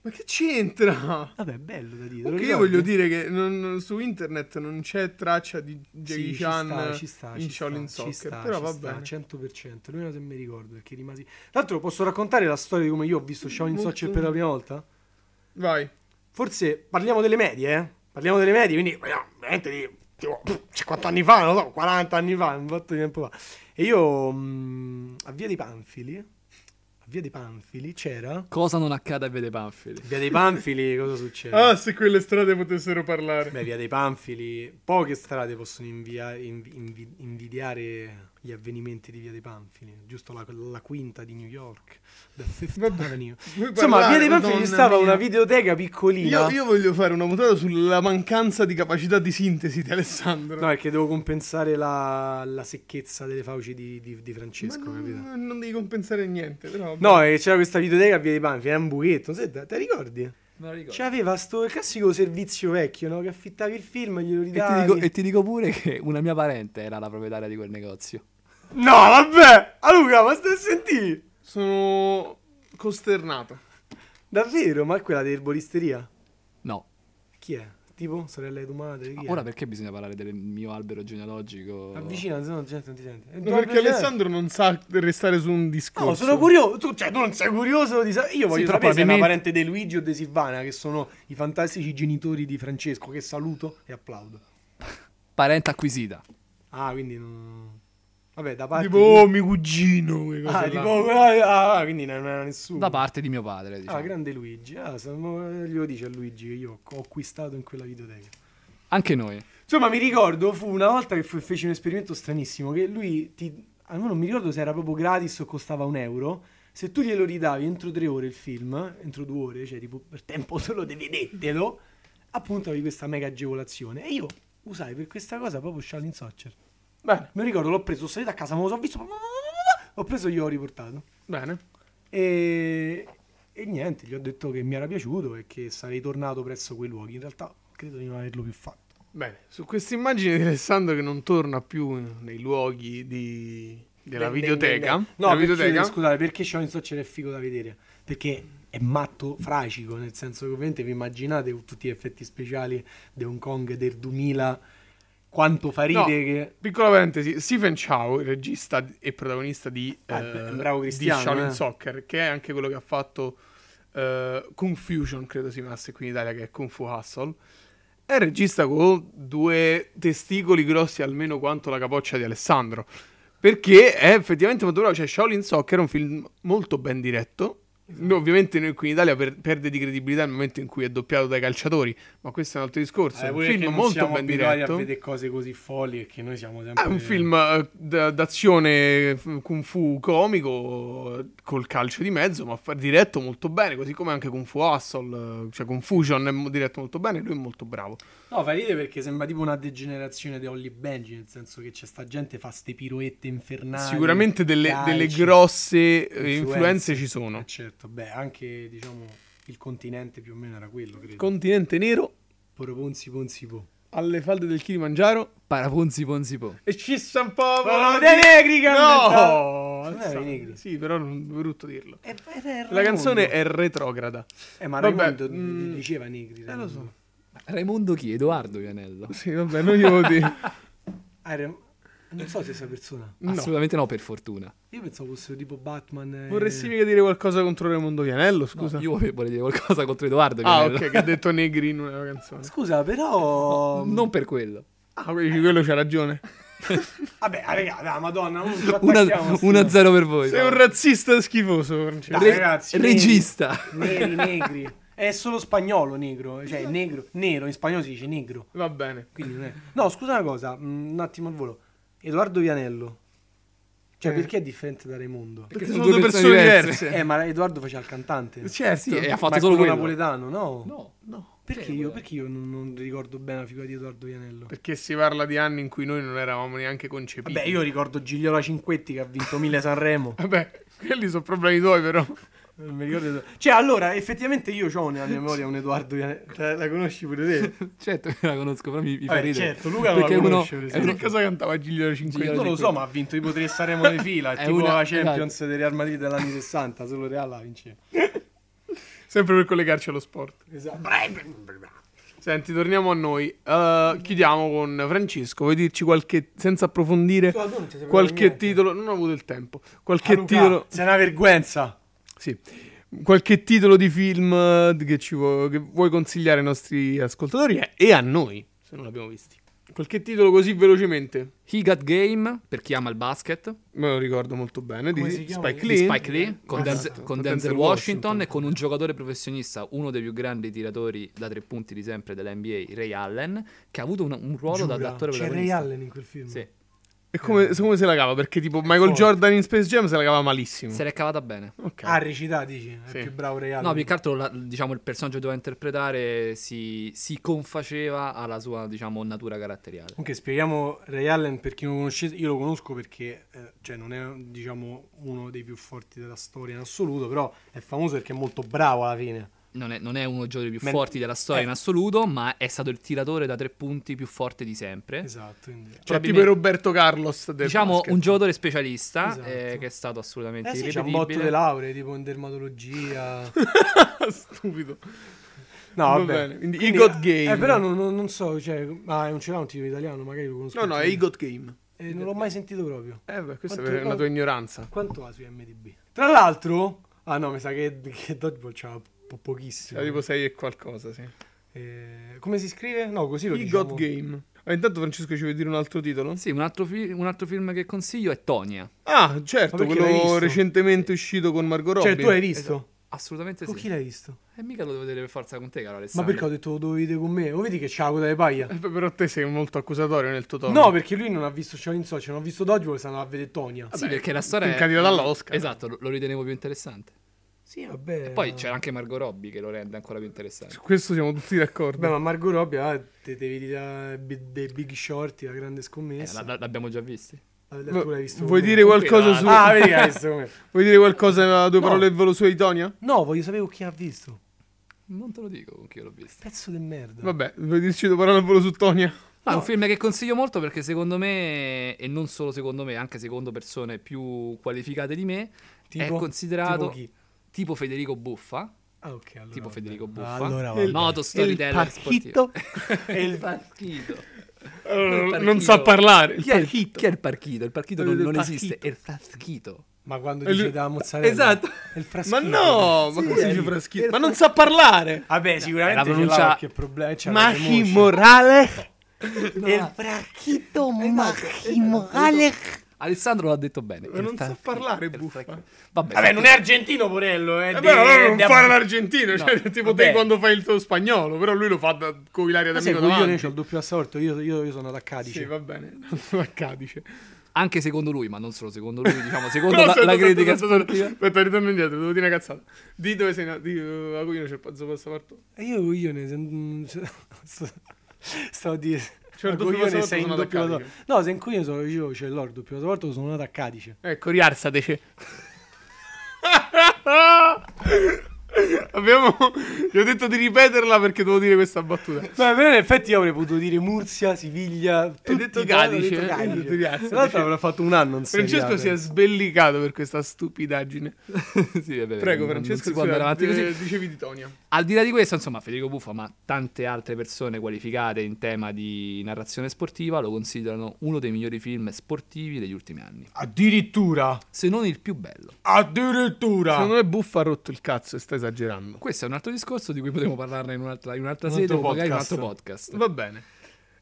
[SPEAKER 2] Ma che c'entra?
[SPEAKER 1] Vabbè, bello da dire. te lo
[SPEAKER 2] Ok, io
[SPEAKER 1] ricordi?
[SPEAKER 2] voglio dire che non- non- su internet non c'è traccia di Jackie
[SPEAKER 1] Sì, ci
[SPEAKER 2] Chan
[SPEAKER 1] sta, ci sta,
[SPEAKER 2] in
[SPEAKER 1] ci sta,
[SPEAKER 2] Shaolin
[SPEAKER 1] ci
[SPEAKER 2] Soccer,
[SPEAKER 1] sta,
[SPEAKER 2] però
[SPEAKER 1] ci
[SPEAKER 2] va
[SPEAKER 1] sta,
[SPEAKER 2] bene.
[SPEAKER 1] 100%, l'unica cosa che mi ricordo perché rimasi... L'altro posso raccontare la storia di come io ho visto Shaolin
[SPEAKER 2] Molto-
[SPEAKER 1] Soccer per la prima volta?
[SPEAKER 2] Vai.
[SPEAKER 1] Forse parliamo delle medie, eh? Parliamo delle medie, quindi parliamo veramente di tipo, pff, 50 anni fa, non so, mm, 40 anni fa, un fatto di tempo fa. E io mh, a Via dei Panfili, a Via dei Panfili c'era.
[SPEAKER 3] Cosa non accade a Via dei Panfili?
[SPEAKER 1] Via dei Panfili, cosa succede?
[SPEAKER 2] Ah, se quelle strade potessero parlare.
[SPEAKER 1] Beh, via dei Panfili, poche strade possono invia- invi- invi- invidiare gli avvenimenti di via dei Panfili, giusto la, la quinta di New York, the Fifth
[SPEAKER 2] Vabbè.
[SPEAKER 1] Avenue.
[SPEAKER 2] Vuoi
[SPEAKER 1] Insomma, a via
[SPEAKER 2] parlare,
[SPEAKER 1] dei Panfili
[SPEAKER 2] Madonna
[SPEAKER 1] stava
[SPEAKER 2] mia?
[SPEAKER 1] una videoteca piccolina.
[SPEAKER 2] Io, io voglio fare una puntata sulla mancanza di capacità di sintesi di Alessandro.
[SPEAKER 1] No, perché devo compensare la, la secchezza delle fauci di, di- di
[SPEAKER 2] Ma
[SPEAKER 1] Francesco, capito?
[SPEAKER 2] non, non devi compensare niente, però.
[SPEAKER 1] No, e c'era questa videoteca a via dei Panfili, era un buchetto, se te, te ricordi?
[SPEAKER 3] Me lo ricordo.
[SPEAKER 1] C'aveva sto classico servizio vecchio, no? Che affittavi il film e glielo
[SPEAKER 3] E ti,
[SPEAKER 1] ridavi.
[SPEAKER 3] dico, e ti dico pure che una mia parente era la proprietaria di quel negozio.
[SPEAKER 1] No, vabbè! Ah, Luca, ma stai a sentire?
[SPEAKER 2] Sono costernato.
[SPEAKER 1] Davvero? Ma è quella dell'erbolisteria?
[SPEAKER 3] No.
[SPEAKER 1] Chi è? Tipo sorella di tua madre? Chi è?
[SPEAKER 3] Ora perché bisogna parlare del mio albero genealogico?
[SPEAKER 1] Avvicina, se no la gente non ti sente. Eh,
[SPEAKER 2] No,
[SPEAKER 1] dove
[SPEAKER 2] perché
[SPEAKER 1] c'è?
[SPEAKER 2] Alessandro non sa restare su un discorso.
[SPEAKER 1] No, sono curioso. Tu, cioè, tu non sei curioso di sa- Io voglio
[SPEAKER 3] però
[SPEAKER 1] sapere se è una
[SPEAKER 3] probabilmente-
[SPEAKER 1] parente di Luigi o di Silvana, che sono i fantastici genitori di Francesco, che saluto e applaudo.
[SPEAKER 3] Parente acquisita.
[SPEAKER 1] Ah, quindi non... Vabbè, da parte...
[SPEAKER 2] Tipo, oh, mio cugino. quelle cose
[SPEAKER 1] Ah,
[SPEAKER 2] là.
[SPEAKER 1] tipo... Ah, ah, quindi non era nessuno.
[SPEAKER 3] Da parte di mio padre, diciamo.
[SPEAKER 1] Ah, grande Luigi. Ah, sono- glielo dice a Luigi che io ho acquistato in quella videoteca.
[SPEAKER 3] Anche noi.
[SPEAKER 1] Insomma, mi ricordo, fu una volta che fu- fece un esperimento stranissimo, che lui ti... almeno non mi ricordo se era proprio gratis o costava un euro. Se tu glielo ridavi entro tre ore il film, entro due ore, cioè tipo per tempo solo di vedetelo, appunto avevi questa mega agevolazione. E io usai per questa cosa proprio Shaolin Soccer. Bene, mi ricordo, l'ho preso, sono salito a casa, me lo so visto, ho preso e glielo ho riportato.
[SPEAKER 2] Bene.
[SPEAKER 1] E, e niente, gli ho detto che mi era piaciuto e che sarei tornato presso quei luoghi. In realtà credo di non averlo più fatto.
[SPEAKER 2] Bene, su questa immagine di Alessandro che non torna più nei luoghi di- della
[SPEAKER 1] Del- del-
[SPEAKER 2] videoteca.
[SPEAKER 1] del-
[SPEAKER 2] della
[SPEAKER 1] No, perché,
[SPEAKER 2] videoteca.
[SPEAKER 1] scusate, perché Shaolin Soccer è figo da vedere? Perché è matto fracico, nel senso che ovviamente vi immaginate con tutti gli effetti speciali di Hong Kong del 2000, quanto fa ride
[SPEAKER 2] No,
[SPEAKER 1] che...
[SPEAKER 2] Piccola parentesi, Stephen Chow, il regista e protagonista di,
[SPEAKER 1] Ah,
[SPEAKER 2] eh,
[SPEAKER 1] beh, un bravo
[SPEAKER 2] di
[SPEAKER 1] cristiano,
[SPEAKER 2] Shaolin
[SPEAKER 1] eh.
[SPEAKER 2] Soccer, che è anche quello che ha fatto eh, Confusion, credo si chiamasse qui in Italia, che è Kung Fu Hustle, è regista con due testicoli grossi almeno quanto la capoccia di Alessandro, perché è effettivamente molto bravo, cioè Shaolin Soccer è un film molto ben diretto,
[SPEAKER 1] Esatto.
[SPEAKER 2] No, ovviamente noi qui in Italia per- perde di credibilità nel momento in cui è doppiato dai calciatori, ma questo è un altro
[SPEAKER 1] Eh,
[SPEAKER 2] discorso. è un film molto ben
[SPEAKER 1] a
[SPEAKER 2] diretto.
[SPEAKER 1] vedere cose così folli perché noi siamo sempre...
[SPEAKER 2] È un film eh, d- d'azione f- kung fu comico eh, col calcio di mezzo, ma fa- diretto molto bene, così come anche Kung Fu Hustle, eh, cioè Confusion è mo- diretto molto bene, lui è molto bravo.
[SPEAKER 1] No, fa ridere perché sembra tipo una degenerazione di Holly Benji, nel senso che c'è sta gente fa ste piroette infernali.
[SPEAKER 2] Sicuramente delle,
[SPEAKER 1] calci.
[SPEAKER 2] delle grosse eh,
[SPEAKER 1] influenze.
[SPEAKER 2] influenze ci sono.
[SPEAKER 1] Eh, certo, beh, anche diciamo il continente più o meno era quello, credo.
[SPEAKER 2] Continente nero,
[SPEAKER 1] Poro ponzi ponzi po.
[SPEAKER 2] alle falde del Kilimangiaro,
[SPEAKER 3] Paraponzi ponzi po.
[SPEAKER 2] e ci sta un po'...
[SPEAKER 1] Sono dei negri che hanno
[SPEAKER 2] No!
[SPEAKER 1] inventato- Non erano i negri.
[SPEAKER 2] Sì, però non è brutto dirlo. La canzone è retrograda.
[SPEAKER 1] Eh, ma
[SPEAKER 2] Vabbè,
[SPEAKER 1] Raimondo
[SPEAKER 2] mm,
[SPEAKER 1] diceva negri.
[SPEAKER 2] Eh, lo so.
[SPEAKER 3] Raimondo chi? Edoardo Vianello.
[SPEAKER 2] Sì, vabbè, non glielo dire.
[SPEAKER 1] Ah, era- Non so se sia persona.
[SPEAKER 2] No.
[SPEAKER 3] Assolutamente no, per fortuna.
[SPEAKER 1] Io pensavo fossero tipo Batman. eh.
[SPEAKER 2] Vorresti mica dire qualcosa contro Raimondo Vianello,
[SPEAKER 3] No,
[SPEAKER 2] scusa?
[SPEAKER 3] io volevo dire qualcosa contro Edoardo
[SPEAKER 2] Ah,
[SPEAKER 3] Vianello.
[SPEAKER 2] ok, che ha detto Negri in una canzone.
[SPEAKER 1] Scusa, però.
[SPEAKER 3] Non per quello.
[SPEAKER 2] Ah, quindi quello c'ha ragione.
[SPEAKER 1] Vabbè, ah, raga, la Madonna. non ci
[SPEAKER 3] Una-
[SPEAKER 1] attacchiamo a sti-
[SPEAKER 3] 1-0 per voi.
[SPEAKER 2] Sei un razzista schifoso, Francesco.
[SPEAKER 1] Dai,
[SPEAKER 3] Re-
[SPEAKER 1] ragazzi,
[SPEAKER 3] regista.
[SPEAKER 1] Neri, negri. È solo spagnolo negro. Cioè, negro. Nero, in spagnolo si dice negro.
[SPEAKER 2] Va bene.
[SPEAKER 1] Quindi non è- No, scusa una cosa, mm, un attimo al volo. Edoardo Vianello. Cioè,
[SPEAKER 2] Eh.
[SPEAKER 1] perché è differente da Raimondo?
[SPEAKER 2] Perché sono due persone, diverse.
[SPEAKER 1] Eh, ma Edoardo faceva il cantante.
[SPEAKER 2] Certo.
[SPEAKER 3] Sì, e ha
[SPEAKER 1] Ma
[SPEAKER 3] fatto
[SPEAKER 1] è
[SPEAKER 3] solo quello.
[SPEAKER 1] napoletano, no?
[SPEAKER 3] No.
[SPEAKER 2] No.
[SPEAKER 1] Perché,
[SPEAKER 3] Sì,
[SPEAKER 1] io,
[SPEAKER 3] quello.
[SPEAKER 1] perché io non, non ricordo bene la figura di Edoardo Vianello?
[SPEAKER 2] Perché si parla di anni in cui noi non eravamo neanche concepiti.
[SPEAKER 1] Vabbè, io ricordo Gigliola Cinquetti che ha vinto mille Sanremo.
[SPEAKER 2] Vabbè, quelli sono problemi tuoi, però.
[SPEAKER 1] Non mi ricordo. Cioè, allora, effettivamente io ho nella mia memoria un Edoardo Vianello. Te- La conosci pure te?
[SPEAKER 3] Certo che la conosco, però mi, mi fa
[SPEAKER 1] Vabbè,
[SPEAKER 3] ridere.
[SPEAKER 1] certo, Luca non la
[SPEAKER 3] Perché uno-
[SPEAKER 1] conosce, per
[SPEAKER 3] è
[SPEAKER 2] E
[SPEAKER 1] esempio.
[SPEAKER 3] uno-
[SPEAKER 2] che cosa cantava Giglio
[SPEAKER 3] Giglio-
[SPEAKER 2] Cinquetti?
[SPEAKER 1] Non lo so, ma ha vinto tipo tre Sanremo di fila.
[SPEAKER 3] È
[SPEAKER 1] È tipo
[SPEAKER 3] una- esatto.
[SPEAKER 1] la Champions degli armadini degli anni 60. Solo Real la vince.
[SPEAKER 2] Sempre per collegarci allo sport.
[SPEAKER 1] Esatto.
[SPEAKER 2] Senti, torniamo a noi. Eh, chiudiamo con Francesco. Vuoi dirci qualche... senza approfondire...
[SPEAKER 1] Scusa, tu non ti sei Ah,
[SPEAKER 2] Qualche
[SPEAKER 1] preparato
[SPEAKER 2] titolo... Non ho avuto il tempo.
[SPEAKER 1] Che
[SPEAKER 2] Qualche
[SPEAKER 1] titolo?
[SPEAKER 2] titolo...
[SPEAKER 1] Sei una vergogna.
[SPEAKER 2] Sì. Qualche titolo di film eh, che, ci vuo- che vuoi consigliare ai nostri ascoltatori e- e a noi, se non l'abbiamo visti. Qualche titolo così velocemente.
[SPEAKER 3] He Got Game, per chi ama il basket,
[SPEAKER 2] Me lo ricordo molto bene.
[SPEAKER 1] Come
[SPEAKER 2] Di
[SPEAKER 1] si chiama?
[SPEAKER 2] Spike
[SPEAKER 1] Di
[SPEAKER 2] Lee.
[SPEAKER 3] di Spike Lee, con,
[SPEAKER 2] Esatto,
[SPEAKER 3] Denzel,
[SPEAKER 2] con
[SPEAKER 3] con Denzel
[SPEAKER 2] Denzel Washington.
[SPEAKER 3] Washington e con un giocatore professionista, uno dei più grandi tiratori da tre punti di sempre dell'NBA, Ray Allen, che ha avuto un, un ruolo
[SPEAKER 1] Giura,
[SPEAKER 3] da attore
[SPEAKER 1] c'è Ray
[SPEAKER 3] protagonista.
[SPEAKER 1] Allen in quel film.
[SPEAKER 3] Sì,
[SPEAKER 2] E come, come se la cava? Perché tipo Michael
[SPEAKER 1] Eh. forte.
[SPEAKER 2] Jordan in Space Jam se la cava
[SPEAKER 1] Mm.
[SPEAKER 2] malissimo.
[SPEAKER 3] se l'è cavata bene.
[SPEAKER 2] Ok. Cioè,
[SPEAKER 1] Ah, recita, dici? È
[SPEAKER 2] Sì.
[SPEAKER 1] più bravo Ray Allen.
[SPEAKER 3] No, più che altro la- diciamo, il personaggio che doveva interpretare si, si confaceva alla sua diciamo, natura caratteriale.
[SPEAKER 1] Comunque spieghiamo Ray Allen per chi non lo conoscesse, io lo conosco perché eh, cioè, non è diciamo, uno dei più forti della storia in assoluto, però è famoso perché è molto bravo alla fine.
[SPEAKER 3] Non è, non è uno dei giocatori più
[SPEAKER 1] Men-
[SPEAKER 3] forti della storia
[SPEAKER 1] eh.
[SPEAKER 3] in assoluto, ma è stato il tiratore da tre punti più forte di sempre.
[SPEAKER 1] Esatto, quindi...
[SPEAKER 2] Cioè,
[SPEAKER 3] probabilmente-
[SPEAKER 2] tipo il Roberto Carlos del
[SPEAKER 3] Diciamo
[SPEAKER 2] basket.
[SPEAKER 3] un giocatore specialista
[SPEAKER 1] Esatto.
[SPEAKER 3] eh, che è stato assolutamente
[SPEAKER 1] Eh sì, c'è un
[SPEAKER 3] irripetibile.
[SPEAKER 1] botto di lauree, tipo in dermatologia.
[SPEAKER 2] Stupido.
[SPEAKER 1] No,
[SPEAKER 2] Va
[SPEAKER 1] vabbè.
[SPEAKER 2] bene, quindi
[SPEAKER 1] Quindi,
[SPEAKER 2] Igot Game.
[SPEAKER 1] Eh, però non, non- non so, cioè, ah, non ce l'ha un titolo italiano, magari lo conosco.
[SPEAKER 2] No, no, è Igot Game.
[SPEAKER 1] Eh, non l'ho mai sentito proprio.
[SPEAKER 2] Eh, beh, questa
[SPEAKER 1] Quanto-
[SPEAKER 2] è una tua ignoranza.
[SPEAKER 1] Quanto ha su MDB? Tra l'altro, ah no, mi sa che, che Dodgeball c'ha po- pochissimo.
[SPEAKER 2] Cioè, tipo 6 e qualcosa, sì.
[SPEAKER 1] Eh, come si scrive? No, così lo
[SPEAKER 2] Igot
[SPEAKER 1] diciamo.
[SPEAKER 2] Game. Ah, intanto Francesco ci vuoi dire un altro titolo?
[SPEAKER 3] Sì, un altro, fi- un altro film che consiglio è Tonia.
[SPEAKER 2] Ah, certo,
[SPEAKER 1] Ma perché l'hai
[SPEAKER 2] quello
[SPEAKER 1] visto?
[SPEAKER 2] recentemente uscito con Margot Robbie.
[SPEAKER 1] Cioè, tu hai visto?
[SPEAKER 3] Assolutamente
[SPEAKER 1] Con
[SPEAKER 3] Esatto. sì.
[SPEAKER 1] chi l'hai visto?
[SPEAKER 3] E mica lo devo vedere per forza con te, caro
[SPEAKER 1] Ma
[SPEAKER 3] Alessandro.
[SPEAKER 1] perché ho detto lo dovete con me? Lo vedi che c'ha la coda di paglia?
[SPEAKER 2] Eh, Però te sei molto accusatorio nel tuo tono.
[SPEAKER 1] No, perché lui non ha visto Shaolin Soccer, non ha visto Dodgeball, se andava a vedere Tonia.
[SPEAKER 3] Sì, perché la storia
[SPEAKER 2] un
[SPEAKER 3] è...
[SPEAKER 2] candidato all'Oscar.
[SPEAKER 3] Esatto, lo, lo ritenevo più interessante.
[SPEAKER 1] Sì, vabbè.
[SPEAKER 3] E poi c'era anche Margot Robbie che lo rende ancora più interessante.
[SPEAKER 2] Su questo siamo tutti d'accordo.
[SPEAKER 1] Beh, ma Margot Robbie, ah, te devi dire dei Big Short, la grande
[SPEAKER 3] Eh,
[SPEAKER 1] scommessa.
[SPEAKER 3] la- la- l'abbiamo già visti.
[SPEAKER 1] Ah,
[SPEAKER 2] Vu-
[SPEAKER 1] tu l'hai visto
[SPEAKER 2] Vuoi
[SPEAKER 1] con
[SPEAKER 2] dire
[SPEAKER 1] me.
[SPEAKER 2] qualcosa
[SPEAKER 3] Quindi,
[SPEAKER 2] su...
[SPEAKER 1] Ah, vedi che l'hai visto con me.
[SPEAKER 2] Vuoi dire qualcosa, due
[SPEAKER 1] No.
[SPEAKER 2] parole al volo su Itonia?
[SPEAKER 1] No, voglio sapere con chi ha visto.
[SPEAKER 3] Non te lo dico con chi l'ho visto.
[SPEAKER 1] Pezzo di merda.
[SPEAKER 2] Vabbè, vuoi dirci due parole al volo su Tonia?
[SPEAKER 3] No, è Ah, un film che consiglio molto perché secondo me, e non solo secondo me, anche secondo persone più qualificate di me,
[SPEAKER 1] Tipo-
[SPEAKER 3] è considerato
[SPEAKER 1] tipo chi?
[SPEAKER 3] tipo Federico Buffa,
[SPEAKER 1] Ah, ok, allora
[SPEAKER 3] tipo
[SPEAKER 1] vabbè.
[SPEAKER 3] Federico Buffa,
[SPEAKER 1] Allora,
[SPEAKER 3] il
[SPEAKER 1] vabbè.
[SPEAKER 3] noto storyteller sportivo.
[SPEAKER 1] E il-
[SPEAKER 3] parchito.
[SPEAKER 2] non sa parlare. Il
[SPEAKER 3] Chi è, il-
[SPEAKER 2] parchito.
[SPEAKER 3] chi è il parchito? Il parchito non,
[SPEAKER 2] Il
[SPEAKER 3] non
[SPEAKER 2] parchito.
[SPEAKER 3] esiste, è il frasquito.
[SPEAKER 1] Ma quando
[SPEAKER 2] E
[SPEAKER 1] dici
[SPEAKER 2] lui-
[SPEAKER 1] della mozzarella.
[SPEAKER 3] Esatto.
[SPEAKER 1] È il
[SPEAKER 2] Ma
[SPEAKER 1] fraschino.
[SPEAKER 2] no, ma
[SPEAKER 1] Sì,
[SPEAKER 2] come si
[SPEAKER 1] è
[SPEAKER 2] dice
[SPEAKER 1] lì.
[SPEAKER 2] fraschino? Ma non sa parlare.
[SPEAKER 1] Vabbè, sicuramente
[SPEAKER 3] La
[SPEAKER 1] ce l'ha
[SPEAKER 3] pronuncia-
[SPEAKER 1] qualche problema. c'ha qualche
[SPEAKER 2] Machi
[SPEAKER 1] moscia.
[SPEAKER 2] Morale.
[SPEAKER 1] Il fracchito
[SPEAKER 2] Eh,
[SPEAKER 1] Morale.
[SPEAKER 3] Alessandro l'ha detto bene.
[SPEAKER 2] Ma non sa parlare, buffa.
[SPEAKER 3] Vabbè,
[SPEAKER 1] Vabbè, non è argentino Porello, eh.
[SPEAKER 2] Eh,
[SPEAKER 1] di-
[SPEAKER 2] beh, allora non
[SPEAKER 1] di-
[SPEAKER 2] fare l'argentino, cioè
[SPEAKER 3] No,
[SPEAKER 2] tipo
[SPEAKER 1] vabbè.
[SPEAKER 2] te quando fai il tuo spagnolo, però lui lo fa da, con Ilaria
[SPEAKER 1] Ma sei
[SPEAKER 2] D'Amico
[SPEAKER 1] coglione, cioè,
[SPEAKER 2] davanti.
[SPEAKER 1] c'ho il doppio assorto, io, io, io sono da Cadice.
[SPEAKER 2] Sì, va bene, a Cadice.
[SPEAKER 3] Anche secondo lui, ma non solo secondo lui, diciamo, secondo
[SPEAKER 2] Però
[SPEAKER 3] la,
[SPEAKER 2] aspetta,
[SPEAKER 3] la
[SPEAKER 2] aspetta,
[SPEAKER 3] critica
[SPEAKER 2] aspetta, aspetta,
[SPEAKER 3] sportiva.
[SPEAKER 2] Aspetta, ritorno indietro, devo dire una cazzata. Di dove sei nato? Di eh, a Coglione c'è il pazzo passaporto.
[SPEAKER 1] E Eh, io coglione sen- sto- stavo a dire
[SPEAKER 2] Cioè, il
[SPEAKER 1] ma
[SPEAKER 2] doppio passaporto
[SPEAKER 1] sei in
[SPEAKER 2] sono da
[SPEAKER 1] doppio
[SPEAKER 2] Cadice.
[SPEAKER 1] passaporto. No, sei in coglione sono io, c'è l'or doppio passaporto, sono nato a Cadice.
[SPEAKER 2] Ecco, riarsateci. Abbiamo... Gli ho detto di ripeterla perché devo dire questa battuta.
[SPEAKER 1] Beh, però in effetti io avrei potuto dire Mursia, Siviglia, tutti
[SPEAKER 2] detto
[SPEAKER 1] i casi, ho detto
[SPEAKER 2] Cadice, eh, hai detto Cadice.
[SPEAKER 1] Tra l'altro avrà fatto un anno in Serie
[SPEAKER 2] Francesco
[SPEAKER 1] A,
[SPEAKER 2] si è sbellicato per questa stupidaggine.
[SPEAKER 3] Sì, vabbè,
[SPEAKER 2] Prego,
[SPEAKER 3] non- Non
[SPEAKER 2] Francesco,
[SPEAKER 3] si può
[SPEAKER 2] scusa,
[SPEAKER 3] andare avanti
[SPEAKER 2] eh,
[SPEAKER 3] così.
[SPEAKER 2] Dicevi di Tonia.
[SPEAKER 3] Al di là di questo, insomma, Federico Buffa, ma tante altre persone qualificate in tema di narrazione sportiva lo considerano uno dei migliori film sportivi degli ultimi anni,
[SPEAKER 1] Addirittura,
[SPEAKER 3] se non il più bello.
[SPEAKER 1] addirittura.
[SPEAKER 2] Secondo me Buffa ha rotto il cazzo e sta esagerando.
[SPEAKER 3] Questo è un altro discorso di cui potremo parlarne in un'altra, in un'altra
[SPEAKER 1] Un
[SPEAKER 3] sede o
[SPEAKER 1] altro
[SPEAKER 3] magari in un
[SPEAKER 1] podcast.
[SPEAKER 3] altro podcast.
[SPEAKER 2] Va bene.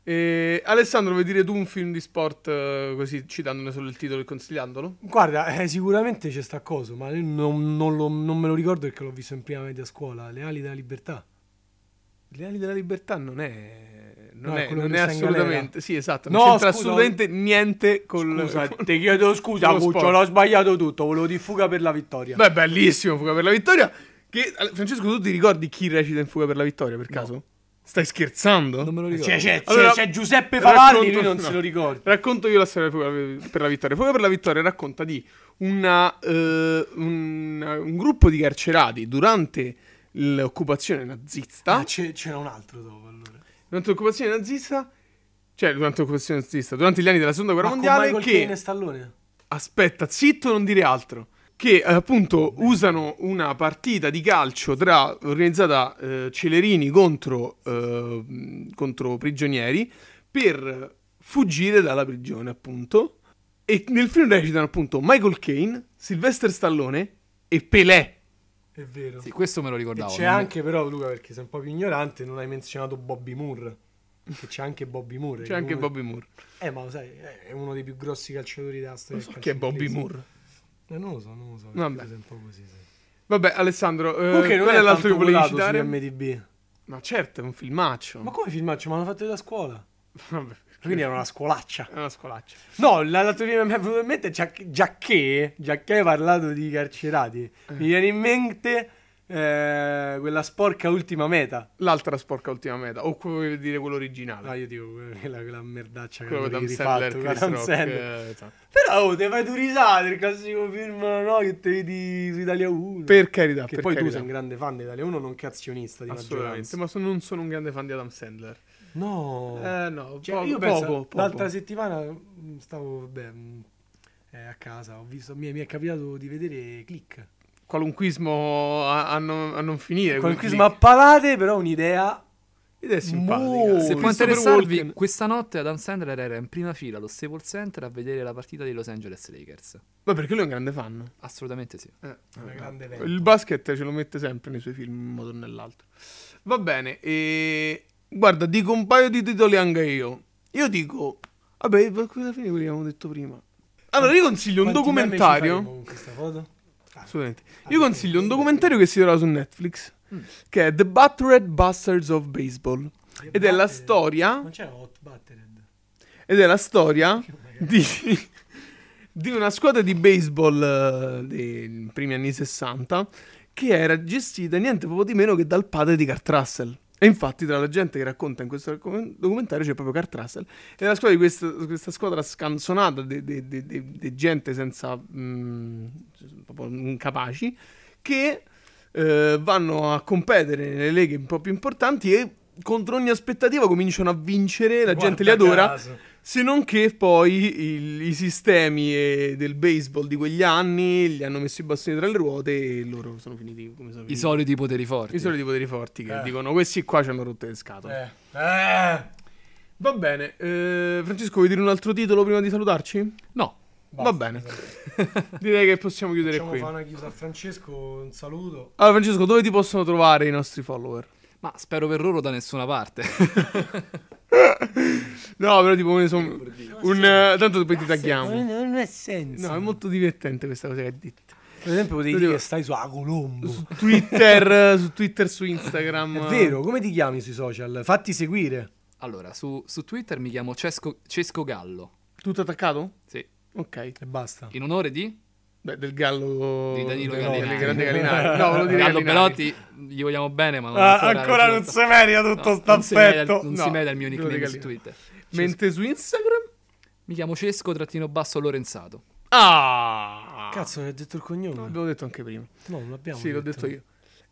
[SPEAKER 2] Eh, Alessandro, vuoi dire tu un film di sport eh, così citandone solo il titolo e consigliandolo?
[SPEAKER 1] Guarda, eh, sicuramente c'è sta cosa, ma io non, non lo- non me lo ricordo perché l'ho visto in prima media scuola, Le ali della libertà.
[SPEAKER 2] Le ali della libertà non è. Non
[SPEAKER 1] No, è
[SPEAKER 2] è,
[SPEAKER 1] quello
[SPEAKER 2] non
[SPEAKER 1] che
[SPEAKER 2] è
[SPEAKER 1] sta in
[SPEAKER 2] assolutamente.
[SPEAKER 1] galera.
[SPEAKER 2] Sì, esatto.
[SPEAKER 1] No,
[SPEAKER 2] Non c'entra
[SPEAKER 1] scusa,
[SPEAKER 2] assolutamente niente col.
[SPEAKER 1] Scusa,
[SPEAKER 2] con-
[SPEAKER 1] ti chiedo scusa,
[SPEAKER 2] Con lo
[SPEAKER 1] Cuccio,
[SPEAKER 2] sport.
[SPEAKER 1] l'ho sbagliato tutto, volevo di fuga per la vittoria.
[SPEAKER 2] Beh, bellissimo Fuga per la vittoria. Che, Ale- Francesco, tu ti ricordi chi recita in Fuga per la vittoria per caso? Stai scherzando? Eh,
[SPEAKER 3] Non me lo ricordo.
[SPEAKER 1] C'è, c'è, c'è-
[SPEAKER 2] Allora,
[SPEAKER 1] c'è Giuseppe
[SPEAKER 2] eh, Racconto-
[SPEAKER 1] Favalli, lui non
[SPEAKER 2] no.
[SPEAKER 1] se lo ricorda.
[SPEAKER 2] Racconto io la storia di Fuga per la vittoria. Fuga per la vittoria racconta di una, eh, un, un gruppo di carcerati durante l'occupazione nazista.
[SPEAKER 1] Ah, c'è- c'era un altro dopo allora.
[SPEAKER 2] durante l'occupazione nazista, cioè durante l'occupazione nazista, durante gli anni della seconda guerra
[SPEAKER 1] Ma con
[SPEAKER 2] mondiale,
[SPEAKER 1] Michael
[SPEAKER 2] che
[SPEAKER 1] Caine e Stallone.
[SPEAKER 2] aspetta, zitto, non dire altro. Che eh, appunto usano una partita di calcio tra organizzata eh, Celerini contro, eh, mh, contro prigionieri per fuggire dalla prigione, appunto. E nel film recitano appunto Michael Caine, Sylvester Stallone e Pelé.
[SPEAKER 1] È vero.
[SPEAKER 3] Sì, questo me lo
[SPEAKER 1] E
[SPEAKER 3] ricordavo.
[SPEAKER 1] c'è
[SPEAKER 3] non-
[SPEAKER 1] anche però, Luca, perché sei un po' più ignorante, non hai menzionato Bobby Moore. Che c'è anche Bobby Moore.
[SPEAKER 2] C'è
[SPEAKER 1] che
[SPEAKER 2] anche
[SPEAKER 1] uno-
[SPEAKER 2] Bobby Moore.
[SPEAKER 1] Eh, ma lo sai, è uno dei più grossi calciatori della storia.
[SPEAKER 2] Non so
[SPEAKER 1] del
[SPEAKER 2] chi è
[SPEAKER 1] calcio
[SPEAKER 2] Bobby
[SPEAKER 1] inglese.
[SPEAKER 2] Moore.
[SPEAKER 1] Eh, non lo so, non lo so.
[SPEAKER 2] Vabbè.
[SPEAKER 1] perché tu sei un po' così. Sì.
[SPEAKER 2] Vabbè, Alessandro, eh,
[SPEAKER 1] Comunque non
[SPEAKER 2] qual è l'altro che
[SPEAKER 1] tanto
[SPEAKER 2] volevi
[SPEAKER 1] votato su
[SPEAKER 2] citare?
[SPEAKER 1] IMDb.
[SPEAKER 2] Ma certo, è un filmaccio.
[SPEAKER 1] Ma come filmaccio? Ma l'hanno fatto da scuola.
[SPEAKER 2] Vabbè,
[SPEAKER 1] Quindi era una scuolaccia.
[SPEAKER 2] è una scolaccia.
[SPEAKER 1] No, la la teoria che mi è venuta in mente è già, già che già che hai parlato di carcerati.
[SPEAKER 2] Eh.
[SPEAKER 1] Mi viene in mente eh, quella sporca ultima meta.
[SPEAKER 2] L'altra sporca ultima meta, o come volevi dire quello originale.
[SPEAKER 1] No, io dico quella, quella merdaccia che
[SPEAKER 2] quello con
[SPEAKER 1] hanno
[SPEAKER 2] Adam
[SPEAKER 1] rifatto
[SPEAKER 2] Sandler,
[SPEAKER 1] con
[SPEAKER 2] Chris
[SPEAKER 1] Adam
[SPEAKER 2] Rock,
[SPEAKER 1] Sandler.
[SPEAKER 2] eh, esatto.
[SPEAKER 1] Però oh, te fai due risate, il classico film no, che te vedi su Italia 1.
[SPEAKER 2] Per carità,
[SPEAKER 1] che
[SPEAKER 2] per
[SPEAKER 1] poi tu
[SPEAKER 2] carità.
[SPEAKER 1] sei un grande fan di Italia 1, nonché azionista di
[SPEAKER 2] Assolutamente,
[SPEAKER 1] maggioranza.
[SPEAKER 2] ma sono- non sono un grande fan di Adam Sandler.
[SPEAKER 1] No.
[SPEAKER 2] Eh no,
[SPEAKER 1] Cioè,
[SPEAKER 2] poco,
[SPEAKER 1] io penso,
[SPEAKER 2] poco, poco.
[SPEAKER 1] l'altra settimana mh, stavo vabbè, mh, eh, a casa, ho visto, mi, mi è capitato di vedere Click.
[SPEAKER 2] Qualunquismo a, a non, a non finire.
[SPEAKER 1] Qualunquismo a palate, però un'idea
[SPEAKER 2] Eh. Ed è simpatica.
[SPEAKER 1] Molto.
[SPEAKER 3] Se può
[SPEAKER 2] Oh, Christopher
[SPEAKER 3] interessarvi,
[SPEAKER 2] Walken-
[SPEAKER 3] questa notte Adam Sandler era in prima fila allo Staples Center a vedere la partita dei Los Angeles Lakers.
[SPEAKER 2] Ma perché lui è un grande fan.
[SPEAKER 3] Assolutamente sì.
[SPEAKER 2] Eh,
[SPEAKER 1] una grande vena.
[SPEAKER 2] il basket ce lo mette sempre nei suoi film, in un modo o nell'altro. Va bene, e... guarda, dico un paio di titoli anche io. Io dico, vabbè, per alla fine quelli che avevamo detto prima. Allora, io consiglio un
[SPEAKER 1] Quanti meme ci
[SPEAKER 2] documentario.
[SPEAKER 1] faremo con questa foto? Ah, Mm.
[SPEAKER 2] Assolutamente. Io consiglio un documentario che si trova su Netflix, che è The Buttered Bastards of Baseball. Ed è la
[SPEAKER 1] Buttered-
[SPEAKER 2] storia...
[SPEAKER 1] Non c'è Hot Buttered.
[SPEAKER 2] Ed è la storia di, di una squadra di baseball eh, dei primi anni 60 che era gestita niente proprio di meno che dal padre di Kurt Russell. E infatti tra la gente che racconta in questo raccom- documentario c'è proprio Kurt Russell. E la squadra di questa, questa squadra scanzonata di, di- di- di- di gente senza... mm, proprio incapaci, che eh, vanno a competere nelle leghe un po' più importanti e contro ogni aspettativa cominciano a vincere, la
[SPEAKER 1] Guarda
[SPEAKER 2] gente li adora.
[SPEAKER 1] caso.
[SPEAKER 2] Se non che poi il- i sistemi eh, del baseball di quegli anni gli hanno messo i bastoni tra le ruote e loro sono finiti come sono
[SPEAKER 3] I
[SPEAKER 2] finiti.
[SPEAKER 3] soliti poteri forti.
[SPEAKER 2] I soliti poteri forti che
[SPEAKER 1] Eh.
[SPEAKER 2] dicono questi qua ci hanno rotto le scatole.
[SPEAKER 1] Eh. Eh.
[SPEAKER 2] Va bene, eh, Francesco vuoi dire un altro titolo prima di salutarci?
[SPEAKER 3] No,
[SPEAKER 1] Basta,
[SPEAKER 2] Va bene,
[SPEAKER 1] esatto.
[SPEAKER 2] direi che possiamo chiudere
[SPEAKER 1] Facciamo
[SPEAKER 2] qui.
[SPEAKER 1] fare una chiusa a Francesco, un saluto.
[SPEAKER 2] Allora Francesco, dove ti possono trovare i nostri follower?
[SPEAKER 3] ma spero per loro da nessuna parte.
[SPEAKER 2] No, però tipo ne so un, un, eh, tanto poi ti tagliamo.
[SPEAKER 1] Non ha senso.
[SPEAKER 2] No, è molto divertente questa cosa che hai detto.
[SPEAKER 1] Per esempio, potevi
[SPEAKER 2] Lo
[SPEAKER 1] dire che
[SPEAKER 2] dico-
[SPEAKER 1] stai su a Colombo.
[SPEAKER 2] Twitter, su Twitter, su Instagram.
[SPEAKER 1] È vero, come ti chiami sui social? Fatti seguire.
[SPEAKER 3] Allora, su, su Twitter mi chiamo Cesco, Cesco Gallo.
[SPEAKER 2] Tutto attaccato?
[SPEAKER 3] Sì.
[SPEAKER 2] Ok.
[SPEAKER 1] E basta.
[SPEAKER 3] In onore di?
[SPEAKER 2] Beh, del gallo
[SPEAKER 3] Di Danilo
[SPEAKER 2] del-
[SPEAKER 3] Gallinari.
[SPEAKER 2] del grande Gallinari. No, volevo dire
[SPEAKER 3] Gallo
[SPEAKER 2] Gallinari.
[SPEAKER 3] Belotti, gli vogliamo bene, ma non
[SPEAKER 1] Ah,
[SPEAKER 3] ancora, raggiunto-
[SPEAKER 1] merita
[SPEAKER 3] no, non si merita- Non
[SPEAKER 2] No,
[SPEAKER 3] si merita il mio
[SPEAKER 2] quello di
[SPEAKER 3] nickname su
[SPEAKER 2] Gallinari.
[SPEAKER 3] Twitter.
[SPEAKER 2] Mentre su Instagram?
[SPEAKER 3] Mi chiamo Cesco trattino basso Lorenzato.
[SPEAKER 2] Ah!
[SPEAKER 1] Cazzo, mi ha detto il cognome. No,
[SPEAKER 2] L'abbiamo detto anche prima.
[SPEAKER 1] non l'abbiamo
[SPEAKER 2] Sì, l'ho detto io.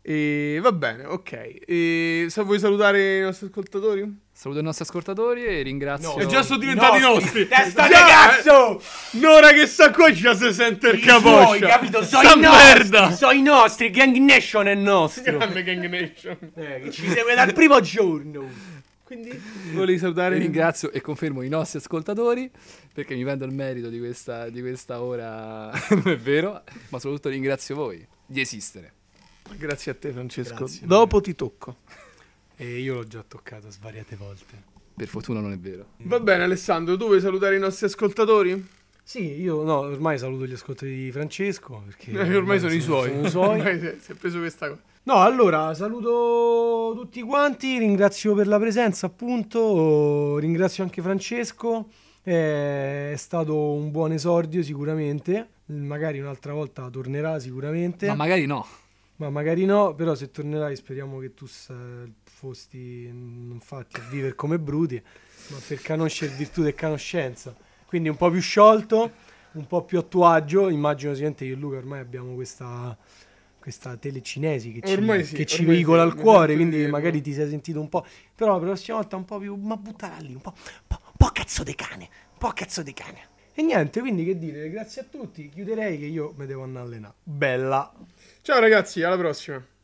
[SPEAKER 2] E va bene, ok. E sa- vuoi salutare i nostri ascoltatori?
[SPEAKER 3] Saluto i nostri ascoltatori e ringrazio.
[SPEAKER 1] No.
[SPEAKER 2] E già sono diventati nostri.
[SPEAKER 1] Testa di
[SPEAKER 2] Già, eh,
[SPEAKER 1] cazzo!
[SPEAKER 2] Nora che sta qua già si sente il capoccia.
[SPEAKER 1] Suoi, capito? Sono
[SPEAKER 2] Sta
[SPEAKER 1] i nostri,
[SPEAKER 2] merda.
[SPEAKER 1] sono i nostri, Gang Nation è nostro.
[SPEAKER 2] Grande Gang Nation.
[SPEAKER 1] Eh, che ci segue dal primo giorno.
[SPEAKER 2] Quindi volevi salutare?
[SPEAKER 3] E ringrazio e confermo i nostri ascoltatori perché mi prendo il merito di questa, di questa ora, non è vero, ma soprattutto ringrazio voi di esistere.
[SPEAKER 2] Grazie a te Francesco.
[SPEAKER 1] Grazie.
[SPEAKER 2] Dopo ti tocco.
[SPEAKER 1] E io l'ho già toccato svariate volte.
[SPEAKER 3] Per fortuna non è vero.
[SPEAKER 2] Va bene Alessandro, tu vuoi salutare i nostri ascoltatori?
[SPEAKER 1] Sì, io no, ormai saluto gli ascoltatori di Francesco. Perché
[SPEAKER 2] Eh, ormai sono i suoi.
[SPEAKER 1] Sono i suoi.
[SPEAKER 2] Ormai si è- si è preso questa cosa.
[SPEAKER 1] No, allora saluto tutti quanti, ringrazio per la presenza appunto, ringrazio anche Francesco, eh, è stato un buon esordio sicuramente, magari un'altra volta tornerà sicuramente,
[SPEAKER 3] Ma
[SPEAKER 1] ma,
[SPEAKER 3] magari no.
[SPEAKER 1] magari no, però se tornerai speriamo che tu sa- fosti mm, infatti a vivere come Bruti, ma per conoscere virtù e conoscenza, quindi un po' più sciolto, un po' più a tuo agio, immagino sicuramente che Luca ormai abbiamo questa questa telecinesi che ci,
[SPEAKER 2] Ormai sì,
[SPEAKER 1] che ci
[SPEAKER 2] ormai
[SPEAKER 1] veicola
[SPEAKER 2] sì,
[SPEAKER 1] al
[SPEAKER 2] mi
[SPEAKER 1] cuore,
[SPEAKER 2] sento di
[SPEAKER 1] quindi
[SPEAKER 2] dirlo.
[SPEAKER 1] magari ti sei sentito un po'. Però la prossima volta un po' più. Ma buttala lì, un po', un po', un po' cazzo di cane, un po' cazzo di cane. E niente, quindi che dire, grazie a tutti. Chiuderei che io me devo andare a allenare. Bella.
[SPEAKER 2] Ciao ragazzi, alla prossima.